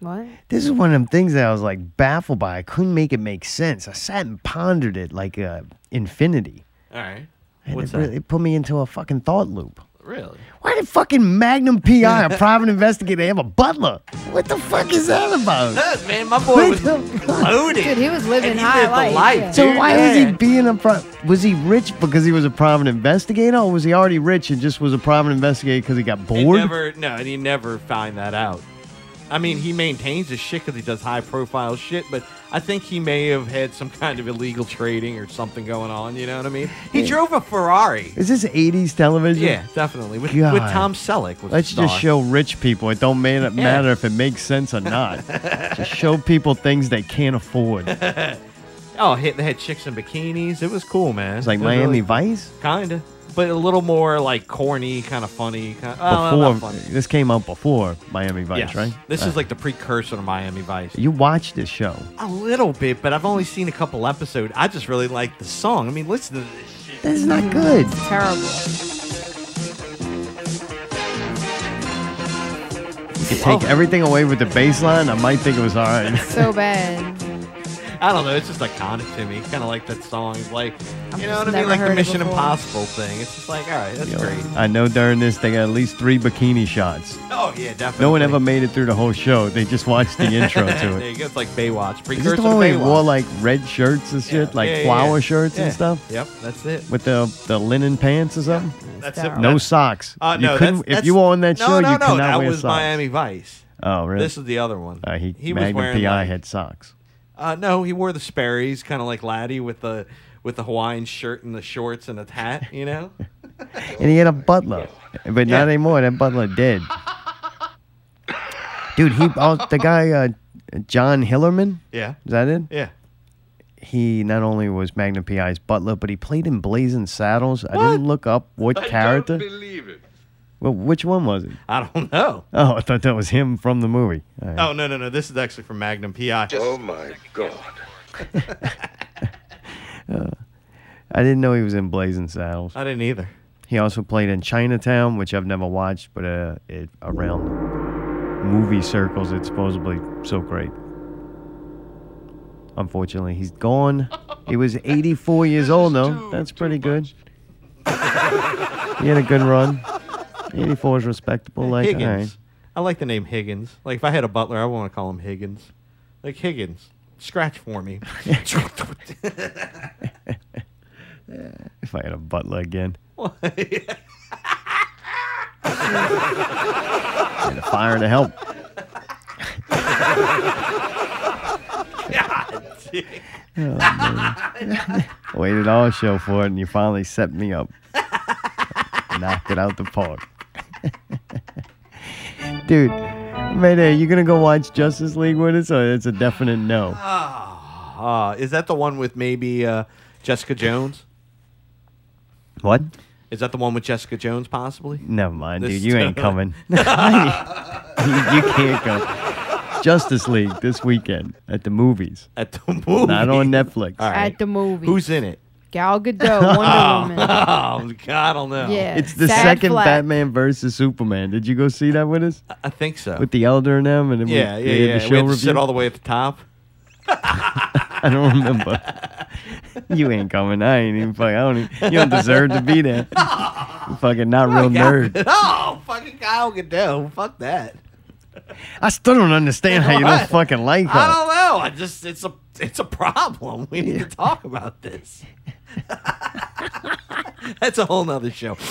What? This is one of them things that I was like baffled by. I couldn't make it make sense. I sat and pondered it like uh, infinity. All right. And What's it, really, it put me into a fucking thought loop. Really? Why did fucking Magnum PI, a private investigator, have a butler? What the fuck is that about? Look, man, my boy was loaded. Dude, he was living And he high lived the life, life. yeah. So dude. why was Yeah. he being a pri- was he rich because he was a private investigator, or was he already rich and just was a private investigator because he got He bored? never, no, and he never find that out. I mean, he maintains his shit because he does high profile shit, but I think he may have had some kind of illegal trading or something going on. You know what I mean? He drove a Ferrari. Is this '80s television? Yeah, definitely. With, God. with Tom Selleck. Was Let's the star. just show rich people. It don't ma- matter if it makes sense or not. just show people things they can't afford. It's Oh, hit, they had chicks in bikinis. It was cool, man. like It was Miami really- Vice Kinda. But a little more like corny, kind of funny. Kind of, before Oh, funny. this came out before Miami Vice, Yes. right? This Right. is like the precursor to Miami Vice. you watched this show. A little bit, but I've only seen a couple episodes. I just really like the song. I mean, listen to this shit. This is not good. Terrible. You could Oh. take everything away with the bass line. I might think it was all right. So bad. I don't know. It's just iconic to me. Kind of like that song. Like, you know just what I mean? never Like the heard it Mission before. Impossible thing. It's just like, all right, that's You know, great. I know during this they got at least three bikini shots. Oh, yeah, definitely. No one ever made it through the whole show. They just watched the intro to There it. you go. It's like Baywatch. Is Precursor this the to one where he Baywatch. wore like red shirts and shit, like Yeah, yeah, flower yeah. shirts Yeah. and stuff? Yep, that's it. with the the linen pants or something. That's That's it. No That's- socks. Uh, you no, couldn't, if that's, that's- you were on that no, show, no, you no, cannot that wear was socks. Miami Vice. Oh, really? This is the other one. uh, he, he was Magnum wearing. PI like- had socks. uh, no, he wore the Sperry's, kind of like Laddie with the with the Hawaiian shirt and the shorts and the hat. You know. And he had a butler, but Yeah. not anymore. That butler dead. Dude, he oh, the guy uh, John Hillerman. yeah. Is that it? Yeah. He not only was Magnum PI's butler, but he played in Blazing Saddles. I didn't look up what character. believe it. Well, which one was it? I don't know. Oh, I thought that was him from the movie. All right. Oh no no no! This is actually from Magnum PI. Oh my god. I didn't know he was in Blazing Saddles. I didn't either. He also played in Chinatown, which I've never watched, but uh, it around movie circles, it's supposedly so great. Unfortunately, he's gone. He was 84 years old, though. That's pretty good. he had a good run. 84 is respectable. Like, all Higgins. right. I like the name Higgins. Like if I had a butler, I want to call him Higgins. Like Higgins, scratch for me. if I had a butler again, I had a fire to help. Waited all show for it, and you finally set me up. Knocked it out the park. Dude, Mayday, you going to go watch Justice League with us, or it's a definite no? Uh, is that the one with maybe uh, Jessica Jones? What? Is that the one with Jessica Jones, possibly? Never mind, dude. This- You ain't coming. you can't go. Justice League this weekend at the movies. At the movies. Not on Netflix. At the movie. Who's in it? Gal Gadot, Wonder Woman. Oh, God, I don't know. Yeah. It's the Sad second flag. Batman versus Superman. Did you go see that with us? I think so. With the Elder and them, and then we- yeah, we, yeah, had yeah. the show we had to sit review? all the way at the top. I don't remember. you ain't coming. I ain't even fucking. I don't. Even, you don't deserve to be there. You fucking not real nerd. oh, fucking Kyle Goodell. Fuck that. I still don't understand how you don't What? fucking like I her. don't know. I just it's a it's a problem. We need to talk about this. That's a whole nother show.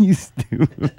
You stupid.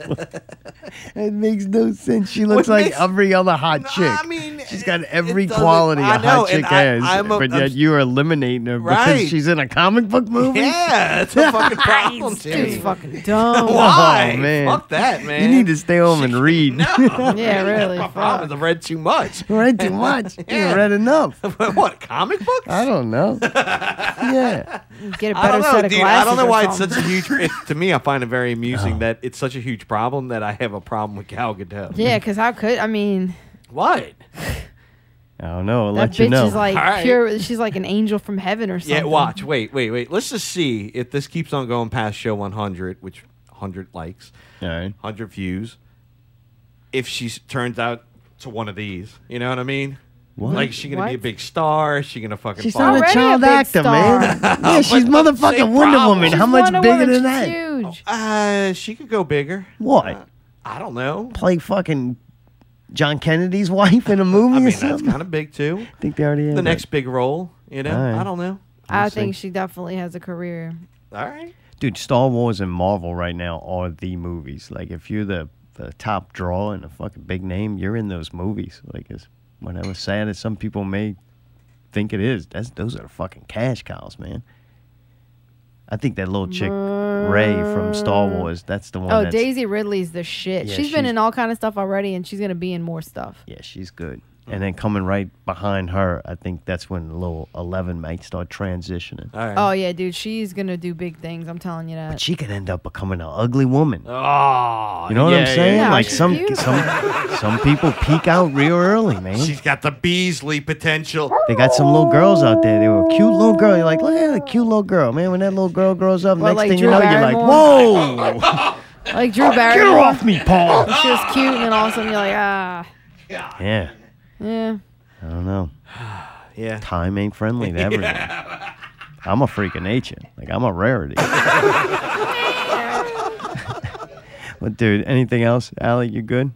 it makes no sense. She looks What like makes- every other hot No, chick. I mean, she's got it- it every doesn't- quality a I know, hot and chick I- has, I'm a- but I'm- yet you are eliminating her Right. because she's in a comic book movie. Yeah, it's a fucking problem, Dude's Timmy. fucking dumb. Why? Oh, man. Fuck that, man. You need to stay home and read. yeah, really. My problem is I read too much. read too much. You Yeah. You read enough. what comic books? I don't know. yeah. Get a I better don't know, set of dude. glasses. I don't know or why it's something. such a huge. It, to me, I find it very amusing Oh. that it's such a huge problem that I have a problem with Gal Gadot. Yeah, because how could I mean What? I don't know. I'll that let bitch you know. is like All right. pure. She's like an angel from heaven or something. Yeah, watch. Wait, wait, wait. Let's just see if this keeps on going past show 100, which 100 likes, All right. 100 views. If she s- turns out to one of these, you know what I mean? What? Like, is she gonna be a What? big star? Is she gonna fucking? She's fall- not a Already a child big actor, man. star. Yeah, she's But the same motherfucking Wonder problem. Woman. She's How much Wonder bigger Woman, she's than that? Oh, Huge. uh, she could go bigger. What? I don't know. Play fucking John Kennedy's wife in a movie I or mean, that's something? kind of big too. I think they already had The that. next big role, you know. All right. I don't know. I think she definitely has a career. All right. Dude, Star Wars and Marvel right now are the movies. Like, if you're the, the top draw and a fucking big name, you're in those movies. Like, it's whatever sad as some people may think it is, that's those are the fucking cash cows, man. I think that little chick Ray from Star Wars, that's the one. Oh, that's, Daisy Ridley's the shit. Yeah, she's been she's- in all kind of stuff already, and she's gonna be in more stuff. Yeah, she's good. And then coming right behind her, I think that's when little eleven might start transitioning. All right. Oh yeah, dude, she's gonna do big things. I'm telling you that. But she could end up becoming an ugly woman. Oh, You know what yeah, I'm yeah, saying? yeah. like she's some beautiful. some some people peak out real early, man. She's got the Beasley potential. They got some little girls out there. They were a cute little girl. You're like, look at that cute little girl, man. When that little girl grows up, Well, next like thing Drew you know, you're like, Barrymore. whoa, Like Drew get her Barrymore, off me, Paul. she was cute, and then all of a sudden you're like, ah, yeah, yeah. I don't know. Yeah. Time ain't friendly to everyone. I'm a freak of nature. Like I'm a rarity. but dude, anything else, Allie? You good?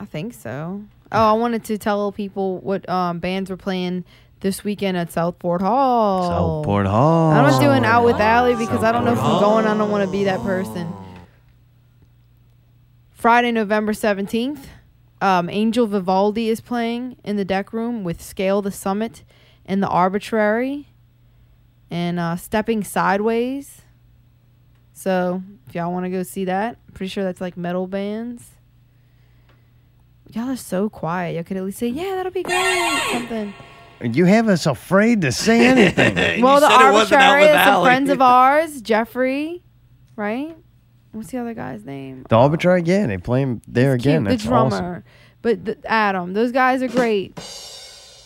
I think so. Oh, I wanted to tell people what um, bands were playing this weekend at Southport Hall. Southport Hall. Oh. I'm not doing out with Allie because I don't know if I'm going. I don't want to be that person. Friday, November 17th, um, Angel Vivaldi is playing in the deck room with Scale the Summit and The Arbitrary and uh, Stepping Sideways. So if y'all want to go see that, I'm pretty sure that's like metal bands. Y'all are so quiet. Y'all could at least say, yeah, that'll be great. Something. You have us afraid to say anything. Well, the said it wasn't out arbitrary with is some Allie. friends of ours, Jeffrey, right? What's the other guy's name? the arbitrary, yeah, they play him there Cute, again. the That's drummer. awesome. But the, Adam, those guys are great.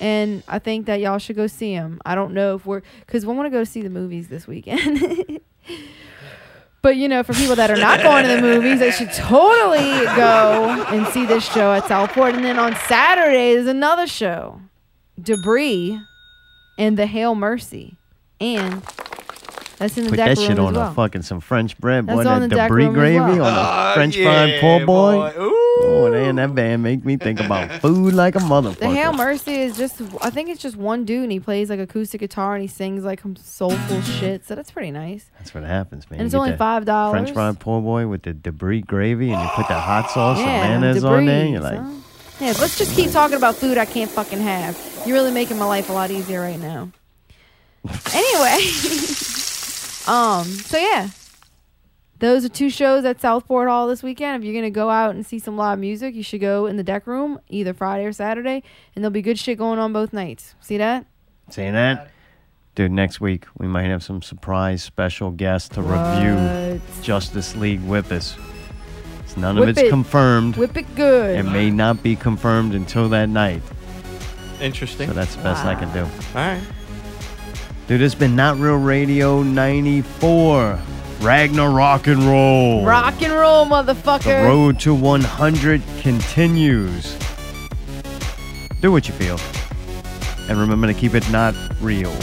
And I think that y'all should go see them. I don't know if we're because we want to go see the movies this weekend. but you know, for people that are not going to the movies, they should totally go and see this show at Southport. And then on Saturday is another show, Debris, and the Hail Mercy, and that's in the Put deck that room shit as on well. a fucking some French bread, That's boy. on That the deck debris room as gravy well. on a French fry Ah, yeah, poor boy. boy. Ooh. Oh man, that band make me think about food like a motherfucker. The Hail Mercy is just, I think it's just one dude and he plays like acoustic guitar and he sings like some soulful shit. So that's pretty nice. That's what happens, man. And it's You get only that $5. French fry poor boy with the debris gravy, and you put the hot sauce Yeah, and mayonnaise on there. And debris, you're like, huh? Yeah, let's just keep talking about food I can't fucking have. You're really making my life a lot easier right now. anyway, um, so yeah, those are two shows at Southport Hall this weekend. If you're gonna go out and see some live music, you should go in the deck room either Friday or Saturday, and there'll be good shit going on both nights. See that? Saying that, dude, next week we might have some surprise special guest to review Justice League with us. It's- None Whip of it's it. confirmed. Whip it good. It may not be confirmed until that night. Interesting. So that's the best I can do. Ah. All right. Dude, it's been Not Real Radio 94. Ragnar Rock and Roll. Rock and roll, The motherfucker. road to 100 continues. Do what you feel. And remember to keep it not real.